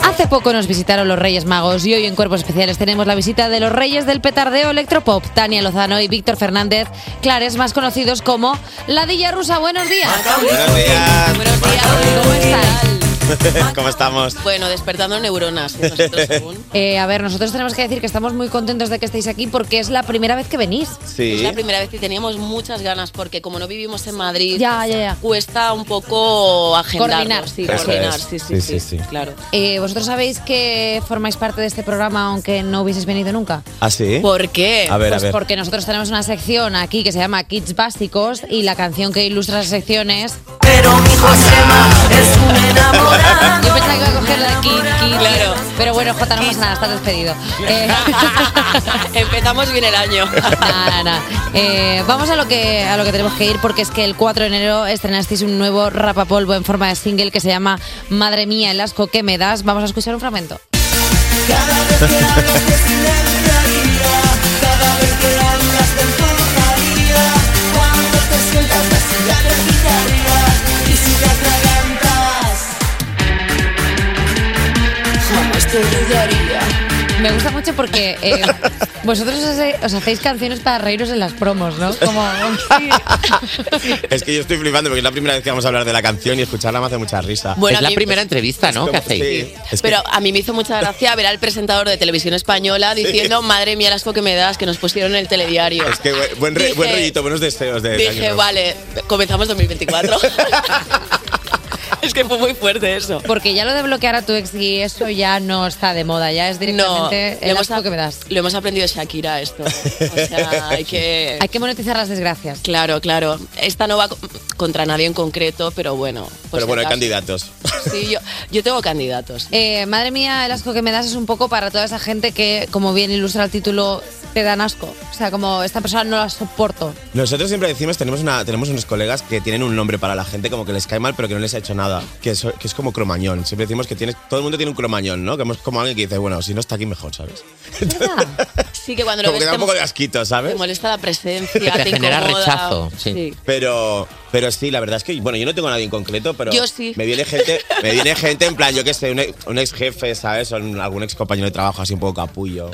C: Hace poco nos visitaron los Reyes Magos y hoy en Cuerpos Especiales tenemos la visita de los Reyes del Petardeo Electropop, Tania Lozano y Víctor Fernández Clares, más conocidos como La Dilla Rusa. Buenos días.
J: Buenos días.
C: ¿Cómo estáis?
J: ¿Cómo estamos?
K: Bueno, despertando neuronas. nosotros aún.
C: Eh, a ver, nosotros tenemos que decir que estamos muy contentos de que estéis aquí porque es la primera vez que venís.
J: Sí.
K: Es la primera vez que teníamos muchas ganas porque como no vivimos en Madrid,
C: Ya, ya, ya.
K: cuesta un poco agendar.
C: Coordinar, sí. Eso
K: coordinar,
J: es.
K: sí, sí,
J: Sí,
K: sí,
J: sí, sí.
K: claro.
C: Eh, Vosotros sabéis que formáis parte de este programa aunque no hubieses venido nunca.
J: ¿Ah, sí?
K: ¿Por qué?
J: A ver,
C: Pues
J: a ver.
C: porque nosotros tenemos una sección aquí que se llama Kids Básicos y la canción que ilustra esa sección es... Yo pensaba que iba a coger la de Kid, Kid,
K: Claro.
C: Pero bueno, Jota, no pasa nada, estás despedido. Eh,
K: Empezamos bien el año.
C: nada, nada. Eh, vamos a lo, que, a lo que tenemos que ir porque es que el 4 de enero estrenasteis un nuevo rapapolvo en forma de single que se llama Madre mía, el asco que me das. Vamos a escuchar un fragmento. Me gusta mucho porque eh, vosotros os, hace- os hacéis canciones para reíros en las promos, ¿no? Como,
J: Es que yo estoy flipando porque es la primera vez que vamos a hablar de la canción y escucharla me hace mucha risa.
K: Bueno,
J: es
K: a
J: la
K: mí-
J: primera entrevista,
D: ¿no? que hacéis.
J: Sí, es que-
K: Pero a mí me hizo mucha gracia ver al presentador de televisión española diciendo, madre mía, el asco que me das, que nos pusieron en el telediario.
J: es que buen- buen, re-
K: Dije-
J: buen rollito, buenos deseos de de año
K: Dije,
J: nuevo.
K: vale, comenzamos 2024. es que fue muy fuerte eso.
C: porque ya lo de bloquear a tu ex y eso ya no está de moda, ya es
K: No,
C: directamente
K: lo
C: el
K: hemos
C: asco que me das.
K: Lo hemos aprendido de Shakira esto. O sea, hay que...
C: Hay que monetizar las desgracias.
K: Claro, claro. Esta no va co- contra nadie en concreto, pero bueno. por
J: Pero
K: si
J: bueno, hay
K: acaso.
J: candidatos.
K: Sí, yo, yo tengo candidatos.
C: Eh, madre mía, el asco que me das es un poco para toda esa gente que, como bien ilustra el título, te dan asco. O sea, como esta persona no la soporto.
J: Nosotros siempre decimos, tenemos, una, tenemos unos colegas que tienen un nombre para la gente como que les cae mal pero que no les ha hecho nada, que es, que es como cromañón. Siempre decimos que tienes, todo el mundo tiene un cromañón, ¿no? Que es como alguien que dice, bueno, si no está aquí mejor, ¿sabes?
K: Sí que cuando lo ves
J: Como que da
K: te,
J: un poco de asquito,
K: te
J: ¿sabes?
K: molesta la presencia,
J: Que te genera
K: incomoda.
J: rechazo, Pero, pero sí, la verdad es que, bueno, yo no tengo a nadie en concreto, pero
K: Yo sí.
J: me viene gente, me viene gente en plan, yo qué sé, un, ex- un ex jefe, ¿sabes? O un- algún ex compañero de trabajo así un poco capullo.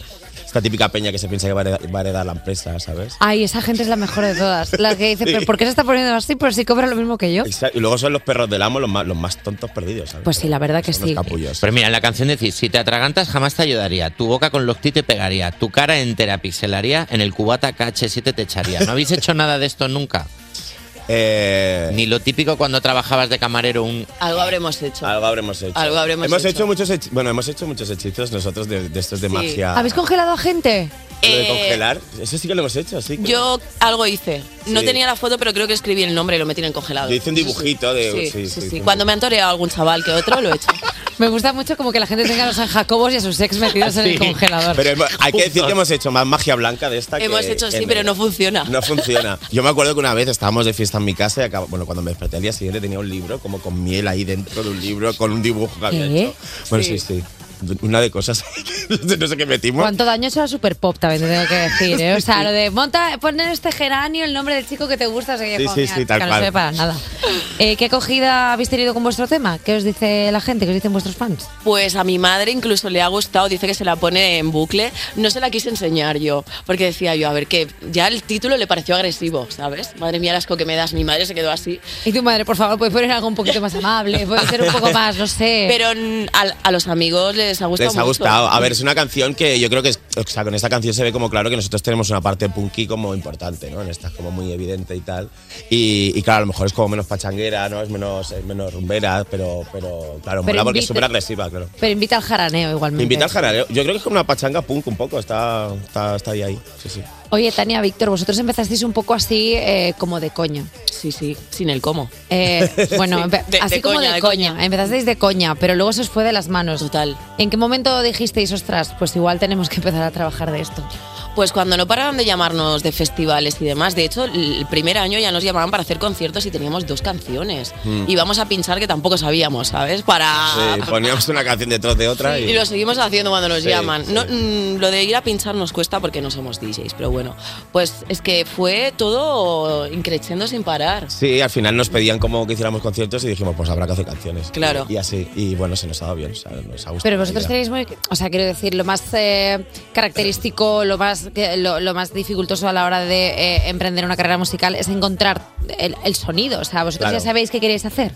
J: Esta típica peña que se piensa que va a heredar, va a heredar la empresa, ¿sabes?
C: Ay, esa gente es la mejor de todas. La que dice,
J: Sí.
C: ¿pero por qué se está poniendo así? Pero si cobra lo mismo que yo.
J: Exacto. Y luego son los perros del amo los más, los más tontos perdidos, ¿sabes?
C: Pues sí, la verdad que
J: Son los
C: sí.
J: capullos.
D: Pero mira, en la canción decís, si te atragantas jamás te ayudaría, tu boca con los ti te pegaría, tu cara entera pixelaría, en el cubata KH7 te echaría. ¿No habéis hecho nada de esto nunca?
J: Eh,
D: Ni lo típico cuando trabajabas de camarero un...
K: Algo habremos hecho.
J: Algo habremos hecho.
K: Algo habremos
J: hemos
K: hecho.
J: hecho. muchos hechi- bueno, hemos hecho muchos hechizos nosotros de, de estos de
K: Sí.
J: magia.
C: ¿Habéis congelado a gente?
J: Lo de
K: Eh,
J: congelar. Eso sí que lo hemos hecho, sí. que-
K: Yo algo hice. No
J: Sí.
K: tenía la foto, pero creo que escribí el nombre y lo metí en el congelado.
J: Yo hice un dibujito de-
K: Sí, sí,
J: sí, sí,
K: sí.
J: hice un
K: Cuando me han toreado algún chaval que otro, lo he hecho.
C: Me gusta mucho como que la gente tenga a los San Jacobos y a sus ex metidos en
J: Sí.
C: el congelador.
J: Pero hemos- hay que decir que hemos hecho más magia blanca de esta que
K: Hemos hecho sí,
J: en-
K: pero no funciona.
J: No funciona. Yo me acuerdo que una vez estábamos de fiesta en mi casa y acabo- bueno, cuando me desperté al día siguiente tenía un libro como con miel ahí dentro de un libro, con un dibujo que había
C: ¿Qué?
J: hecho. Bueno, sí,
C: Sí.
J: sí. Una de cosas que no sé qué metimos.
C: ¿Cuánto daño es la super pop también te tengo que decir? ¿eh? O sea, lo de monta, poner este geranio, el nombre del chico que te gusta, así que,
J: Sí,
C: joder,
J: sí, sí, tal
C: que no
J: cual.
C: sirve para nada. Eh, ¿Qué acogida habéis tenido con vuestro tema? ¿Qué os dice la gente? ¿Qué os dicen vuestros fans?
K: Pues a mi madre incluso le ha gustado, dice que se la pone en bucle. No se la quise enseñar yo, porque decía yo, a ver, que ya el título le pareció agresivo, ¿sabes? Madre mía, el asco que me das, mi madre se quedó así.
C: Y tu madre, por favor, puedes poner algo un poquito más amable, puede ser un poco más, no sé.
K: Pero mm, al- a, los amigos les ha gustado.
J: Les ha
K: mucho.
J: gustado. A ver, es una canción que yo creo que, es- o sea, con esta canción se ve como claro que nosotros tenemos una parte punky como importante, ¿no? En esta es como muy evidente y tal. Y, y claro, a lo mejor es como menos pachanguera, ¿no? Es menos, es menos rumbera, pero, pero claro,
C: Pero
J: mola porque es
C: invita-
J: súper agresiva, claro.
C: Pero invita al jaraneo
J: Me
C: igualmente.
J: invita al jarareo. Yo creo que es como una pachanga punk un poco, está, está, está ahí, ahí. Sí, sí.
C: Oye, Tania, Víctor, vosotros empezasteis un poco así eh, como de coño.
K: Sí, sí, sin el cómo.
C: Eh, bueno,
K: Sí,
C: empe-
K: de-
C: así
K: de
C: como
K: coña,
C: de,
K: de
C: coña. Empezasteis de coña, pero luego se os fue de las manos.
K: Total.
C: ¿En qué momento dijisteis, ostras, pues igual tenemos que empezar a trabajar de esto?
K: Pues cuando no paraban de llamarnos de festivales y demás, de hecho, el primer año ya nos llamaban para hacer conciertos y teníamos dos canciones.
J: Mm.
K: Íbamos a pinchar que tampoco sabíamos, ¿sabes? Para...
J: Sí, poníamos una canción detrás de otra
K: Sí,
J: y...
K: Y lo seguimos haciendo cuando nos
J: Sí,
K: llaman.
J: sí.
K: No, mm, lo de ir a pinchar nos cuesta porque no somos DJs, pero bueno. Pues es que fue todo increciendo sin parar.
J: Sí, al final nos pedían como que hiciéramos conciertos y dijimos, pues habrá que hacer canciones.
K: Claro.
J: Y, y así, y bueno, se nos ha dado bien, o sea, nos ha gustado.
C: Pero
J: la
C: vosotros
J: idea.
C: tenéis muy. O sea, quiero decir, lo más eh, característico, lo más, que- lo, lo más dificultoso a la hora de eh, emprender una carrera musical es encontrar el, el sonido. O sea, vosotros
J: Claro.
C: ya sabéis qué queréis hacer.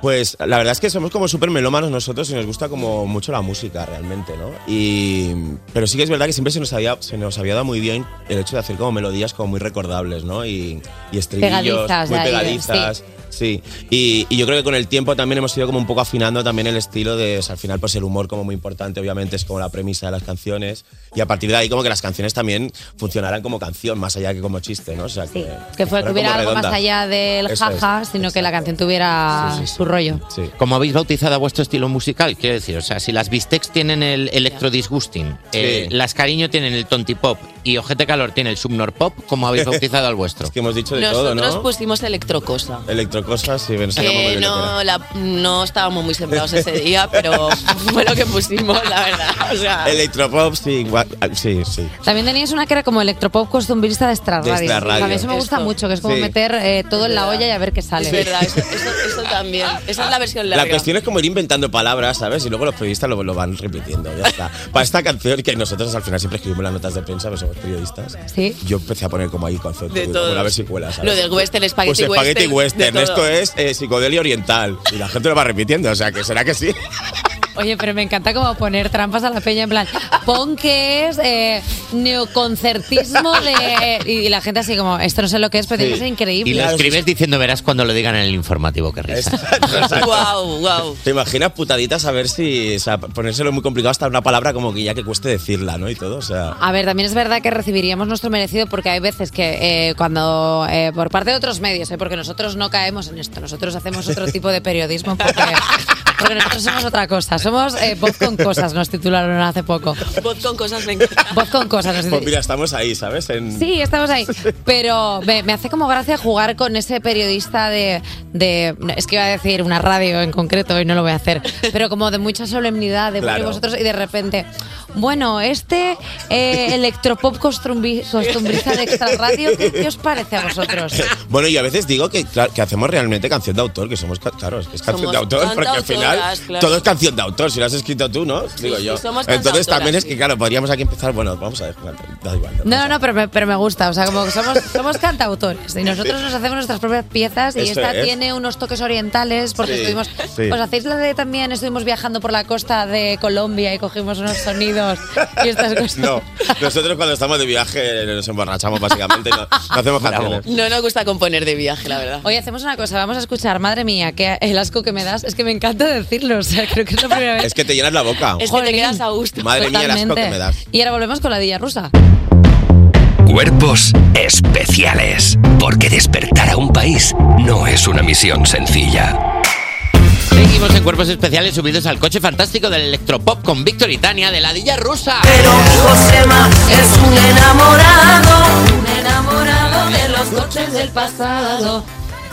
J: Pues la verdad es que somos como súper melómanos nosotros y nos gusta como mucho la música realmente, ¿no? Y, pero sí que es verdad que siempre se nos, había, se nos había dado muy bien el hecho de hacer como melodías como muy recordables, ¿no? Y, y estribillos,
I: Pegadizas,
J: muy
I: ahí,
J: pegadizas.
I: sí.
J: Sí, y, y yo creo que con el tiempo también hemos ido como un poco afinando también el estilo de, o sea, al final pues el humor como muy importante, obviamente es como la premisa de las canciones y a partir de ahí como que las canciones también funcionaran como canción, más allá que como chiste, ¿no? O sea, que,
C: Que, fue,
J: fueran
C: que hubiera
J: como
C: algo más
J: redondas.
C: allá del
J: Eso es,
C: jaja, sino que la canción tuviera su rollo.
D: Como habéis bautizado a vuestro estilo musical, quiero decir, o sea, si las bistecs tienen el electrodisgusting, eh,
J: Sí.
D: las cariño tienen el tontipop y ojete calor tiene el subnor pop, ¿cómo habéis bautizado al vuestro? Es
J: que hemos dicho
K: Nosotros pusimos electrocosa.
J: Electrocosas y
K: Que no, la- no estábamos muy sembrados ese día, pero fue lo que pusimos, la verdad. O sea,
J: Electropop, sí, gua- sí, sí.
C: También teníais una que era como electropop costumbrista de Star
J: De
C: Radio.
J: Extra Radio.
C: A mí eso me gusta
J: Esto.
C: mucho, que es como
J: Sí.
C: meter eh, todo en la olla y a ver qué sale.
K: es verdad, eso, eso- eso también. Esa es la versión
J: La
K: larga.
J: cuestión es como ir inventando palabras, ¿sabes? Y luego los periodistas lo, lo van repitiendo, ya está. Para esta canción, que nosotros al final siempre escribimos las notas de prensa, pues somos periodistas.
C: Sí.
J: Yo empecé a poner como ahí conceptos,
K: De
J: como
K: todo.
J: a ver si cuela, ¿sabes?
K: Lo del western,
J: Pues
K: spaghetti western.
J: spaghetti western,
K: de todo.
J: esto es eh, psicodelia oriental. Y la gente lo va repitiendo, o sea, que será que sí.
C: Oye, pero me encanta como poner trampas a la peña en plan, pon que es eh, neoconcertismo de... Y la gente así como, esto no sé lo que es, pero tiene que ser increíble.
D: Y lo escribes diciendo, verás cuando lo digan en el informativo, que risa.
K: Guau, guau.
J: ¿Te imaginas putaditas a ver si, o sea, ponérselo muy complicado hasta una palabra como que ya que cueste decirla, ¿no? Y todo, o sea.
C: A ver, también es verdad que recibiríamos nuestro merecido porque hay veces que eh, cuando, eh, por parte de otros medios, eh, porque nosotros no caemos en esto, nosotros hacemos otro tipo de periodismo porque, porque nosotros somos otra cosa, somos eh, voz con cosas, nos titularon hace poco.
K: Voz con cosas me encanta.
C: Voz con cosas, nos
J: Pues mira, estamos ahí, ¿sabes? En-
C: Sí, estamos ahí. Pero me, me hace como gracia jugar con ese periodista de, de- Es que iba a decir una radio en concreto y no lo voy a hacer. Pero como de mucha solemnidad, de bueno, y
M: Claro.
C: vosotros y de repente. Bueno, este eh, electropop costumbi- costumbrista de extra radio, ¿qué, qué os parece a vosotros?
J: Bueno, yo a veces digo que, claro, que hacemos realmente canción de autor, que somos, ca- claro, es que es canción
K: Somos
J: de autor, porque al final
K: cantautoras, claro.
J: todo es canción de autor, si lo has escrito tú, ¿no? Digo
K: sí,
J: yo.
K: somos cantautoras,
J: Entonces también es
K: sí.
J: que, claro, podríamos aquí empezar, bueno, vamos a ver, da igual.
C: No, no, no, pero me, pero me gusta. O sea, como que somos, somos cantautores y nosotros nos hacemos nuestras propias piezas y
J: Eso
C: esta
J: es.
C: tiene unos toques orientales porque
J: Sí,
C: estuvimos.
J: sí.
C: Os hacéis la de también estuvimos viajando por la costa de Colombia y cogimos unos sonidos y estas cosas.
J: No, nosotros cuando estamos de viaje nos emborrachamos básicamente, no, no hacemos canciones.
K: No nos gusta componer de viaje, la verdad.
C: Oye, hacemos una cosa, vamos a escuchar, madre mía, que el asco que me das, es que me encanta decirlo, o sea, creo que es la primera vez.
J: Es que te llenas la boca.
C: te quedas a gusto.
J: Madre mía, el asco
C: Totalmente.
J: que me das.
C: Y ahora volvemos con la Dilla Rusa.
A: Cuerpos especiales. Porque despertar a un país no es una misión sencilla.
D: seguimos en cuerpos especiales subidos al coche fantástico del electropop con Víctor y Tania de la Dilla Rusa.
O: Pero Josema es un enamorado, un enamorado de los coches del pasado.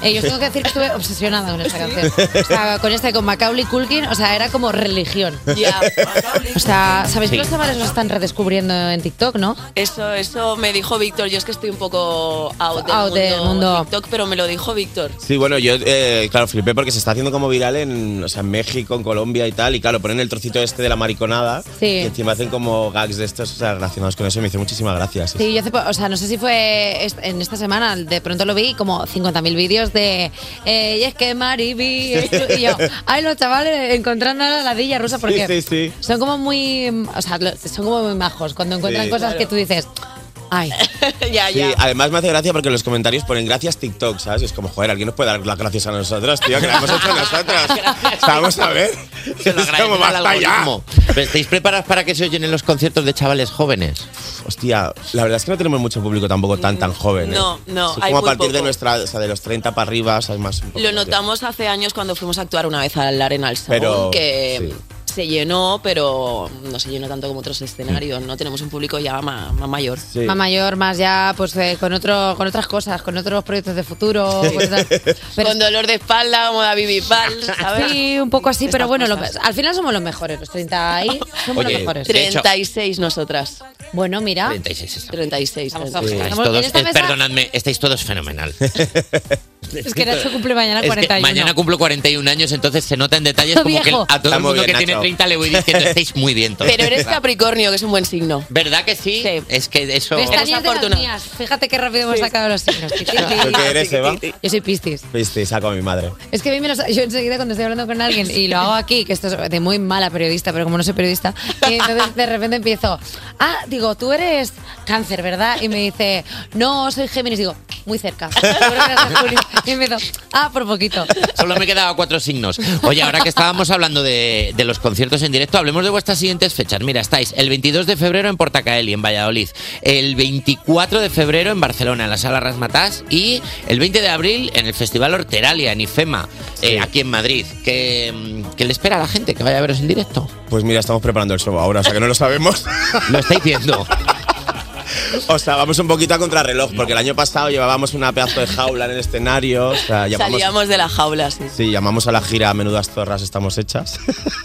C: Eh, yo tengo que decir que estuve obsesionada con esta canción. O sea, con esta y con Macaulay Culkin, o sea, era como religión.
K: Ya.
C: O sea, ¿sabéis
K: Sí.
C: que los chavales lo están redescubriendo en TikTok, no?
K: Eso, eso me dijo Víctor. Yo es que estoy un poco out del,
C: Out
K: mundo,
C: del mundo.
K: TikTok, pero me lo dijo Víctor.
J: Sí, bueno, yo, eh, claro, flipé porque se está haciendo como viral en, o sea, en México, en Colombia y tal. Y claro, ponen el trocito este de la mariconada. Y encima hacen como gags de estos o sea, relacionados con eso. Y me dice muchísimas gracias.
C: Sí, yo hace, po- o sea, no sé si fue est- en esta semana, de pronto lo vi como 50.000 vídeos de eh, y es que Mariby y yo, ay los chavales encontrando a la ladilla rusa porque
J: Sí, sí, sí.
C: son como muy, mm, o sea, lo- son como muy majos cuando encuentran
J: Sí.
C: cosas
J: Claro.
C: que tú dices, ay,
K: ya,
J: Sí, además me hace gracia porque en los comentarios ponen gracias TikTok, ¿sabes? Y es como, joder, alguien nos puede dar las gracias a nosotros, tío, que la hemos hecho nosotros. Vamos a ver.
D: Se lo
J: Es como,
D: agradecemos al
J: basta ya.
D: algoritmo. Pero ¿Estáis preparados para que se oyen en los conciertos de chavales jóvenes?
J: Hostia, la verdad es que no tenemos mucho público tampoco tan tan joven.
K: Mm,
J: ¿eh?
K: No, no,
J: Sí,
K: hay
J: como a
K: muy
J: partir de
K: poco.
J: nuestra, o sea, de los 30 para arriba, o sea, es más. un poco
K: Lo
J: mayor.
K: notamos hace años cuando fuimos a actuar una vez al Arenal Sound,
J: Pero,
K: que se llenó, pero no se llenó tanto como otros escenarios. No tenemos un público ya ma- más mayor.
C: más mayor, más ya, pues eh, con otro, con otras cosas, con otros proyectos de futuro, con otras-
K: Con dolor de espalda, como David Vival, ¿sabes?
C: Sí, un poco así, pero bueno, lo- al final somos los mejores, los 30 y somos
D: Oye,
C: los mejores.
D: de hecho-
K: 36 nosotras.
C: Bueno, mira.
D: 36 estamos.
K: 36.
D: Sí, estáis todos- eh, perdonadme, estáis todos fenomenal.
C: Es que Nacho cumple mañana
D: Es que
C: 41.
D: mañana cumplo 41 años, entonces se nota en detalles como que
K: Viejo.
D: a todo
J: Está
D: el
J: muy
D: mundo que
J: bien,
D: tiene
J: Nacho.
D: 30 le voy diciendo estáis muy bien todos.
K: Pero eres Capricornio, que es un buen signo.
D: ¿Verdad que sí? Es que eso...
C: Pestañas de las mías. Fíjate qué rápido hemos sacado los signos. Ti, ti,
J: ¿Tú qué
C: ti.
J: eres, Eva?
C: Yo soy Piscis.
J: Pistis, saco a mi madre.
C: Es que a mí me los- yo enseguida cuando estoy hablando con alguien y lo hago aquí, que esto es de muy mala periodista, pero como no soy periodista, y entonces de repente empiezo, ah, digo, tú eres cáncer, ¿verdad? Y me dice, no, soy Géminis, digo, muy cerca. Seguro que eres Julio. Y empiezo, ah, por poquito.
D: Solo me quedaba cuatro signos. Oye, ahora que estábamos hablando de, de los conciertos en directo, hablemos de vuestras siguientes fechas. Mira, estáis el 22 de febrero en Portacaeli, en Valladolid. El 24 de febrero en Barcelona, en la Sala Rasmatás. Y el 20 de abril en el Festival Horteralia, en IFEMA, eh, aquí en Madrid. ¿Qué, mm, qué le espera a la gente que vaya a veros en directo?
J: Pues mira, estamos preparando el show ahora, o sea que no lo sabemos.
D: Lo estáis viendo.
J: O sea, vamos un poquito a contrarreloj, porque el año pasado llevábamos una pedazo de jaula en el escenario. O sea, llamamos,
K: Salíamos de la jaula, sí.
J: sí, llamamos a la gira Menudas Zorras Estamos Hechas.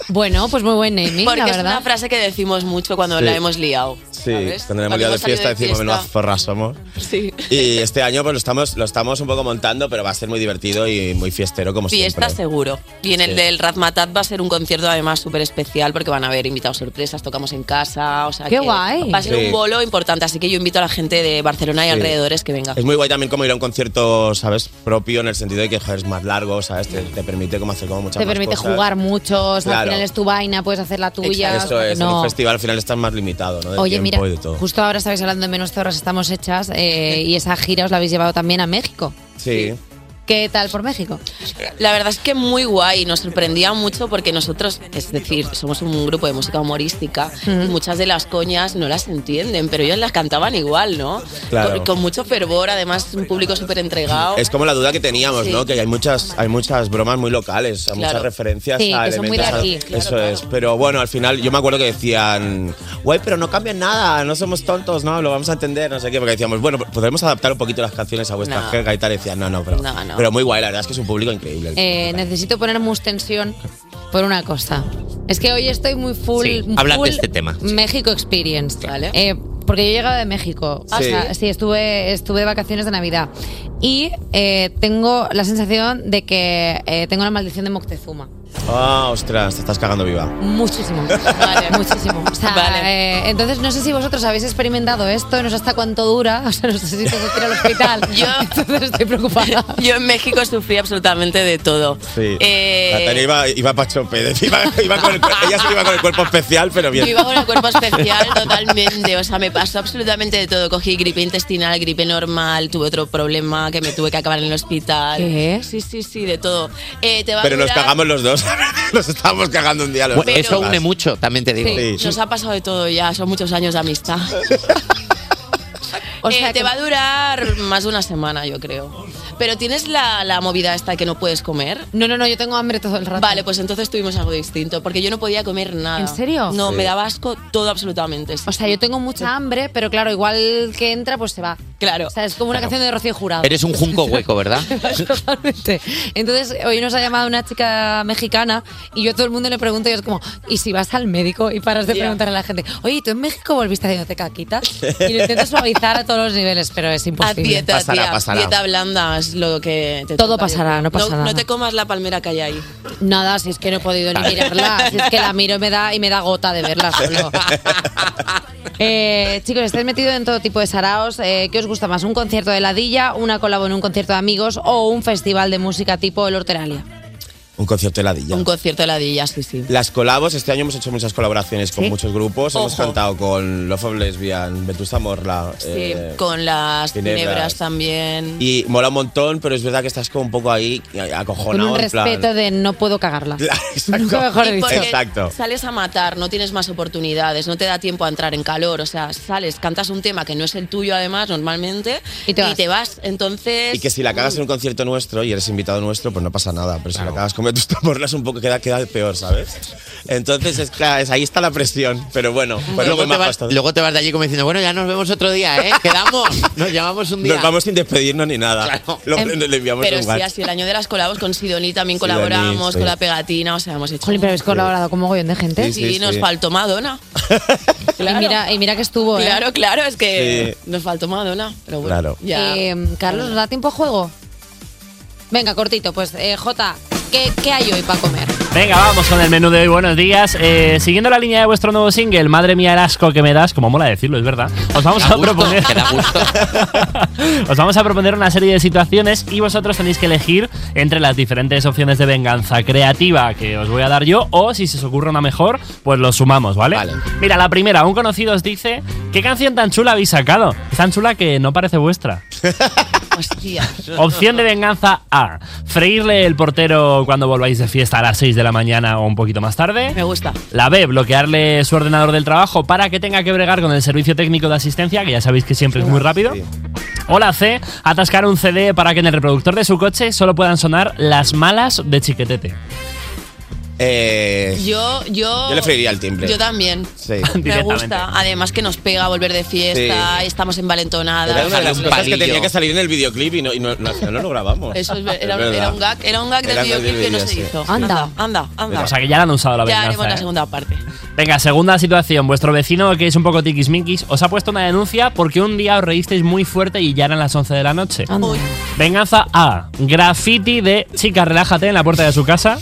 C: Bueno, pues muy buen naming,
K: Porque
C: la
K: es una
C: verdad.
K: frase que decimos mucho cuando
J: Sí.
K: la hemos liado.
J: Sí,
K: ¿sabes?
J: cuando
K: Cuando
J: hemos liado de
K: hemos salido
J: fiesta
K: de
J: decimos
K: fiesta.
J: Menudas Zorras somos.
K: Sí.
J: Y este año pues lo estamos, lo estamos un poco montando, pero va a ser muy divertido y muy fiestero como
K: Fiesta
J: siempre.
K: seguro. Y en el
J: Sí.
K: del Razmatat va a ser un concierto además súper especial porque van a haber invitados sorpresas, tocamos en casa, o sea
C: ¡Qué
K: que
C: guay!
K: Va a ser
J: Sí.
K: un bolo importante, así que yo invito a la gente de Barcelona y
J: Sí.
K: alrededores que venga.
J: Es muy guay también como ir a un concierto, ¿sabes? Propio en el sentido de que joder, es más largo, ¿sabes? Te, te permite como hacer como muchas
C: Te
J: más
C: permite
J: cosas.
C: jugar mucho, o sea, al
J: Claro.
C: final es tu vaina, puedes hacer la tuya. o
J: Eso
C: sea,
J: es, en
C: no.
J: un festival al final estás más limitado, ¿no? De
C: Oye, mira,
J: tiempo y de todo.
C: justo ahora estabais hablando de menos zorras estamos hechas eh, y esa gira os la habéis llevado también a México.
J: Sí.
C: ¿Qué tal por México?
J: Pues, eh,
K: La verdad es que muy guay, nos sorprendía mucho porque nosotros, es decir, somos un grupo de música humorística y muchas de las coñas no las entienden, pero ellos las cantaban igual, ¿no?
J: Claro.
K: Con, con mucho fervor, además un público súper entregado.
J: Es como la duda que teníamos,
K: Sí.
J: ¿no? Que hay muchas, hay muchas bromas muy locales, o sea,
K: Claro.
J: muchas referencias
K: Sí,
J: a
K: que son muy de
J: elementos.
K: aquí.
J: a-
K: Claro,
J: eso es. Pero bueno, al final yo me acuerdo que decían, guay, pero no cambian nada, no somos tontos, no, lo vamos a entender, no sé qué. Porque decíamos, bueno, podremos adaptar un poquito las canciones a vuestra
C: No.
J: jerga y tal. Y decían, no, no, pero,
C: No, no.
J: pero muy guay, la verdad es que es un público increíble.
C: Eh, necesito poner mus tensión por una cosa. Es que hoy estoy muy full.
J: Sí, hablad de
C: full
J: este tema.
C: México Experience. Eh, porque yo he llegado de México.
K: Ah,
C: O sea,
K: sí.
C: sí, estuve, estuve de vacaciones de Navidad. Y eh, tengo la sensación de que eh, tengo la maldición de Moctezuma.
J: Ah, ostras, te estás cagando viva.
C: Muchísimo. Muchísimo. O sea, eh, entonces no sé si vosotros habéis experimentado esto, no sé hasta cuánto dura, o sea, no sé si tengo que ir al hospital. yo entonces estoy preocupada.
K: Yo en México sufrí absolutamente de todo.
J: Sí.
K: Eh,
J: Natalia iba, iba pa' chope, iba, iba con el, cuer- ella sí que iba con el cuerpo especial, pero bien.
K: Yo iba con el cuerpo especial totalmente, o sea, me pasó absolutamente de todo. Cogí gripe intestinal, gripe normal, tuve otro problema que me tuve que acabar en el hospital.
J: ¿Qué?
K: Sí, sí, sí, de todo. Eh, te va a
J: Pero nos
K: durar-
J: cagamos los dos. nos estábamos cagando un día los
K: Bueno,
J: dos.
K: eso une
D: mucho, también te
K: Sí, Nos ha pasado de todo ya, son muchos años de amistad.
C: Ah,
K: Eh, te va a durar más de una semana, yo creo. Pero tienes la, la movida esta que no puedes comer.
C: No, no, no, yo tengo hambre todo el rato.
K: Vale, pues entonces tuvimos algo distinto, porque yo no podía comer nada.
C: ¿En serio?
K: No,
C: Sí.
K: me daba asco todo absolutamente.
C: O sea, yo tengo mucha hambre, pero claro, igual que entra, pues se va.
K: Claro.
C: O sea, es como una
D: Claro.
C: canción de Rocío Jurado.
D: Eres un junco hueco, ¿verdad?
C: Totalmente. Entonces, hoy nos ha llamado una chica mexicana y yo a todo el mundo le pregunto y es como, ¿y si vas al médico y paras de
K: Ya.
C: preguntar a la gente, oye, ¿tú en México volviste haciéndote caquita? Y lo intento suavizar a todos los niveles, pero es
K: A
C: imposible.
K: dieta, tía. Dieta blanda es lo que te
C: Todo
K: toca, yo
C: pasará,
K: creo.
C: no pasa nada.
K: No te comas la palmera que hay ahí.
C: Nada, si es que no he podido ni mirarla, si es que la miro y me da, y me da gota de verla solo. Eh, chicos, estáis metidos en todo tipo de saraos. eh, ¿Qué os gusta más? ¿Un concierto de ladilla, una colabo en un concierto de amigos o un festival de música tipo el Horteralia?
J: Un concierto de ladilla.
K: Un concierto de ladillas, sí, sí.
J: Las colabos, este año hemos hecho muchas colaboraciones con
K: Sí.
J: muchos grupos. Hemos
K: Ojo.
J: cantado con Love of Lesbian, Vetusta Morla.
K: Sí,
J: eh,
K: con las
J: Ginebras.
K: ginebras también.
J: Y mola un montón, pero es verdad que estás como un poco ahí
C: Con
J: acojonado.
C: un
J: en plan-
C: respeto de no puedo cagarla.
J: Exacto.
C: Nunca mejor dicho.
K: Porque
J: Exacto.
K: Sales a matar, no tienes más oportunidades, no te da tiempo a entrar en calor, o sea, sales, cantas un tema que no es el tuyo además normalmente y te vas. Entonces,
J: Y que si la cagas en un concierto nuestro y eres invitado nuestro, pues no pasa nada. Pero si la cagas con tus morlas un poco queda, queda peor, ¿sabes? Entonces, es, claro, es- ahí está la presión. Pero bueno, pues
D: luego,
J: luego
D: te vas, luego te vas de allí como diciendo, bueno, ya nos vemos otro día, ¿eh? Quedamos, nos llamamos un día.
J: Nos vamos sin despedirnos ni nada. Lo,
K: Em,
J: le enviamos
K: pero
J: un
K: sí,
J: WhatsApp.
K: ha sido el año de las colabos con Sidoní también
J: Sidoní,
K: colaboramos,
J: sí.
K: con la pegatina, o sea, hemos hecho.
C: Jolín, pero habéis colaborado con mogollón de gente.
K: Sí, nos faltó Madonna.
C: Y, mira, y mira que estuvo, ¿eh?
K: Claro, claro, es que nos faltó Madonna, pero bueno.
J: Claro.
K: Ya.
C: Eh, Carlos, ¿nos da tiempo a juego? Venga, cortito, pues eh, Jota, ¿qué, qué hay hoy para comer?
E: Venga, vamos con el menú de hoy. Buenos días. Eh, siguiendo la línea de vuestro nuevo single, Madre mía, el asco que me das, como mola decirlo, es verdad. Os vamos a proponer. Os vamos a proponer una serie de situaciones y vosotros tenéis que elegir entre las diferentes opciones de venganza creativa que os voy a dar yo o si se os ocurre una mejor, pues lo sumamos, ¿vale? Mira, la primera, un conocido os dice, ¿qué canción tan chula habéis sacado? Es tan chula que no parece vuestra.
K: Hostia.
E: Opción de venganza A. Freírle el portero cuando volváis de fiesta a las 6 de la mañana o un poquito más tarde.
K: Me gusta.
E: La B. Bloquearle su ordenador del trabajo para que tenga que bregar con el servicio técnico de asistencia, que ya sabéis que siempre es muy rápido. O la C. Atascar un CD para que en el reproductor de su coche solo puedan sonar las malas de chiquetete.
J: Eh,
K: Yo, yo.
J: yo le freiría el timbre.
K: Yo también.
J: Sí.
K: Me gusta. Además que nos pega volver de fiesta,
J: Sí.
K: estamos
J: Era
K: envalentonadas.
J: una de las
D: Un
J: cosas que
D: palillo.
J: tenía que salir en el videoclip y no, y no, no, al final no lo grabamos.
K: Eso es ver-
J: Es
K: era,
J: verdad.
K: era un gag, era un gag del
J: Era un gag
K: videoclip
J: del
K: que no se
J: video,
K: hizo.
J: sí.
K: Anda, anda,
E: O
K: anda.
E: sea que ya la han usado la
K: Ya
E: venganza.
K: haremos la
E: ¿eh?
K: segunda parte.
E: Venga, segunda situación. Vuestro vecino, que es un poco tiquismiquis, os ha puesto una denuncia porque un día os reísteis muy fuerte y ya eran las 11 de la noche. Venganza A. Graffiti de chica, relájate en la puerta de su casa.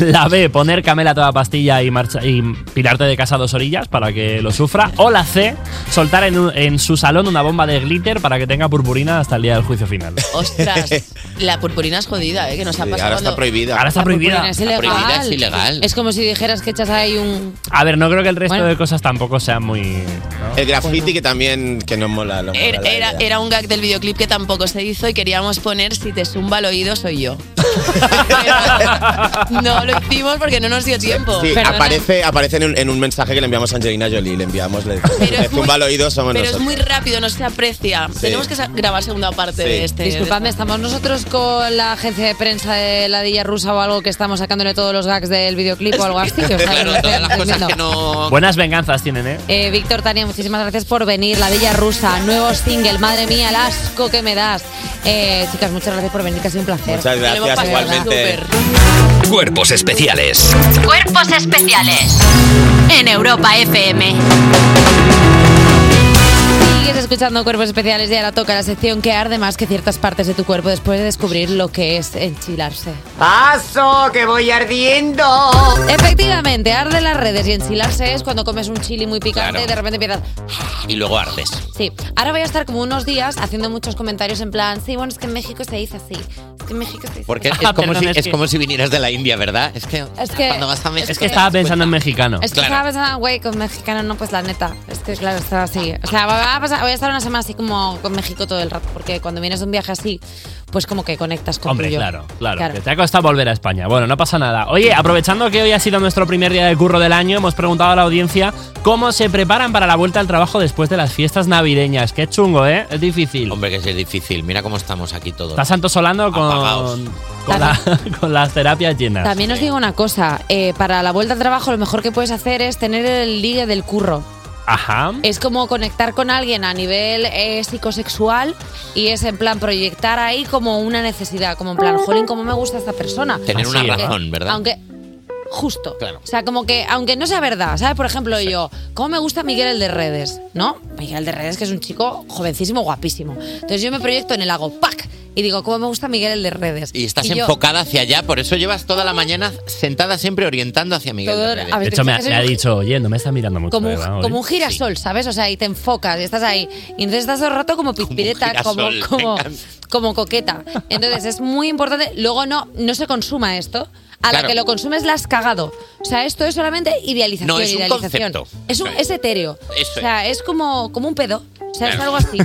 E: la B. Poner camela a toda pastilla y, marcha- y pirarte de casa a dos orillas para que lo sufra. O la C. Soltar en, un- en su salón una bomba de glitter para que tenga purpurina hasta el día del juicio final.
K: Ostras, la purpurina es jodida, ¿eh? Que nos ha pasado. cuando-
J: prohibida.
E: Ahora está prohibida.
C: Purpurina es ilegal. Es como si dijeras que echas ahí un...
E: A ver, no creo que el resto de cosas tampoco sean muy...
J: El graffiti que también que no mola. no mola
K: Era,
J: la
K: era-
J: idea.
K: era un gag del videoclip que tampoco se hizo y queríamos poner si te zumba el oído soy yo. Pero no lo hicimos porque no nos dio tiempo.
J: Sí,
K: Perdona.
J: aparece, aparece en, un, en un mensaje que le enviamos a Angelina Jolie. Le enviamos, le decimos, zumba al oído, somos
K: Pero es
J: nosotros.
K: muy rápido, no se aprecia.
J: Sí.
K: Tenemos que sa- grabar segunda parte
J: Sí.
K: de este.
C: Disculpadme, estamos nosotros con la agencia de prensa de la Dilla Rusa o algo que estamos sacándole todos los gags del videoclip o algo así. o sea,
E: Claro,
C: que-
E: todas las cosas que
D: no...
E: Buenas venganzas tienen, ¿eh?
C: Eh, Víctor, Tania, muchísimas gracias por venir. La Dilla Rusa, nuevo single. Madre mía, el asco que me das. Eh, chicas, muchas gracias por venir, que ha sido un placer.
J: Muchas gracias, igualmente.
A: Cuerpos especiales.
B: Cuerpos especiales en Europa FM.
C: Sigues escuchando Cuerpos Especiales y ahora toca la sección que arde más que ciertas partes de tu cuerpo después de descubrir lo que es enchilarse.
I: ¡Paso, que voy ardiendo!
C: Efectivamente, arde las redes y enchilarse es cuando comes un chili muy picante
D: Claro.
C: y de repente empiezas...
D: Y luego ardes.
C: Sí, ahora voy a estar como unos días haciendo muchos comentarios en plan, sí, bueno, es que en México se dice así. Es que en México se dice
D: Porque es,
C: así".
D: como
E: Perdón,
D: si,
E: es
D: es
E: que-
D: como si vinieras de la India, ¿verdad? Es que,
C: Es que-
D: cuando vas a México...
C: es que estaba
E: pensando en mexicano.
C: Ah, Es que estaba pensando, güey, con mexicano no, pues la neta. Es que claro, estaba así. O sea, va a pasar a, voy a estar una semana así como con México todo el rato, porque cuando vienes de un viaje así, pues como que conectas con
E: Hombre,
C: tuyo.
E: claro, claro,
C: Claro.
E: Que te ha costado volver a España. Bueno, no pasa nada. Oye, aprovechando que hoy ha sido nuestro primer día de curro del año, hemos preguntado a la audiencia cómo se preparan para la vuelta al trabajo después de las fiestas navideñas. Qué chungo, ¿eh? Es difícil.
D: Hombre, que es difícil. Mira cómo estamos aquí todos.
E: Está Santo Solano con, con, la- con las terapias llenas.
C: También os digo una cosa, eh, para la vuelta al trabajo lo mejor que puedes hacer es tener el ligue del curro.
E: Ajá.
C: Es como conectar con alguien a nivel eh, psicosexual y es en plan proyectar ahí como una necesidad, como en plan, jolín, cómo me gusta esta persona.
D: Tener una
C: Aunque-
D: razón, ¿verdad?
C: Aunque justo.
D: Claro.
C: O sea, como que aunque no sea verdad, ¿sabes? Por ejemplo, yo, cómo me gusta Miguel el de redes, ¿no? Miguel el de redes que es un chico jovencísimo, guapísimo. Entonces yo me proyecto en el hago ¡pac! y digo, cómo me gusta Miguel el de redes.
D: Y estás
C: yo-
D: enfocada hacia allá, por eso llevas toda la mañana sentada siempre orientando hacia Miguel.
C: Todo-
D: Herrera.
C: a ver,
E: De hecho, me ha,
C: pensaba
E: me
C: que
E: ha
C: soy un-
E: dicho, oye, no me está mirando mucho.
C: como
E: ¿verdad,
C: un,
E: hoy?".
C: como un girasol, ¿sabes? O sea, y te enfocas y estás ahí. Y entonces estás todo el rato como pispireta, como,
E: girasol,
C: como,
E: me encanta.
C: como coqueta. Entonces es muy importante. Luego no, no se consuma esto. A
D: Claro.
C: la que lo consumes la has cagado. O sea, esto es solamente idealización.
D: No, es un
C: idealización.
D: concepto.
C: Es, un,
D: Eso es.
C: es etéreo.
D: Eso
C: o sea, es como, como un pedo. O sea, es
D: Claro.
C: algo así.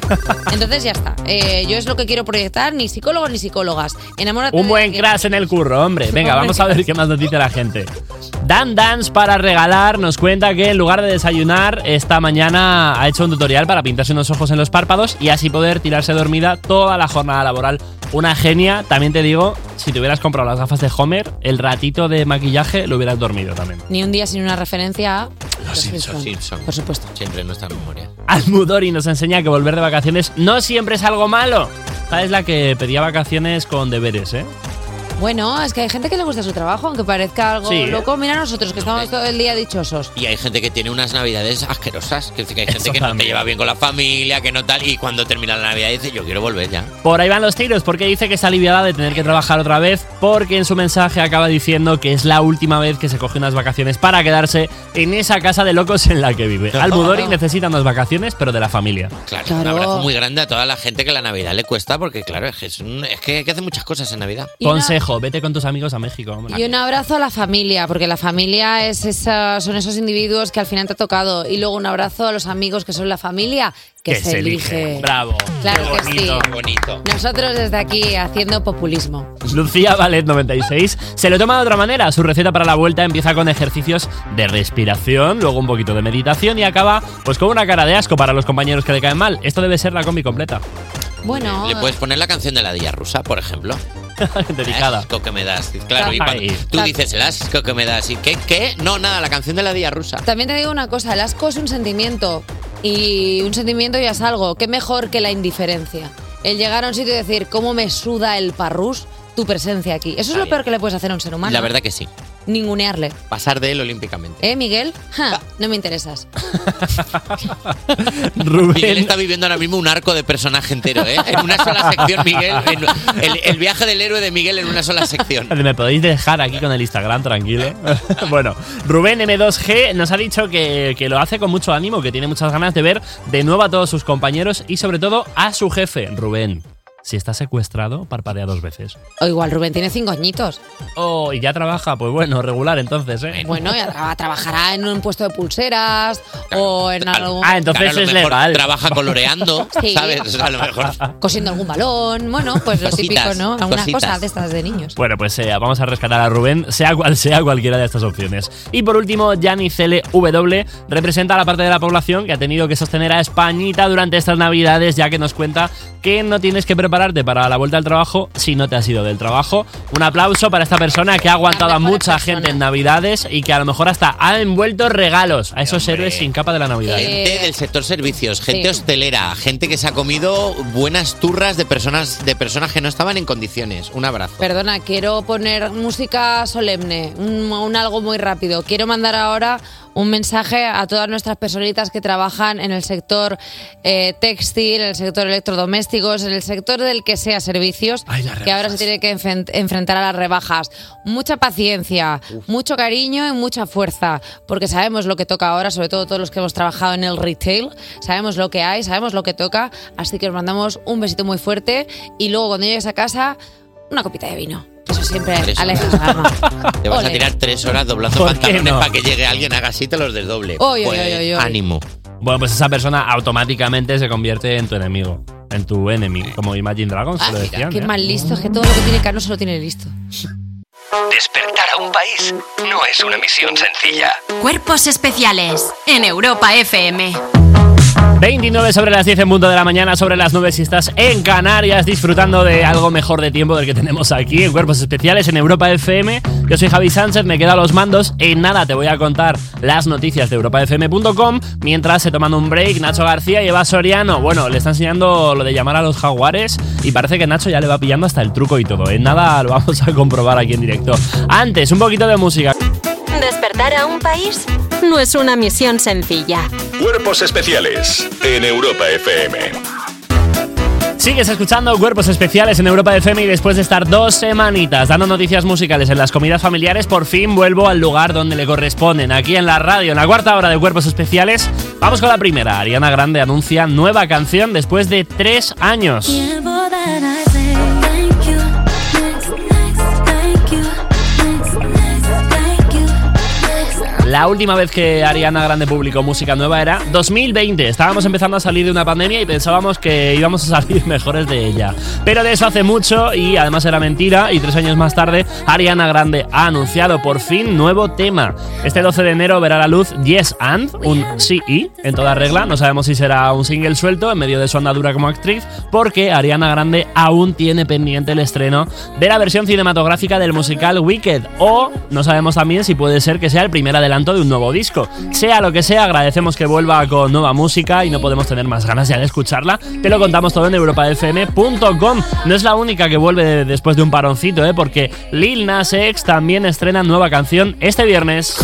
C: Entonces ya está. Eh, yo es lo que quiero proyectar, ni psicólogos ni psicólogas. Enamórate
E: Un
C: de
E: buen
C: alguien.
E: crash en el curro, hombre. Venga,
C: Hombre.
E: vamos a ver qué más nos dice la gente. Dan Dance para regalar nos cuenta que en lugar de desayunar, esta mañana ha hecho un tutorial para pintarse unos ojos en los párpados y así poder tirarse dormida toda la jornada laboral. Una genia, también te digo, si te hubieras comprado las gafas de Homer, el ratito de maquillaje lo hubieras dormido también.
C: Ni un día sin una referencia a los Simpsons.
D: Por supuesto. Siempre en nuestra memoria.
E: Almudori nos enseña que volver de vacaciones no siempre es algo malo. Esta es la que pedía vacaciones con deberes, ¿eh?
C: Bueno, es que hay gente que le gusta su trabajo, aunque parezca algo
D: Sí.
C: loco. Mira nosotros, que estamos todo el día dichosos.
D: Y hay gente que tiene unas navidades asquerosas. Que, que hay gente que no te lleva bien con la familia, que no tal. Y cuando termina la navidad dice, yo quiero volver ya.
E: Por ahí van los tiros, porque dice que está aliviada de tener que trabajar otra vez, porque en su mensaje acaba diciendo que es la última vez que se coge unas vacaciones para quedarse en esa casa de locos en la que vive. Almudori necesita unas vacaciones, pero de la familia.
D: Claro, un abrazo muy grande a toda la gente que la Navidad le cuesta, porque claro, es que, es un- es que hay que hacer muchas cosas en Navidad.
E: Consejo, vete con tus amigos a México. hombre.
C: Y un abrazo a la familia, porque la familia es esa- son esos individuos que al final te ha tocado. Y luego un abrazo a los amigos que son la familia que, se, elige.
E: Bravo.
C: Claro
E: Qué
C: que
E: bonito,
C: sí.
E: qué bonito.
C: Nosotros desde aquí haciendo populismo.
E: Lucía Valet 96 se lo toma de otra manera. Su receta para la vuelta empieza con ejercicios de respiración, luego un poquito de meditación y acaba pues con una cara de asco para los compañeros que le caen mal. Esto debe ser la combi completa.
C: Bueno,
D: Le puedes poner la canción de la Día Rusa, por ejemplo.
E: Dedicada.
D: asco que me das. Claro, y
E: Tapa
D: cuando tú dices el asco que me das. ¿Y qué? ¿Qué? No, nada, la canción de la Día Rusa.
C: también te digo una cosa, el asco es un sentimiento. Y un sentimiento ya es algo. Qué mejor que la indiferencia. El llegar a un sitio y decir, ¿cómo me suda el parrús tu presencia aquí? Eso es lo peor que le puedes hacer a un ser humano.
D: La verdad que sí.
C: Ningunearle.
D: Pasar de él olímpicamente.
C: ¿Eh, Miguel? Ja, no me interesas.
D: Miguel está viviendo ahora mismo un arco de personaje entero, ¿eh? En una sola sección, Miguel. en- el, el viaje del héroe de Miguel en una sola sección.
E: Me podéis dejar aquí con el Instagram, tranquilo. bueno, Rubén M2G nos ha dicho que, que lo hace con mucho ánimo, que tiene muchas ganas de ver de nuevo a todos sus compañeros y sobre todo a su jefe, Rubén. Si está secuestrado, parpadea dos veces.
C: O igual Rubén tiene cinco añitos.
E: Oh, y ya trabaja, pues bueno, regular entonces, ¿eh?
C: Bueno, ya tra- trabajará en un puesto de pulseras o en algo...
E: Ah, entonces
D: Claro, a lo
E: es
D: mejor
E: legal.
D: Trabaja coloreando,
C: Sí.
D: ¿sabes? O sea, a lo mejor.
C: Cosiendo algún balón, bueno, pues lo
E: Cositas,
C: típico, ¿no? Algunas
E: cositas.
C: cosas de estas de niños.
E: Bueno, pues eh, vamos a rescatar a Rubén, sea cual sea cualquiera de estas opciones. Y por último, Gianni CLW representa a la parte de la población que ha tenido que sostener a Españita durante estas navidades, ya que nos cuenta que no tienes que prepararte para la vuelta al trabajo si no te has ido del trabajo. Un aplauso para esta persona que ha aguantado a mucha gente en navidades y que a lo mejor hasta ha envuelto regalos a esos héroes sin capa de la Navidad.
D: Gente
C: Eh,
D: del sector servicios, gente
E: Sí.
D: hostelera, gente que se ha comido buenas turras de personas, de personas que no estaban en condiciones. Un abrazo.
C: Perdona, quiero poner música solemne, un, un algo muy rápido. Quiero mandar ahora un mensaje a todas nuestras personitas que trabajan en el sector eh, textil, en el sector electrodomésticos, en el sector del que sea servicios, que ahora se tiene que enfen- enfrentar a las rebajas. Mucha paciencia, mucho cariño y mucha fuerza, porque sabemos lo que toca ahora, sobre todo todos los que hemos trabajado en el retail, sabemos lo que hay, sabemos lo que toca, así que os mandamos un besito muy fuerte y luego cuando llegues a casa una copita de vino. Eso siempre
D: Tres
C: aleja
D: horas.
C: el alma.
D: Te vas
C: Ole.
D: a tirar tres horas doblando pantalones para que llegue alguien, haga así, te los desdoble.
C: Oy, oy,
D: Pues,
C: oy, oy, oy.
D: Ánimo.
E: Bueno, pues esa persona automáticamente se convierte en tu enemigo. En tu enemigo. Como Imagine Dragons se lo decían.
C: Ah, Qué
E: ¿eh?
C: mal listo, es que todo lo que tiene Cano se lo tiene listo.
A: Despertar a un país no es una misión sencilla.
B: Cuerpos especiales en Europa FM.
E: 29 sobre las 10 en punto de la mañana, sobre las 9 si estás en Canarias disfrutando de algo mejor de tiempo del que tenemos aquí en Cuerpos Especiales en Europa FM. Yo soy Javi Sánchez, me quedo a los mandos. En nada te voy a contar las noticias de europafm.com mientras se toman un break Nacho García y Eva Soriano. Bueno, le está enseñando lo de llamar a los jaguares y parece que Nacho ya le va pillando hasta el truco y todo. En nada lo vamos a comprobar aquí en directo. Antes, un poquito de música.
B: Despertar a un país no es una misión sencilla.
H: Cuerpos especiales en Europa FM.
E: Sigues escuchando Cuerpos Especiales en Europa FM y después de estar dos semanitas dando noticias musicales en las comidas familiares, por fin vuelvo al lugar donde le corresponden, aquí en la radio, en la cuarta hora de Cuerpos Especiales. Vamos con la primera. Ariana Grande anuncia nueva canción después de tres años. La última vez que Ariana Grande publicó música nueva era 2020. Estábamos empezando a salir de una pandemia y pensábamos que íbamos a salir mejores de ella. Pero de eso hace mucho y además era mentira. Y tres años más tarde, Ariana Grande ha anunciado por fin nuevo tema. Este 12 de enero verá la luz Yes and, un sí y en toda regla. No sabemos si será un single suelto en medio de su andadura como actriz, porque Ariana Grande aún tiene pendiente el estreno de la versión cinematográfica del musical Wicked. O no sabemos también si puede ser que sea el primer adelanto de un nuevo disco. Sea lo que sea, agradecemos que vuelva con nueva música y no podemos tener más ganas ya de escucharla. Te lo contamos todo en europafm.com. No es la única que vuelve de- después de un paroncito, ¿eh? porque Lil Nas X también estrena nueva canción este viernes.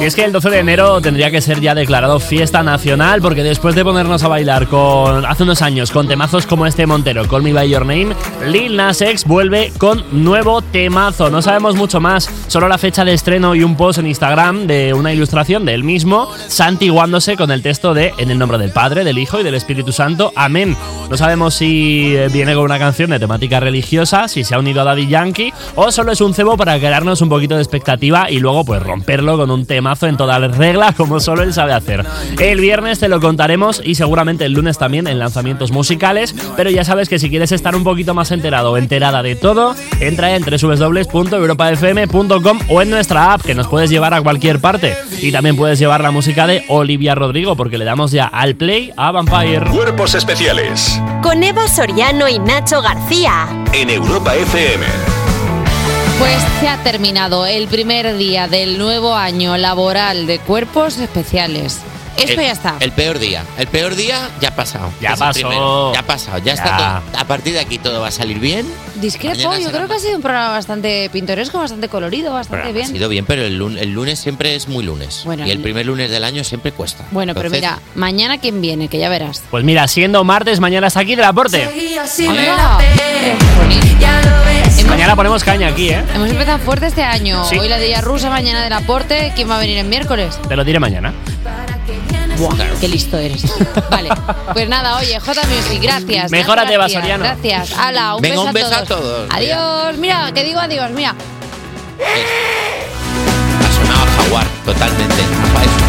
E: Y es que el 12 de enero tendría que ser ya declarado fiesta nacional, porque después de ponernos a bailar con hace unos años con temazos como este Montero, Call Me By Your Name, Lil Nas X vuelve con nuevo temazo. No sabemos mucho más, solo la fecha de estreno y un post en Instagram de una ilustración del mismo, santiguándose con el texto de En el nombre del Padre, del Hijo y del Espíritu Santo, amén. No sabemos si eh, viene con una canción de temática religiosa, si se ha unido a Daddy Yankee, o solo es un cebo para crearnos un poquito de expectativa y luego pues romperlo con un temazo en todas las reglas como solo él sabe hacer. El viernes te lo contaremos y seguramente el lunes también en lanzamientos musicales, pero ya sabes que si quieres estar un poquito más enterado o enterada de todo, entra en www.europafm.com o en nuestra app que nos puedes llevar a cualquier parte. Y también puedes llevar la música de Olivia Rodrigo porque le damos ya al play a Vampire.
H: Cuerpos especiales
B: Con Eva Soriano y Nacho García.
H: en Europa FM.
C: Pues se ha terminado el primer día del nuevo año laboral de cuerpos especiales.
D: El-
C: Esto ya está.
D: El peor día. El peor día ya ha pasado.
E: Ya
D: Es el
E: pasó.
D: primero. Ya ha pasado. Ya,
E: Ya.
D: está todo. A partir de aquí todo va a salir bien.
C: Discrepo,
D: Mañana
C: yo
D: será
C: creo que ha sido un programa bastante pintoresco, bastante colorido, bastante
D: Ha
C: bien.
D: sido bien, pero el lun- el lunes, siempre es muy lunes.
C: Bueno,
D: y el
C: el-
D: primer lunes del año siempre cuesta.
C: Bueno, pero
D: Entonces,
C: mira, mañana quién viene, que ya verás.
E: Pues mira, siendo martes, mañana está aquí del aporte.
O: Y así
C: Hola.
O: me la pe- Ya lo ves.
E: Mañana ponemos caña aquí, ¿eh?
C: Hemos empezado fuerte este año.
E: Sí.
C: Hoy la día rusa, mañana del aporte. ¿Quién va a venir el miércoles?
E: Te lo diré mañana.
C: Qué listo eres. vale. Pues nada, oye, J Music, gracias.
E: Mejórate,
C: Nacho García,
E: Vasoriano.
C: Gracias. Hala, un
D: Venga,
C: beso,
D: un beso
C: a,
D: a
C: todos.
D: todos.
C: Adiós. Mira, que digo adiós, mira.
D: Ha sonado a jaguar totalmente. Ha- Es